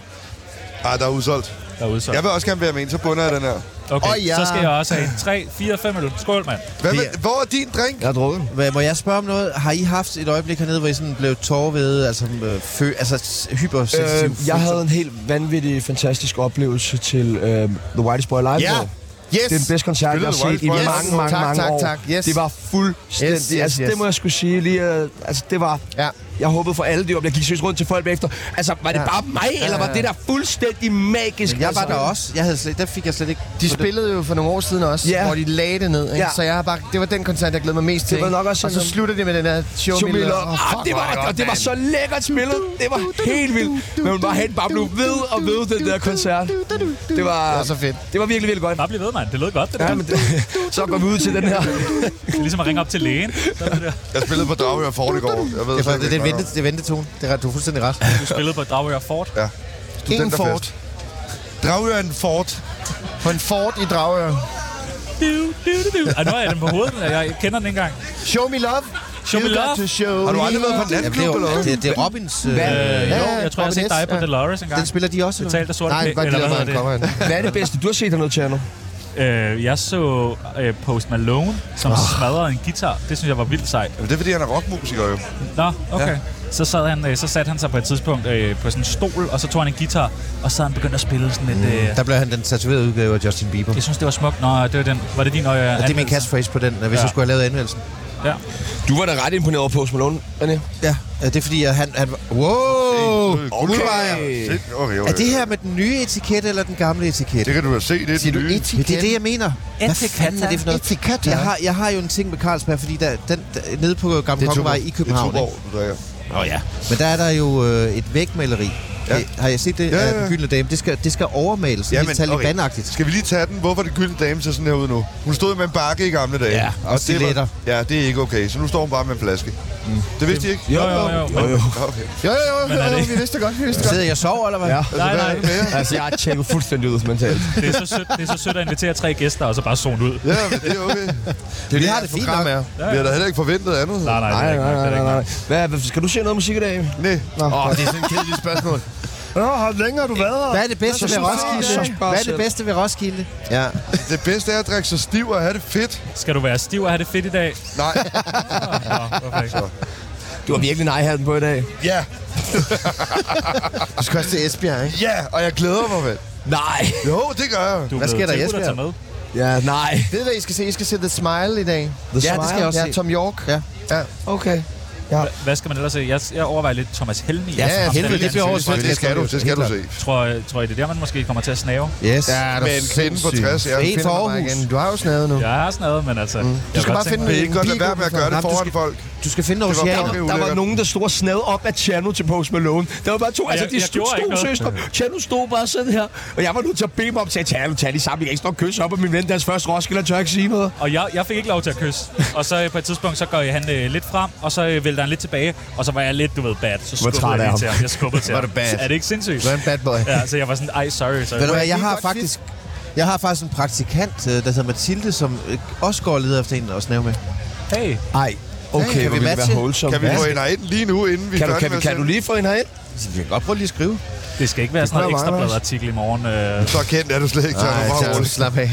[SPEAKER 4] Ah, der er udsolgt.
[SPEAKER 3] Der er udsolgt.
[SPEAKER 4] Jeg vil også gerne være med en, så bunder jeg den her.
[SPEAKER 3] Okay,
[SPEAKER 5] Åh, ja.
[SPEAKER 3] så skal jeg også have en 3, 4, 5 øl. Skål, mand.
[SPEAKER 4] Hvad med,
[SPEAKER 5] Det
[SPEAKER 4] hvor er din drink?
[SPEAKER 1] Jeg har drukket.
[SPEAKER 5] Hva- Må jeg spørge om noget? Har I haft et øjeblik hernede, hvor I sådan blev tårvede, altså, øh, fø, altså s- hypersensitiv?
[SPEAKER 1] Øh, jeg havde en helt vanvittig, fantastisk oplevelse til øh, The Whitest Boy Live.
[SPEAKER 5] Ja!
[SPEAKER 1] Show.
[SPEAKER 5] Yes!
[SPEAKER 1] Det er den bedste koncert, jeg
[SPEAKER 4] Spillede
[SPEAKER 1] har
[SPEAKER 4] The
[SPEAKER 1] set i
[SPEAKER 4] Whitest Boy?
[SPEAKER 1] mange,
[SPEAKER 4] Yes.
[SPEAKER 1] mange,
[SPEAKER 2] Tak,
[SPEAKER 1] mange
[SPEAKER 2] tak,
[SPEAKER 1] år.
[SPEAKER 2] tak. Yes.
[SPEAKER 1] Det var fuldstændig...
[SPEAKER 2] Yes, yes,
[SPEAKER 1] altså,
[SPEAKER 2] yes.
[SPEAKER 1] det må jeg skulle sige lige... Øh, altså, det var...
[SPEAKER 2] Ja.
[SPEAKER 1] Jeg håbede for alle det øjeblik. Jeg gik seriøst rundt til folk bagefter. Altså, var det
[SPEAKER 2] Ja.
[SPEAKER 1] bare mig,
[SPEAKER 2] Ja,
[SPEAKER 1] eller var
[SPEAKER 2] ja.
[SPEAKER 1] det der fuldstændig magisk?
[SPEAKER 5] Jeg
[SPEAKER 1] altså,
[SPEAKER 5] var der også. Jeg havde slet, der fik jeg slet ikke...
[SPEAKER 2] De spillede jo for nogle år siden også,
[SPEAKER 1] Ja.
[SPEAKER 2] yeah. hvor de lagde det ned. Ikke?
[SPEAKER 1] Ja.
[SPEAKER 2] Yeah. Så jeg har bare, det var den koncert, jeg glæder mig mest til.
[SPEAKER 1] var
[SPEAKER 2] ikke?
[SPEAKER 1] nok også
[SPEAKER 2] og så
[SPEAKER 1] sådan-
[SPEAKER 2] slutter de med den der show,
[SPEAKER 1] Show
[SPEAKER 2] me
[SPEAKER 1] me
[SPEAKER 2] love.
[SPEAKER 1] love. Ah, det var, og det var så lækkert spillet. Det var helt vildt. Men hun var helt bare blev ved og ved den der koncert. Det
[SPEAKER 2] Det
[SPEAKER 1] var,
[SPEAKER 2] var så fedt.
[SPEAKER 1] det var virkelig, virkelig godt.
[SPEAKER 3] Bare bliv ved, mand. Det lød godt, det der.
[SPEAKER 1] Ja, men det, så går vi ud til den her.
[SPEAKER 3] Ligesom at ringe op til lægen. Så er det der.
[SPEAKER 4] Jeg spillede på Dragør for i går. Jeg ved
[SPEAKER 5] Det er,
[SPEAKER 4] slet
[SPEAKER 5] det, det, er
[SPEAKER 4] ikke,
[SPEAKER 5] ventet, det er ventetone. Det er ret, du er fuldstændig ret.
[SPEAKER 3] Du spillede på Dragør Fort.
[SPEAKER 4] hvad der er.
[SPEAKER 2] En fort.
[SPEAKER 4] Studenterfest. Dragør er en fort.
[SPEAKER 2] På en fort i Dragør.
[SPEAKER 3] Du, du, du, du. Ej, nu har jeg den på hovedet. Jeg kender den ikke engang.
[SPEAKER 2] Show me love.
[SPEAKER 3] Show me
[SPEAKER 2] You got
[SPEAKER 3] love.
[SPEAKER 2] to show
[SPEAKER 4] Har du
[SPEAKER 2] me
[SPEAKER 4] aldrig været på en
[SPEAKER 2] love.
[SPEAKER 5] Jamen, det, er
[SPEAKER 4] natklub eller
[SPEAKER 5] jo,
[SPEAKER 4] hvad?
[SPEAKER 5] det, det er Robins... Øh,
[SPEAKER 3] Øh, jo,
[SPEAKER 2] Ja,
[SPEAKER 3] jeg tror, jeg har set
[SPEAKER 2] Robin
[SPEAKER 3] dig
[SPEAKER 2] S.
[SPEAKER 3] på
[SPEAKER 2] Ja.
[SPEAKER 3] Dolores engang.
[SPEAKER 5] den spiller de også,
[SPEAKER 3] Det
[SPEAKER 5] eller?
[SPEAKER 3] talte der sort
[SPEAKER 2] Nej,
[SPEAKER 3] pæ-
[SPEAKER 2] godt
[SPEAKER 3] eller
[SPEAKER 2] glæder
[SPEAKER 3] hvad
[SPEAKER 2] mig, at han kommer
[SPEAKER 3] hedder
[SPEAKER 2] ind.
[SPEAKER 1] Hvad er det bedste, du har set hernede, Tjerno?
[SPEAKER 3] det? Øh, jeg så øh, Post Malone, som oh. smadrede en guitar. Det synes jeg var vildt sejt.
[SPEAKER 4] Jamen, det er fordi, han er rockmusiker jo.
[SPEAKER 3] Nå, okay. Ja. Så, sad han, øh, så satte han sig på et tidspunkt øh, på sådan en stol, og så tog han en guitar, og så havde han begyndt at spille sådan et... Øh,
[SPEAKER 5] Der blev han den tatoverede udgave af Justin Bieber.
[SPEAKER 3] jeg synes, det var smukt. Nå, det var den. Var det din øje?
[SPEAKER 5] Og det er min catchphrase på den, øh, hvis
[SPEAKER 3] Ja.
[SPEAKER 5] jeg skulle have lavet anmeldelsen.
[SPEAKER 3] Ja.
[SPEAKER 1] Du var da ret imponeret over Post Malone, René.
[SPEAKER 5] Ja, øh, det er fordi, at han... han var- wow! Udvejer.
[SPEAKER 4] Shit, Okay, okay.
[SPEAKER 5] Er det her med den nye etikette eller den gamle etikette?
[SPEAKER 4] Det kan du jo se, det er
[SPEAKER 2] Siger
[SPEAKER 4] den
[SPEAKER 2] du
[SPEAKER 4] nye.
[SPEAKER 5] Ja, det er det,
[SPEAKER 2] etikette?
[SPEAKER 5] jeg mener. Hvad fanden er det for noget?
[SPEAKER 2] Etikette?
[SPEAKER 5] Jeg har, jeg har jo en ting med Carlsberg, fordi der, den, der, nede på Gamle
[SPEAKER 4] Tuborg.
[SPEAKER 5] Kongevej i
[SPEAKER 4] Det er
[SPEAKER 5] København,
[SPEAKER 4] Tuborg,
[SPEAKER 5] ikke?
[SPEAKER 4] du drikker.
[SPEAKER 5] Oh, ja. men der er der jo øh, et vægmaleri.
[SPEAKER 4] Ja.
[SPEAKER 5] Ja. Har jeg set det?
[SPEAKER 4] Ja,
[SPEAKER 5] Ja,
[SPEAKER 4] ja,
[SPEAKER 5] ja.
[SPEAKER 4] ja.
[SPEAKER 5] Af den gyldne dame. Det skal, det skal overmales. Ja, men, det er talibanagtigt.
[SPEAKER 4] Skal vi lige tage den? Hvorfor det gyldne dame ser sådan her ud nu? Hun stod med en bakke i gamle dage.
[SPEAKER 5] Ja, og
[SPEAKER 4] det var-
[SPEAKER 5] stiletter.
[SPEAKER 4] Ja, det er ikke okay. Så nu står hun bare med en flaske. Det vidste I ikke?
[SPEAKER 3] Jo, jo, jo. Men,
[SPEAKER 4] jo. Okay.
[SPEAKER 2] Jo, jo, jo,
[SPEAKER 3] Men er
[SPEAKER 2] jo,
[SPEAKER 3] det
[SPEAKER 2] jo
[SPEAKER 3] ikke-
[SPEAKER 2] vi vidste det godt, vi vidste det godt.
[SPEAKER 5] Sidder jeg og sover, eller hvad?
[SPEAKER 1] Ja.
[SPEAKER 3] nej, nej.
[SPEAKER 1] Altså, jeg er tjekket fuldstændig ud mentalt.
[SPEAKER 3] Det er, så sødt, det er så sødt at invitere tre gæster, og så bare zone ud.
[SPEAKER 4] Ja, men det er okay.
[SPEAKER 2] Det er
[SPEAKER 5] Vi har det fint nok.
[SPEAKER 2] Med.
[SPEAKER 4] Vi har da heller ikke forventet andet.
[SPEAKER 3] Nej, nej, det er
[SPEAKER 1] Nej,
[SPEAKER 3] ikke
[SPEAKER 1] nej,
[SPEAKER 3] nok, det er
[SPEAKER 1] nej,
[SPEAKER 3] ikke
[SPEAKER 1] nej,
[SPEAKER 3] nok.
[SPEAKER 1] nej. Hvad, hvad- skal du se noget musik i dag?
[SPEAKER 4] Nej.
[SPEAKER 2] Åh, oh, det er sådan et kedeligt spørgsmål. Nå, hvor længe har du været her?
[SPEAKER 5] Hvad er det bedste ved Roskilde? Hvad er det bedste ved Roskilde?
[SPEAKER 2] Ja.
[SPEAKER 4] Det bedste er at drikke sig stiv og have det fedt.
[SPEAKER 3] Skal du være stiv og have det fedt i dag?
[SPEAKER 4] Nej.
[SPEAKER 3] Nå, hvorfor ikke?
[SPEAKER 1] Du har virkelig nej-hatten på i dag.
[SPEAKER 4] Ja.
[SPEAKER 2] Du skal også til Esbjerg, ikke?
[SPEAKER 4] Ja, og jeg glæder mig, mand.
[SPEAKER 1] Nej.
[SPEAKER 4] Jo, det gør jeg.
[SPEAKER 3] Du er
[SPEAKER 5] Hvad sker
[SPEAKER 3] blevet
[SPEAKER 5] der i
[SPEAKER 3] tilbudt at
[SPEAKER 5] Esbjerg?
[SPEAKER 3] tage med.
[SPEAKER 1] Ja, nej.
[SPEAKER 2] Ved I, hvad I skal se? I skal se The Smile i dag.
[SPEAKER 1] The
[SPEAKER 5] Ja, det skal jeg også
[SPEAKER 2] Ja,
[SPEAKER 5] se.
[SPEAKER 2] Tom York.
[SPEAKER 5] Ja.
[SPEAKER 2] ja.
[SPEAKER 1] Okay.
[SPEAKER 3] Hva- Hvad skal man ellers se? Jeg, jeg overvejer lidt Thomas Helmi.
[SPEAKER 5] Ja,
[SPEAKER 3] Jeg synes,
[SPEAKER 5] helvede,
[SPEAKER 3] han er
[SPEAKER 5] det bliver
[SPEAKER 3] lidt-
[SPEAKER 5] årets
[SPEAKER 4] Det skal du, det skal du se.
[SPEAKER 3] Tror, tror I, det er der, man måske kommer til at snave?
[SPEAKER 5] Yes.
[SPEAKER 2] Ja, der
[SPEAKER 4] Med en kvinde på 60, ja.
[SPEAKER 5] Fed.
[SPEAKER 2] Find
[SPEAKER 5] for
[SPEAKER 2] mig bare
[SPEAKER 5] Aarhus.
[SPEAKER 2] igen. Du har jo snadet nu.
[SPEAKER 3] Jeg har snavet, men altså... Mm.
[SPEAKER 2] Du skal bare finde
[SPEAKER 4] Det er
[SPEAKER 2] en
[SPEAKER 4] ikke godt at lade være med at gøre det
[SPEAKER 5] Nej, men du
[SPEAKER 4] foran
[SPEAKER 5] skal-
[SPEAKER 4] folk.
[SPEAKER 5] Du skal finde
[SPEAKER 4] Det var
[SPEAKER 5] oceaner.
[SPEAKER 4] fucking
[SPEAKER 1] Der var
[SPEAKER 4] ulækkert.
[SPEAKER 1] nogen, der stod og snad op af Tjerno til Post Malone. Der var bare to, altså
[SPEAKER 3] jeg-
[SPEAKER 1] de
[SPEAKER 3] jeg
[SPEAKER 1] stod,
[SPEAKER 3] gjorde ikke
[SPEAKER 1] to
[SPEAKER 3] noget.
[SPEAKER 1] søstre. Tjerno stod bare sådan her. Og jeg var nødt til at bede mig om, at Tjerno, tag lige sammen. Jeg kan ikke stå og kysse op af min ven, deres første Roskilde, og tør ikke sige noget.
[SPEAKER 3] Og jeg, jeg fik ikke lov til at kysse. Og så øh, på et tidspunkt, så går han øh, lidt frem, og så øh, vælter han lidt tilbage. Og så var jeg lidt, du ved, bad. Så skubbede
[SPEAKER 1] træt af
[SPEAKER 3] jeg lige
[SPEAKER 1] ham.
[SPEAKER 3] til ham. Jeg skubbede til
[SPEAKER 2] Var
[SPEAKER 3] ham.
[SPEAKER 2] du bad?
[SPEAKER 3] Er det ikke sindssygt?
[SPEAKER 2] Du er en bad boy.
[SPEAKER 3] Ja, så jeg var sådan, ej, sorry, sorry.
[SPEAKER 5] Ved du hvad, jeg
[SPEAKER 4] lige
[SPEAKER 5] har
[SPEAKER 4] godt
[SPEAKER 5] faktisk... Jeg har faktisk en praktikant, øh, der hedder Mathilde, som øh, også går og leder efter en og snæve med.
[SPEAKER 3] Hey,
[SPEAKER 1] Nej. Okay,
[SPEAKER 5] kan
[SPEAKER 1] hey,
[SPEAKER 5] vi
[SPEAKER 1] hvor ville det være
[SPEAKER 5] matche?
[SPEAKER 1] wholesome.
[SPEAKER 4] Kan vi
[SPEAKER 1] Ja.
[SPEAKER 4] få hende ind lige nu, inden vi
[SPEAKER 1] kan, du,
[SPEAKER 4] er færdige
[SPEAKER 1] kan, vi,
[SPEAKER 4] med
[SPEAKER 1] kan du
[SPEAKER 4] at
[SPEAKER 1] lige få hende herind?
[SPEAKER 5] Vi kan godt prøve lige at skrive.
[SPEAKER 3] det skal ikke være sådan
[SPEAKER 2] kunne
[SPEAKER 3] en
[SPEAKER 2] være
[SPEAKER 3] ekstra
[SPEAKER 2] meget
[SPEAKER 3] blad artikel i morgen. Øh.
[SPEAKER 4] sende? Så kendt er du slet ikke, Tjerno.
[SPEAKER 5] Altså,
[SPEAKER 4] Bare roligt.
[SPEAKER 2] slap af.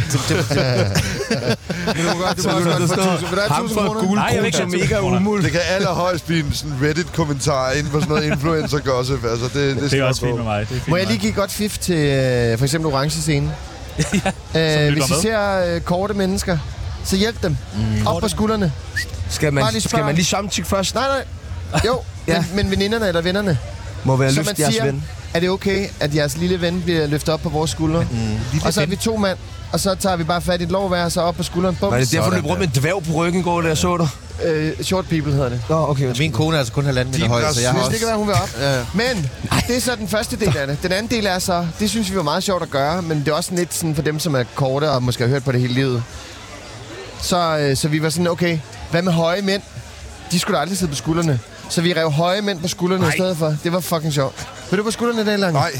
[SPEAKER 4] Du må godt- du må
[SPEAKER 2] Så
[SPEAKER 4] godt få
[SPEAKER 2] der står-
[SPEAKER 4] tusind- vil du have
[SPEAKER 1] Ham
[SPEAKER 4] tusind
[SPEAKER 1] fra
[SPEAKER 4] kroner?
[SPEAKER 1] Gul
[SPEAKER 3] Nej, jeg vil
[SPEAKER 1] Kro
[SPEAKER 3] ikke
[SPEAKER 1] til
[SPEAKER 3] have
[SPEAKER 1] Mega
[SPEAKER 3] 1000 kroner.
[SPEAKER 1] Umul.
[SPEAKER 4] Det kan allerhøjst blive en sådan Reddit-kommentar inden for sådan noget influencer-gossip. Altså, det, det,
[SPEAKER 3] Det
[SPEAKER 4] skal
[SPEAKER 3] er
[SPEAKER 4] nok
[SPEAKER 3] også fint
[SPEAKER 4] gå.
[SPEAKER 3] med mig. Det er fint
[SPEAKER 2] Må jeg
[SPEAKER 3] med
[SPEAKER 2] lige give godt fif til øh, for eksempel orange scene? ja, øh,
[SPEAKER 3] lytter
[SPEAKER 2] hvis I
[SPEAKER 3] med.
[SPEAKER 2] ser øh, korte mennesker, så hjælp dem. Mm. Op på skuldrene.
[SPEAKER 1] Skal man,
[SPEAKER 2] Bare lige
[SPEAKER 1] skal
[SPEAKER 2] spørg.
[SPEAKER 1] man lige samtykke først?
[SPEAKER 2] Nej, nej. Jo, ja.
[SPEAKER 1] Ja.
[SPEAKER 2] men, men veninderne eller vennerne.
[SPEAKER 1] Må være
[SPEAKER 2] Så man
[SPEAKER 1] lyst, jeres
[SPEAKER 2] siger,
[SPEAKER 1] ven.
[SPEAKER 2] er det okay, at jeres lille ven bliver løftet op på vores skuldre? Mm. Og så er vi to mand, og så tager vi bare fat i et lov og så op på skulderen. Bum.
[SPEAKER 1] Var det derfor, du løb rundt med en dværg på ryggen i går, da jeg så dig?
[SPEAKER 2] Øh, short people hedder det.
[SPEAKER 1] Nå, okay.
[SPEAKER 5] Men Min kone er altså kun halvanden meter
[SPEAKER 4] Din
[SPEAKER 5] høj, så jeg har
[SPEAKER 4] racist.
[SPEAKER 2] Hvis
[SPEAKER 5] også...
[SPEAKER 2] det kan være, hun vil op.
[SPEAKER 5] Ja.
[SPEAKER 2] Men det er så den første del af det. Den anden del er så, det synes vi var meget sjovt at gøre, men det er også lidt sådan for dem, som er korte og måske har hørt på det hele livet. Så, øh, så vi var sådan, okay, hvad med høje mænd? De skulle da aldrig sidde på skuldrene. Så vi rev høje mænd på skuldrene i stedet for. Det var fucking sjovt. Vil du på skuldrene i dag, Lange?
[SPEAKER 4] Nej,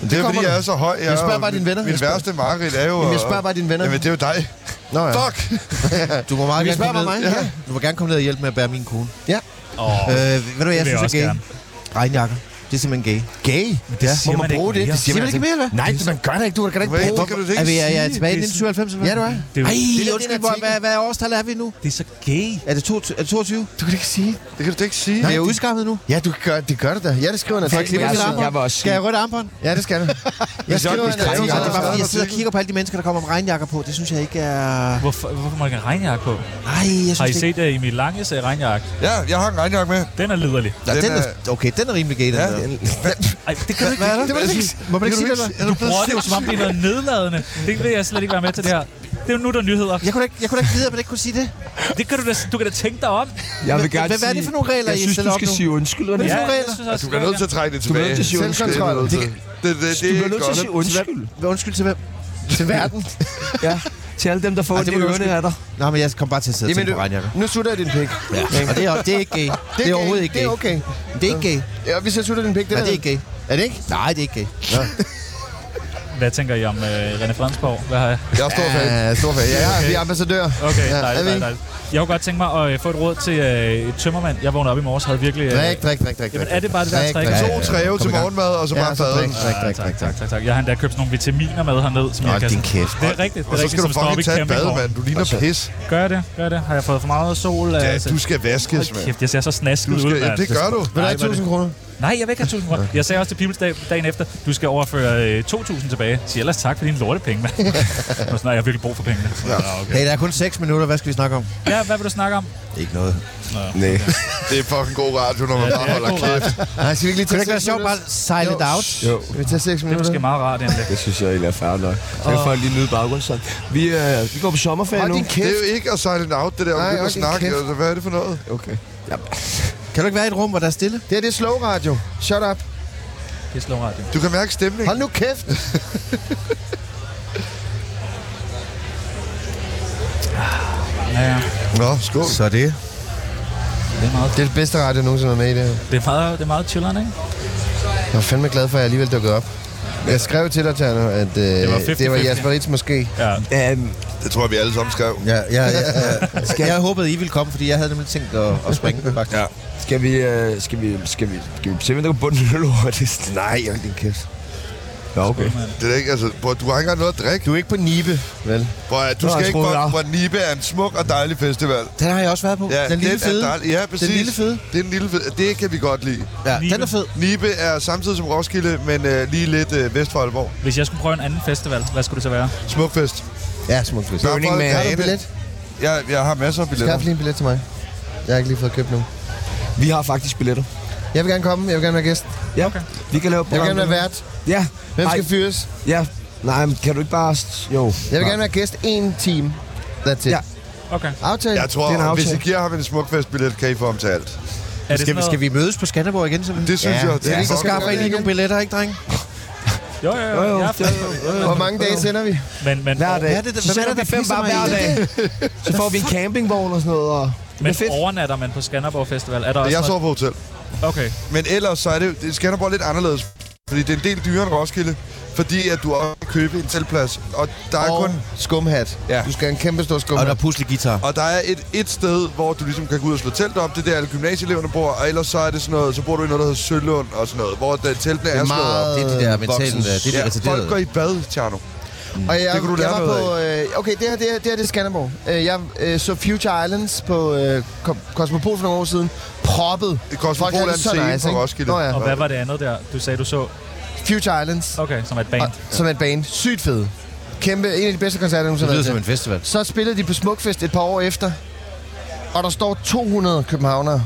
[SPEAKER 4] det er
[SPEAKER 2] kommer
[SPEAKER 4] fordi,
[SPEAKER 2] du.
[SPEAKER 4] jeg er så høj. Jeg,
[SPEAKER 2] Jeg spørger
[SPEAKER 4] er jo-
[SPEAKER 2] bare dine venner.
[SPEAKER 4] Mit
[SPEAKER 2] Jeg spørger-
[SPEAKER 4] værste mareridt er jo...
[SPEAKER 2] Jamen, jeg
[SPEAKER 4] at-
[SPEAKER 2] spørger bare dine venner.
[SPEAKER 4] Jamen, det er jo dig.
[SPEAKER 2] Nå, ja.
[SPEAKER 4] Fuck!
[SPEAKER 5] Du må meget
[SPEAKER 2] Vi
[SPEAKER 5] gerne
[SPEAKER 2] spørger
[SPEAKER 5] komme
[SPEAKER 2] mig,
[SPEAKER 5] ned.
[SPEAKER 2] ja.
[SPEAKER 5] Du må gerne komme ned og hjælpe med at bære min kone.
[SPEAKER 3] det. Åh,
[SPEAKER 5] Øh, ved du hvad, jeg
[SPEAKER 3] vil jeg
[SPEAKER 5] synes
[SPEAKER 3] også
[SPEAKER 5] er gay?
[SPEAKER 3] gerne.
[SPEAKER 5] Regnjakker. Det er simpelthen gay.
[SPEAKER 2] Gay?
[SPEAKER 3] det
[SPEAKER 2] Ja.
[SPEAKER 3] siger
[SPEAKER 2] Må man
[SPEAKER 3] man ikke
[SPEAKER 2] bruge det?
[SPEAKER 3] mere.
[SPEAKER 2] Det siger man
[SPEAKER 5] ikke mere, eller hvad?
[SPEAKER 2] Nej, det- man gør det ikke. Du kan da ikke
[SPEAKER 4] Hvad,
[SPEAKER 2] bruge
[SPEAKER 4] hvorfor kan du det
[SPEAKER 5] Er vi
[SPEAKER 4] ikke
[SPEAKER 5] er jeg
[SPEAKER 4] sige?
[SPEAKER 5] tilbage i
[SPEAKER 3] det er
[SPEAKER 5] 1997, eller hvad?
[SPEAKER 2] Ja, du er.
[SPEAKER 3] Det er, jo-
[SPEAKER 5] Ej,
[SPEAKER 2] Det er
[SPEAKER 5] undskyld,
[SPEAKER 2] den
[SPEAKER 5] hvor-
[SPEAKER 2] artikel.
[SPEAKER 5] hvad, hvad årstal er vi nu?
[SPEAKER 3] det er så gay.
[SPEAKER 5] Er det, to, er det 22?
[SPEAKER 2] Du kan det ikke sige.
[SPEAKER 4] Det kan du da ikke sige.
[SPEAKER 5] Nej, er jeg udskammet nu?
[SPEAKER 2] Ja, du kan gøre, det gør det da. Ja, det skriver en
[SPEAKER 5] Skal jeg
[SPEAKER 2] artikel.
[SPEAKER 5] klippe mit
[SPEAKER 1] jeg-
[SPEAKER 5] armbånd?
[SPEAKER 1] jeg var også
[SPEAKER 5] Skal jeg rydde armbånd?
[SPEAKER 2] Ja, det skal du. Jeg skriver en
[SPEAKER 4] Ja,
[SPEAKER 5] Ja, det
[SPEAKER 2] artikel.
[SPEAKER 4] ja,
[SPEAKER 5] er bare fordi, jeg
[SPEAKER 4] ja.
[SPEAKER 5] sidder og kigger på alle de mennesker, der kommer med regnjakker på. Det synes jeg ikke er...
[SPEAKER 3] Hvorfor, hvorfor må jeg ikke have en regnjakke på?
[SPEAKER 5] Nej, jeg
[SPEAKER 3] Har I
[SPEAKER 5] synes det ikke...
[SPEAKER 3] set uh, Emil Langes øh, regnjakke?
[SPEAKER 4] Ja, jeg har en regnjakke med.
[SPEAKER 3] Den er liderlig.
[SPEAKER 5] Nå,
[SPEAKER 4] Den
[SPEAKER 5] den
[SPEAKER 4] er-
[SPEAKER 5] er, okay, den er rimelig gay, den
[SPEAKER 4] Ja.
[SPEAKER 5] der.
[SPEAKER 3] Ej, det kan du ikke.
[SPEAKER 5] Hvad er
[SPEAKER 2] Det var det
[SPEAKER 5] det?
[SPEAKER 4] Altså,
[SPEAKER 2] ikke-
[SPEAKER 5] Må man ikke sige det,
[SPEAKER 4] Er
[SPEAKER 5] eller?
[SPEAKER 4] du
[SPEAKER 3] Du bruger det jo, som om det er noget nedladende. Det vil jeg slet ikke være med til det her. Det er jo nu, der er nyheder.
[SPEAKER 5] Jeg kunne da ikke, jeg kunne da ikke vide, at man ikke kunne sige det.
[SPEAKER 3] Det kan du da, du kan da tænke dig om.
[SPEAKER 1] Jeg vil
[SPEAKER 5] Hvad-
[SPEAKER 1] gerne
[SPEAKER 5] hvad- hvad er det
[SPEAKER 1] sige-
[SPEAKER 5] for nogle regler,
[SPEAKER 1] jeg
[SPEAKER 5] I
[SPEAKER 1] synes,
[SPEAKER 5] stiller
[SPEAKER 1] du
[SPEAKER 5] op
[SPEAKER 1] skal
[SPEAKER 5] nu?
[SPEAKER 1] sige undskyld. Hvad
[SPEAKER 5] er det for regler?
[SPEAKER 3] jeg synes også,
[SPEAKER 4] Du bliver nødt til at trække det tilbage.
[SPEAKER 1] bliver nødt til at sige undskyld.
[SPEAKER 4] Selvkontrol. Det, det, det, det,
[SPEAKER 1] Du
[SPEAKER 4] er
[SPEAKER 1] bliver
[SPEAKER 4] ikke
[SPEAKER 1] nødt til at sige
[SPEAKER 4] godt.
[SPEAKER 1] undskyld.
[SPEAKER 5] Hvad undskyld til hvem?
[SPEAKER 2] Til verden.
[SPEAKER 1] Ja, til alle dem, der får
[SPEAKER 5] Ej,
[SPEAKER 1] det
[SPEAKER 5] det må
[SPEAKER 1] i
[SPEAKER 5] du
[SPEAKER 1] ørerne af dig.
[SPEAKER 5] Nej, men jeg kom bare til at sidde og
[SPEAKER 2] Jamen,
[SPEAKER 5] tænke
[SPEAKER 2] du,
[SPEAKER 5] på regnjakker.
[SPEAKER 2] nu sutter jeg din pik. Ja.
[SPEAKER 5] Og det er, det er ikke gay. Det er overhovedet ikke
[SPEAKER 2] Det
[SPEAKER 5] gay.
[SPEAKER 2] er okay.
[SPEAKER 5] Det er ikke gay.
[SPEAKER 2] Ja, hvis jeg sutter din pik, det
[SPEAKER 5] Nej,
[SPEAKER 2] er
[SPEAKER 5] det er ikke gay.
[SPEAKER 2] Er det ikke?
[SPEAKER 5] Nej, det er ikke gay.
[SPEAKER 3] Hvad tænker I om øh, René Fransborg? Hvad har jeg?
[SPEAKER 4] Jeg står fast.
[SPEAKER 2] Ja, stor fan. Ja,
[SPEAKER 3] Okay.
[SPEAKER 2] vi er ambassadører.
[SPEAKER 3] Okay,
[SPEAKER 2] Ja,
[SPEAKER 3] ja,
[SPEAKER 2] er
[SPEAKER 3] dejligt,
[SPEAKER 2] vi
[SPEAKER 3] dejligt, dejligt. Jeg kunne godt tænke mig at øh, få et råd til øh, et tømmermand. Jeg vågnede op i morges havde virkelig... Øh,
[SPEAKER 2] Drik, drik, drik, drik.
[SPEAKER 3] jamen,
[SPEAKER 2] drik.
[SPEAKER 3] er det bare det der
[SPEAKER 2] Drik,
[SPEAKER 3] træk?
[SPEAKER 2] drik.
[SPEAKER 4] To
[SPEAKER 2] Ja, ja,
[SPEAKER 4] træve
[SPEAKER 2] kom
[SPEAKER 4] til
[SPEAKER 2] i gang.
[SPEAKER 4] morgenmad, og så
[SPEAKER 2] Ja,
[SPEAKER 4] bare
[SPEAKER 2] så
[SPEAKER 4] fadet.
[SPEAKER 2] drik, drik,
[SPEAKER 3] Ah,
[SPEAKER 2] drik, drik,
[SPEAKER 3] tak,
[SPEAKER 2] drik.
[SPEAKER 3] tak, tak, tak. Jeg har endda købt sådan nogle vitaminer med herned, som jeg kan...
[SPEAKER 5] din kæft.
[SPEAKER 3] Det er rigtigt, det
[SPEAKER 4] Og
[SPEAKER 3] er
[SPEAKER 4] så
[SPEAKER 3] rigtigt,
[SPEAKER 4] skal du
[SPEAKER 3] som står op i
[SPEAKER 4] fucking tage et bad,
[SPEAKER 3] campingvognen.
[SPEAKER 4] mand. Du ligner pis.
[SPEAKER 3] Gør jeg det, gør jeg det. Har jeg fået for meget sol?
[SPEAKER 4] Ja,
[SPEAKER 3] altså?
[SPEAKER 4] du skal vaskes,
[SPEAKER 3] Hold
[SPEAKER 4] mand.
[SPEAKER 3] Kæft, jeg ser så snasket
[SPEAKER 4] Du
[SPEAKER 3] ud,
[SPEAKER 4] skal,
[SPEAKER 3] mand.
[SPEAKER 4] det gør du.
[SPEAKER 2] Vil du
[SPEAKER 3] Nej,
[SPEAKER 2] have
[SPEAKER 3] hvor er
[SPEAKER 2] 1000 kroner?
[SPEAKER 3] Nej, jeg vil ikke have 1000 kroner. Jeg sagde også til Peoples dag, dagen efter, du skal overføre øh, 2000 tilbage. Sig ellers tak for dine lortepenge, mand. Og sådan, nej, jeg har virkelig brug for pengene. Ja. okay.
[SPEAKER 5] Hey, der er kun 6 minutter. Hvad skal vi snakke om?
[SPEAKER 3] ja, hvad vil du snakke om?
[SPEAKER 5] Ikke noget.
[SPEAKER 1] Nej.
[SPEAKER 4] Det er fucking god radio, når man bare
[SPEAKER 3] det er
[SPEAKER 4] holder
[SPEAKER 3] god
[SPEAKER 4] kæft.
[SPEAKER 2] Nej, skal vi ikke lige
[SPEAKER 5] Kunne det
[SPEAKER 2] tage
[SPEAKER 5] ikke være sjovt bare at sejle det out?
[SPEAKER 1] Jo,
[SPEAKER 2] Skal vi tage 6
[SPEAKER 3] Det er
[SPEAKER 2] minutter?
[SPEAKER 3] måske meget rart, egentlig.
[SPEAKER 1] det synes jeg egentlig er færdigt nok. Så kan folk lige nyde baggrundssang. Vi, øh, vi går på sommerferie
[SPEAKER 2] Hold
[SPEAKER 1] nu.
[SPEAKER 2] din
[SPEAKER 4] Det er
[SPEAKER 2] kæft.
[SPEAKER 4] jo ikke at sejle den out, det der.
[SPEAKER 2] Nej,
[SPEAKER 4] Nej,
[SPEAKER 2] hold
[SPEAKER 4] at
[SPEAKER 2] din
[SPEAKER 4] snakke.
[SPEAKER 2] kæft.
[SPEAKER 4] Altså, hvad er det for noget?
[SPEAKER 1] Okay. Ja,
[SPEAKER 5] Kan du ikke være i et rum, hvor der er stille?
[SPEAKER 2] Det her, det er slow radio. Shut up.
[SPEAKER 3] Det slår radio.
[SPEAKER 4] Du kan mærke stemningen.
[SPEAKER 2] Hold nu kæft.
[SPEAKER 3] Ja, ja.
[SPEAKER 4] Nå, skål.
[SPEAKER 5] Så det.
[SPEAKER 3] Det er meget,
[SPEAKER 2] Det er det bedste radio, jeg nogensinde har med i det her.
[SPEAKER 3] det er meget, det er meget chilleren, ikke?
[SPEAKER 2] Jeg var fandme glad for, at jeg alligevel dukkede op. Jeg skrev til dig, Tjerno, at øh, det,
[SPEAKER 3] var
[SPEAKER 2] var
[SPEAKER 3] 50-50.
[SPEAKER 2] det var Jasper Ritz måske.
[SPEAKER 3] Ja.
[SPEAKER 5] Øhm,
[SPEAKER 4] Det tror jeg, vi alle sammen skrev.
[SPEAKER 5] ja, ja, ja, ja. Skal jeg håbede, I ville komme, fordi jeg havde nemlig tænkt at, at springe, faktisk. Ja.
[SPEAKER 1] Skal vi, øh, skal vi, skal vi, skal vi se, hvem der går bunden øl hurtigst?
[SPEAKER 2] Nej, jeg din kæft.
[SPEAKER 1] Nå, okay.
[SPEAKER 4] Det er da ikke, altså, bror, du har ikke engang noget at drikke.
[SPEAKER 2] Du er ikke på Nibe, vel?
[SPEAKER 4] Bror, ja, du
[SPEAKER 1] Nå,
[SPEAKER 4] skal
[SPEAKER 1] jeg
[SPEAKER 4] ikke
[SPEAKER 1] troede,
[SPEAKER 4] på,
[SPEAKER 1] jeg-
[SPEAKER 4] hvor Nibe er en smuk og dejlig festival.
[SPEAKER 5] Den har jeg også været på.
[SPEAKER 4] Ja,
[SPEAKER 5] den lille
[SPEAKER 4] den
[SPEAKER 5] fede.
[SPEAKER 4] Er dejlig. Ja, præcis.
[SPEAKER 5] Den lille fede.
[SPEAKER 4] Det er en lille fede. Det kan vi godt lide.
[SPEAKER 5] Ja,
[SPEAKER 3] Nibe.
[SPEAKER 5] den er fed.
[SPEAKER 4] Nibe er samtidig som Roskilde, men øh, lige lidt øh, vest for Aalborg.
[SPEAKER 3] Hvis jeg skulle prøve en anden festival, hvad skulle det så være?
[SPEAKER 4] Smukfest.
[SPEAKER 5] Ja, smuk fisk.
[SPEAKER 4] Burning Man.
[SPEAKER 2] Har du en billet?
[SPEAKER 4] Jeg, jeg har masser af billetter.
[SPEAKER 2] Skaff lige en billet til mig. Jeg har ikke lige fået købt nogen.
[SPEAKER 1] Vi har faktisk billetter.
[SPEAKER 2] Jeg vil gerne komme. Jeg vil gerne være gæst.
[SPEAKER 1] Ja, okay. vi kan lave
[SPEAKER 2] Jeg vil
[SPEAKER 1] program.
[SPEAKER 2] gerne være vært.
[SPEAKER 1] Ja,
[SPEAKER 2] Hvem
[SPEAKER 1] nej,
[SPEAKER 2] skal fyres?
[SPEAKER 1] ja, nej, men kan du ikke bare... s- Jo.
[SPEAKER 2] Jeg vil
[SPEAKER 1] Nej.
[SPEAKER 2] gerne være gæst en time. That's it.
[SPEAKER 1] Ja.
[SPEAKER 2] Ja.
[SPEAKER 3] Okay.
[SPEAKER 2] Aftale.
[SPEAKER 4] Jeg tror,
[SPEAKER 1] Det er en
[SPEAKER 4] at hvis I
[SPEAKER 1] aftale.
[SPEAKER 4] giver ham en smukfestbillet, kan I få ham til alt.
[SPEAKER 3] Er det
[SPEAKER 5] Skal, vi, skal vi mødes på Skanderborg igen? Så vi...
[SPEAKER 4] Det synes
[SPEAKER 5] ja.
[SPEAKER 4] jeg, det er
[SPEAKER 5] ja, så
[SPEAKER 4] fucking
[SPEAKER 5] skaffer I
[SPEAKER 4] okay.
[SPEAKER 5] lige nogle billetter, ikke, dreng?
[SPEAKER 3] Jo, jo, jo. jo, jo,
[SPEAKER 2] Hvor mange dage sender vi?
[SPEAKER 3] Men, men,
[SPEAKER 1] Hver dag.
[SPEAKER 5] Hvad er det, der-
[SPEAKER 1] så
[SPEAKER 5] hvem
[SPEAKER 1] sender
[SPEAKER 5] er det,
[SPEAKER 1] vi
[SPEAKER 5] der
[SPEAKER 1] fem
[SPEAKER 5] pisser
[SPEAKER 1] bare
[SPEAKER 5] mig
[SPEAKER 1] hver
[SPEAKER 5] i?
[SPEAKER 1] dag. Så får vi en campingvogn og sådan noget, og... Det bliver
[SPEAKER 3] men
[SPEAKER 1] fedt.
[SPEAKER 3] overnatter man på Skanderborg Festival? Er der også
[SPEAKER 4] Jeg
[SPEAKER 3] noget-
[SPEAKER 4] sover på hotel.
[SPEAKER 3] Okay.
[SPEAKER 4] Men ellers så er det, det Skanderborg er lidt anderledes. Fordi det er en del dyrere end Roskilde. Fordi at du også kan købe en teltplads. Og der er,
[SPEAKER 2] Og
[SPEAKER 4] kun,
[SPEAKER 2] skumhat.
[SPEAKER 4] Ja.
[SPEAKER 2] Du skal have en kæmpe stor
[SPEAKER 5] Og der
[SPEAKER 2] skumhat.
[SPEAKER 5] er puslig guitar.
[SPEAKER 4] og der er et, et sted, hvor du ligesom kan gå ud og slå telt op. Det er der, alle gymnasieeleverne bor. Og ellers så er det sådan noget, så bor du i noget, der hedder Sølund og sådan noget. Hvor der, teltene er,
[SPEAKER 2] Det er
[SPEAKER 4] slået op.
[SPEAKER 2] meget
[SPEAKER 5] Det er de der mentale,
[SPEAKER 2] voksens-
[SPEAKER 5] det er de
[SPEAKER 4] Ja, folk går
[SPEAKER 5] retarderede.
[SPEAKER 4] i bad, Tjerno.
[SPEAKER 2] Og jeg,
[SPEAKER 4] Det kunne du
[SPEAKER 2] jeg
[SPEAKER 4] lære
[SPEAKER 2] var
[SPEAKER 4] noget
[SPEAKER 2] på... Øh, okay, det her, det her, det her det er Skanderborg. Øh, jeg øh, så Future Islands på øh, Co- Cosmopol for nogle år siden. Proppet.
[SPEAKER 4] Det koster
[SPEAKER 2] Folk
[SPEAKER 4] på
[SPEAKER 2] havde
[SPEAKER 4] en
[SPEAKER 2] det så
[SPEAKER 4] scene
[SPEAKER 2] nice,
[SPEAKER 4] på
[SPEAKER 2] ikke?
[SPEAKER 4] Roskilde.
[SPEAKER 2] Nå ja.
[SPEAKER 3] Og hvad var det andet der? Du sagde, du så...
[SPEAKER 2] Future Islands.
[SPEAKER 3] Okay, som er et band.
[SPEAKER 2] Og, som er et band. Sygt fed. Kæmpe. En af de bedste koncerter, jeg
[SPEAKER 5] Det
[SPEAKER 2] nogensinde
[SPEAKER 5] lyder
[SPEAKER 2] har været
[SPEAKER 5] som
[SPEAKER 2] til.
[SPEAKER 5] en festival.
[SPEAKER 2] Så spillede de på Smukfest et par år efter. Og der står 200 københavnere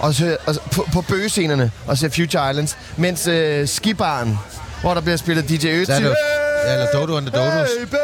[SPEAKER 2] og så, og, så- på, på bøgescenerne og ser Future Islands. Mens øh, skibaren, hvor der bliver spillet DJ
[SPEAKER 5] Der er
[SPEAKER 2] Ötzi,
[SPEAKER 5] det jo- ja, eller Dodo and the Dodos.
[SPEAKER 4] Hey, baby!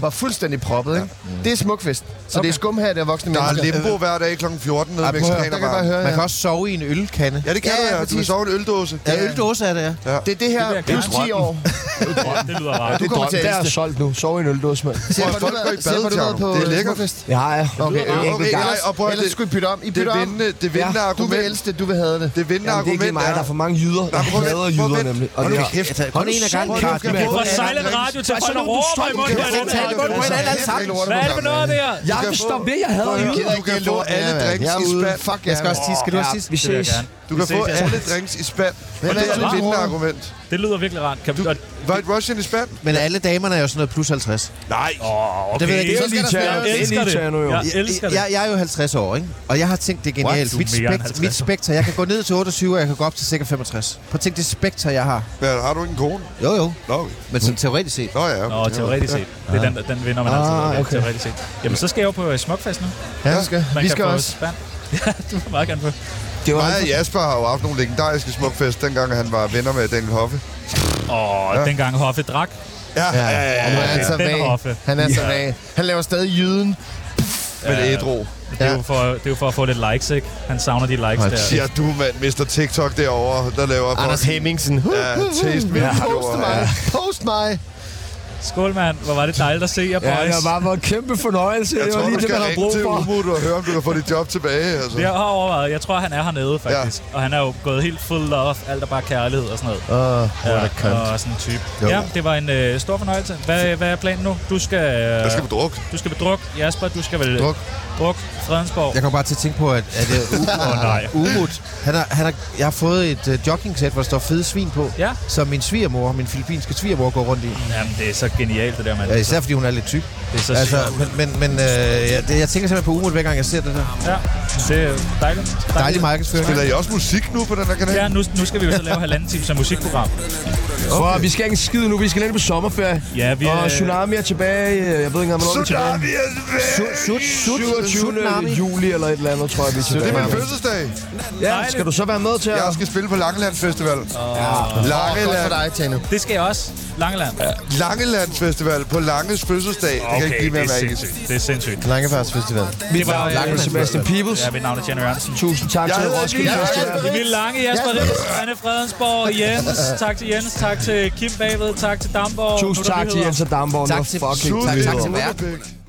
[SPEAKER 2] var fuldstændig proppet. Ikke? Det er Smukfest. Så det er skumhat af voksne
[SPEAKER 4] Der er
[SPEAKER 2] mennesker.
[SPEAKER 4] limbo hver dag kl. 14 nede i
[SPEAKER 2] Ej, prøv at høre, der kan jeg bare
[SPEAKER 4] Mexikanerbaren.
[SPEAKER 2] høre,
[SPEAKER 5] Man
[SPEAKER 2] ja.
[SPEAKER 5] kan også sove i en ølkande.
[SPEAKER 4] Ja, det kan altså,
[SPEAKER 2] Ja,
[SPEAKER 4] du,
[SPEAKER 2] ja,
[SPEAKER 4] ja. Du kan
[SPEAKER 2] præcis.
[SPEAKER 4] sove i en øldåse.
[SPEAKER 5] Ja, øldåse er det, ja.
[SPEAKER 2] Det er det her
[SPEAKER 3] Det vil jeg
[SPEAKER 2] plus
[SPEAKER 3] gerne.
[SPEAKER 2] 10 år.
[SPEAKER 3] Det lyder rart.
[SPEAKER 2] Du kommer til at
[SPEAKER 1] Der er
[SPEAKER 2] elske det.
[SPEAKER 1] solgt nu. Sov i en øldås, mand.
[SPEAKER 2] Se,
[SPEAKER 4] Folk
[SPEAKER 2] hvor du
[SPEAKER 4] går i
[SPEAKER 2] været-
[SPEAKER 4] bad,
[SPEAKER 2] se, hvor du været
[SPEAKER 4] Tjerno.
[SPEAKER 2] på
[SPEAKER 4] Det er lækkert.
[SPEAKER 2] Smukfest.
[SPEAKER 1] Jeg har ja.
[SPEAKER 2] Okay,
[SPEAKER 1] en enkelt
[SPEAKER 4] okay,
[SPEAKER 1] gang.
[SPEAKER 4] nej, og prøv at
[SPEAKER 2] Ellers
[SPEAKER 4] det-
[SPEAKER 2] skulle I bytte om. I
[SPEAKER 4] Det
[SPEAKER 2] bytter om.
[SPEAKER 4] vindende, det vindende
[SPEAKER 2] Du vil
[SPEAKER 4] argument.
[SPEAKER 2] elske det, du vil have det.
[SPEAKER 4] Det vindende
[SPEAKER 1] Jamen, det er ikke lige
[SPEAKER 4] argument
[SPEAKER 1] mig, der er for mange jyder. Jeg
[SPEAKER 4] prøv at vent,
[SPEAKER 1] hader
[SPEAKER 4] prøv at
[SPEAKER 1] jyder
[SPEAKER 4] vent.
[SPEAKER 1] nemlig. Og
[SPEAKER 4] Hold
[SPEAKER 1] det
[SPEAKER 4] nu
[SPEAKER 1] her.
[SPEAKER 4] kæft.
[SPEAKER 5] Kun en af gangen,
[SPEAKER 1] Hold nu
[SPEAKER 5] Carsten.
[SPEAKER 1] kæft.
[SPEAKER 3] Hvor silent radio til folk, der råber i
[SPEAKER 1] Du kan
[SPEAKER 3] munden. på
[SPEAKER 1] få
[SPEAKER 3] hinanden.
[SPEAKER 1] tale, du kan få tale alle sammen.
[SPEAKER 3] Hvad er det for noget, det her?
[SPEAKER 1] Jeg
[SPEAKER 4] kan
[SPEAKER 1] kan
[SPEAKER 4] få-
[SPEAKER 1] stoppe ved, jeg hader
[SPEAKER 4] Du
[SPEAKER 1] jyder.
[SPEAKER 4] kan- Du kan få alle drinks
[SPEAKER 2] Jeg er
[SPEAKER 4] i
[SPEAKER 2] ude.
[SPEAKER 4] spand.
[SPEAKER 2] Fuck,
[SPEAKER 5] Jeg skal også tisse. Skal du også
[SPEAKER 1] Ja,
[SPEAKER 5] tisse?
[SPEAKER 1] vi
[SPEAKER 3] Det vil jeg
[SPEAKER 1] ses.
[SPEAKER 3] gerne.
[SPEAKER 4] Du
[SPEAKER 3] Vi
[SPEAKER 4] kan
[SPEAKER 3] ses,
[SPEAKER 4] få
[SPEAKER 3] ja.
[SPEAKER 4] alle drinks i spand. Og det er
[SPEAKER 2] er
[SPEAKER 4] et
[SPEAKER 2] det,
[SPEAKER 4] vindende
[SPEAKER 2] bror?
[SPEAKER 4] argument.
[SPEAKER 3] Det lyder virkelig rart. Kan vi... og-
[SPEAKER 4] Var et Russian i spand?
[SPEAKER 5] Men alle damerne er jo sådan noget plus 50.
[SPEAKER 4] Nej.
[SPEAKER 3] Åh, okay.
[SPEAKER 5] Det ved jeg ikke.
[SPEAKER 1] Det er lige
[SPEAKER 3] Jeg
[SPEAKER 1] Tjerno. Det er
[SPEAKER 3] elsker
[SPEAKER 1] lige
[SPEAKER 3] det.
[SPEAKER 1] Tjerno, jo.
[SPEAKER 3] Jeg elsker det.
[SPEAKER 5] jeg, jeg er jo 50 år, ikke? Og jeg har tænkt, det er
[SPEAKER 3] What?
[SPEAKER 5] genialt.
[SPEAKER 3] Du er
[SPEAKER 5] Mit,
[SPEAKER 3] mere end
[SPEAKER 5] spekt,
[SPEAKER 3] 50.
[SPEAKER 5] mit spekter, jeg kan gå ned til 28, og jeg kan gå op til cirka 65. Prøv at tænke det spekter, jeg har. Mm.
[SPEAKER 4] Ja, har du ikke en kone?
[SPEAKER 5] Jo, jo.
[SPEAKER 4] Nå, okay.
[SPEAKER 5] Men sådan teoretisk set.
[SPEAKER 4] Nå ja.
[SPEAKER 3] Nå, teoretisk set. Det er den, der- den vinder man altid.
[SPEAKER 1] Ah,
[SPEAKER 3] ved,
[SPEAKER 1] okay.
[SPEAKER 3] Teoretisk set. Jamen, så skal jeg jo på øh, Smukfest nu.
[SPEAKER 2] Ja, vi skal,
[SPEAKER 3] Man
[SPEAKER 2] vi
[SPEAKER 3] kan
[SPEAKER 2] skal
[SPEAKER 3] få
[SPEAKER 2] også.
[SPEAKER 3] Spand. Ja, du vil meget gerne på.
[SPEAKER 1] Det var
[SPEAKER 4] Mig og Jasper har jo haft nogle legendariske smukfest, dengang han var venner med Daniel Hoffe.
[SPEAKER 3] Åh, ja. dengang Hoffe drak.
[SPEAKER 4] Ja, ja, ja.
[SPEAKER 2] Og nu er han
[SPEAKER 3] ja.
[SPEAKER 2] så
[SPEAKER 3] Den
[SPEAKER 2] vag.
[SPEAKER 3] hoffe.
[SPEAKER 2] Han er så vag. Han laver stadig jyden.
[SPEAKER 4] Men ædru.
[SPEAKER 3] Det er,
[SPEAKER 2] Ja.
[SPEAKER 3] jo for, det er jo for at få lidt likes, ikke? Han savner de likes der.
[SPEAKER 4] Siger du, mand, Mr. TikTok derovre, der laver...
[SPEAKER 2] Anders Hemmingsen. Huh,
[SPEAKER 4] Ja,
[SPEAKER 2] huh, huh.
[SPEAKER 4] taste me.
[SPEAKER 2] Post mig.
[SPEAKER 4] Ja.
[SPEAKER 2] Post mig.
[SPEAKER 3] Skål, mand. Hvor var det dejligt at se jer,
[SPEAKER 1] Ja,
[SPEAKER 3] boys.
[SPEAKER 1] det var bare en kæmpe fornøjelse.
[SPEAKER 4] Jeg
[SPEAKER 1] Det var
[SPEAKER 4] tror,
[SPEAKER 1] lige
[SPEAKER 4] du
[SPEAKER 1] det,
[SPEAKER 4] skal
[SPEAKER 1] man har
[SPEAKER 4] ringe
[SPEAKER 1] brug
[SPEAKER 4] til
[SPEAKER 1] for.
[SPEAKER 4] Umut og høre, om du kan få dit job tilbage. Altså.
[SPEAKER 3] Jeg har overvejet. Jeg tror, han er hernede, faktisk. Ja. Og han er jo gået helt full love. Alt er bare kærlighed og sådan noget.
[SPEAKER 5] Uh.
[SPEAKER 2] Åh, what a cunt.
[SPEAKER 3] og sådan en type. Ja, det var en øh, stor fornøjelse. Hvad, hvad er planen nu? Du skal, øh,
[SPEAKER 4] Jeg skal på druk.
[SPEAKER 3] du skal bedruk. Jasper, du skal vel...
[SPEAKER 5] Druk.
[SPEAKER 3] Druk. Fredensborg.
[SPEAKER 5] Jeg kommer bare til at tænke på, at, at uh,
[SPEAKER 3] Åh, nej.
[SPEAKER 5] Umut, han har, han har, jeg har fået et uh, jogging-sæt, hvor der står fede svin på,
[SPEAKER 3] Ja.
[SPEAKER 5] som min svigermor, min filippinske svigermor, går rundt i.
[SPEAKER 3] Jamen, det er så genialt, det der, mand.
[SPEAKER 5] Ja, især fordi hun er lidt tyk.
[SPEAKER 3] Det er så
[SPEAKER 5] Altså,
[SPEAKER 3] sygt.
[SPEAKER 5] men, men, men øh, ja, det, jeg tænker simpelthen på Umut, hver gang jeg ser det der.
[SPEAKER 3] Ja, det er dejligt.
[SPEAKER 5] Dejlig markedsføring.
[SPEAKER 4] Spiller I også musik nu på den her kanal?
[SPEAKER 3] Ja, nu, nu skal vi jo så lave halvanden time som musikprogram.
[SPEAKER 1] For vi skal ikke en skid nu, vi skal ind på sommerferie.
[SPEAKER 3] Ja, vi
[SPEAKER 1] Og
[SPEAKER 3] er-
[SPEAKER 1] Tsunami er tilbage, øh, jeg ved ikke engang, hvornår vi er tilbage.
[SPEAKER 4] Tsunami er tilbage!
[SPEAKER 5] Sut, sut, sut,
[SPEAKER 1] 27.
[SPEAKER 5] tsunami.
[SPEAKER 1] juli eller et eller andet, tror jeg, vi er
[SPEAKER 4] Det er
[SPEAKER 1] tilbage.
[SPEAKER 4] min fødselsdag.
[SPEAKER 1] Ja, skal du så være med til at...
[SPEAKER 4] Jeg skal spille på Langeland Festival.
[SPEAKER 2] Godt
[SPEAKER 4] Langeland.
[SPEAKER 2] for dig, Tjano.
[SPEAKER 3] Det skal jeg også. Langeland. Ja.
[SPEAKER 4] Langeland Festival på Langes fødselsdag. Det kan ikke blive mere
[SPEAKER 3] det er
[SPEAKER 4] magisk.
[SPEAKER 3] sindssygt. Det er sindssygt.
[SPEAKER 2] Langefærds Festival.
[SPEAKER 1] Mit
[SPEAKER 3] var,
[SPEAKER 1] navn
[SPEAKER 3] øh,
[SPEAKER 1] er Sebastian Peebles.
[SPEAKER 3] Ja, mit navn er Jenny Jørgensen.
[SPEAKER 1] Tusind tak
[SPEAKER 4] Jeg
[SPEAKER 1] til
[SPEAKER 4] hedder
[SPEAKER 1] Roskilde
[SPEAKER 4] Lille
[SPEAKER 1] Festival.
[SPEAKER 4] Jasper.
[SPEAKER 3] Emil Lange, Jasper Rips, Anne Fredensborg, Jens. Tak til Jens, tak til Kim Bagved, tak til Damborg.
[SPEAKER 1] Tusind tak til Jens og Damborg.
[SPEAKER 5] Tak
[SPEAKER 1] Nu
[SPEAKER 5] til-
[SPEAKER 1] fucking
[SPEAKER 5] tak- tak
[SPEAKER 1] videre.
[SPEAKER 5] til-
[SPEAKER 4] Sudapik.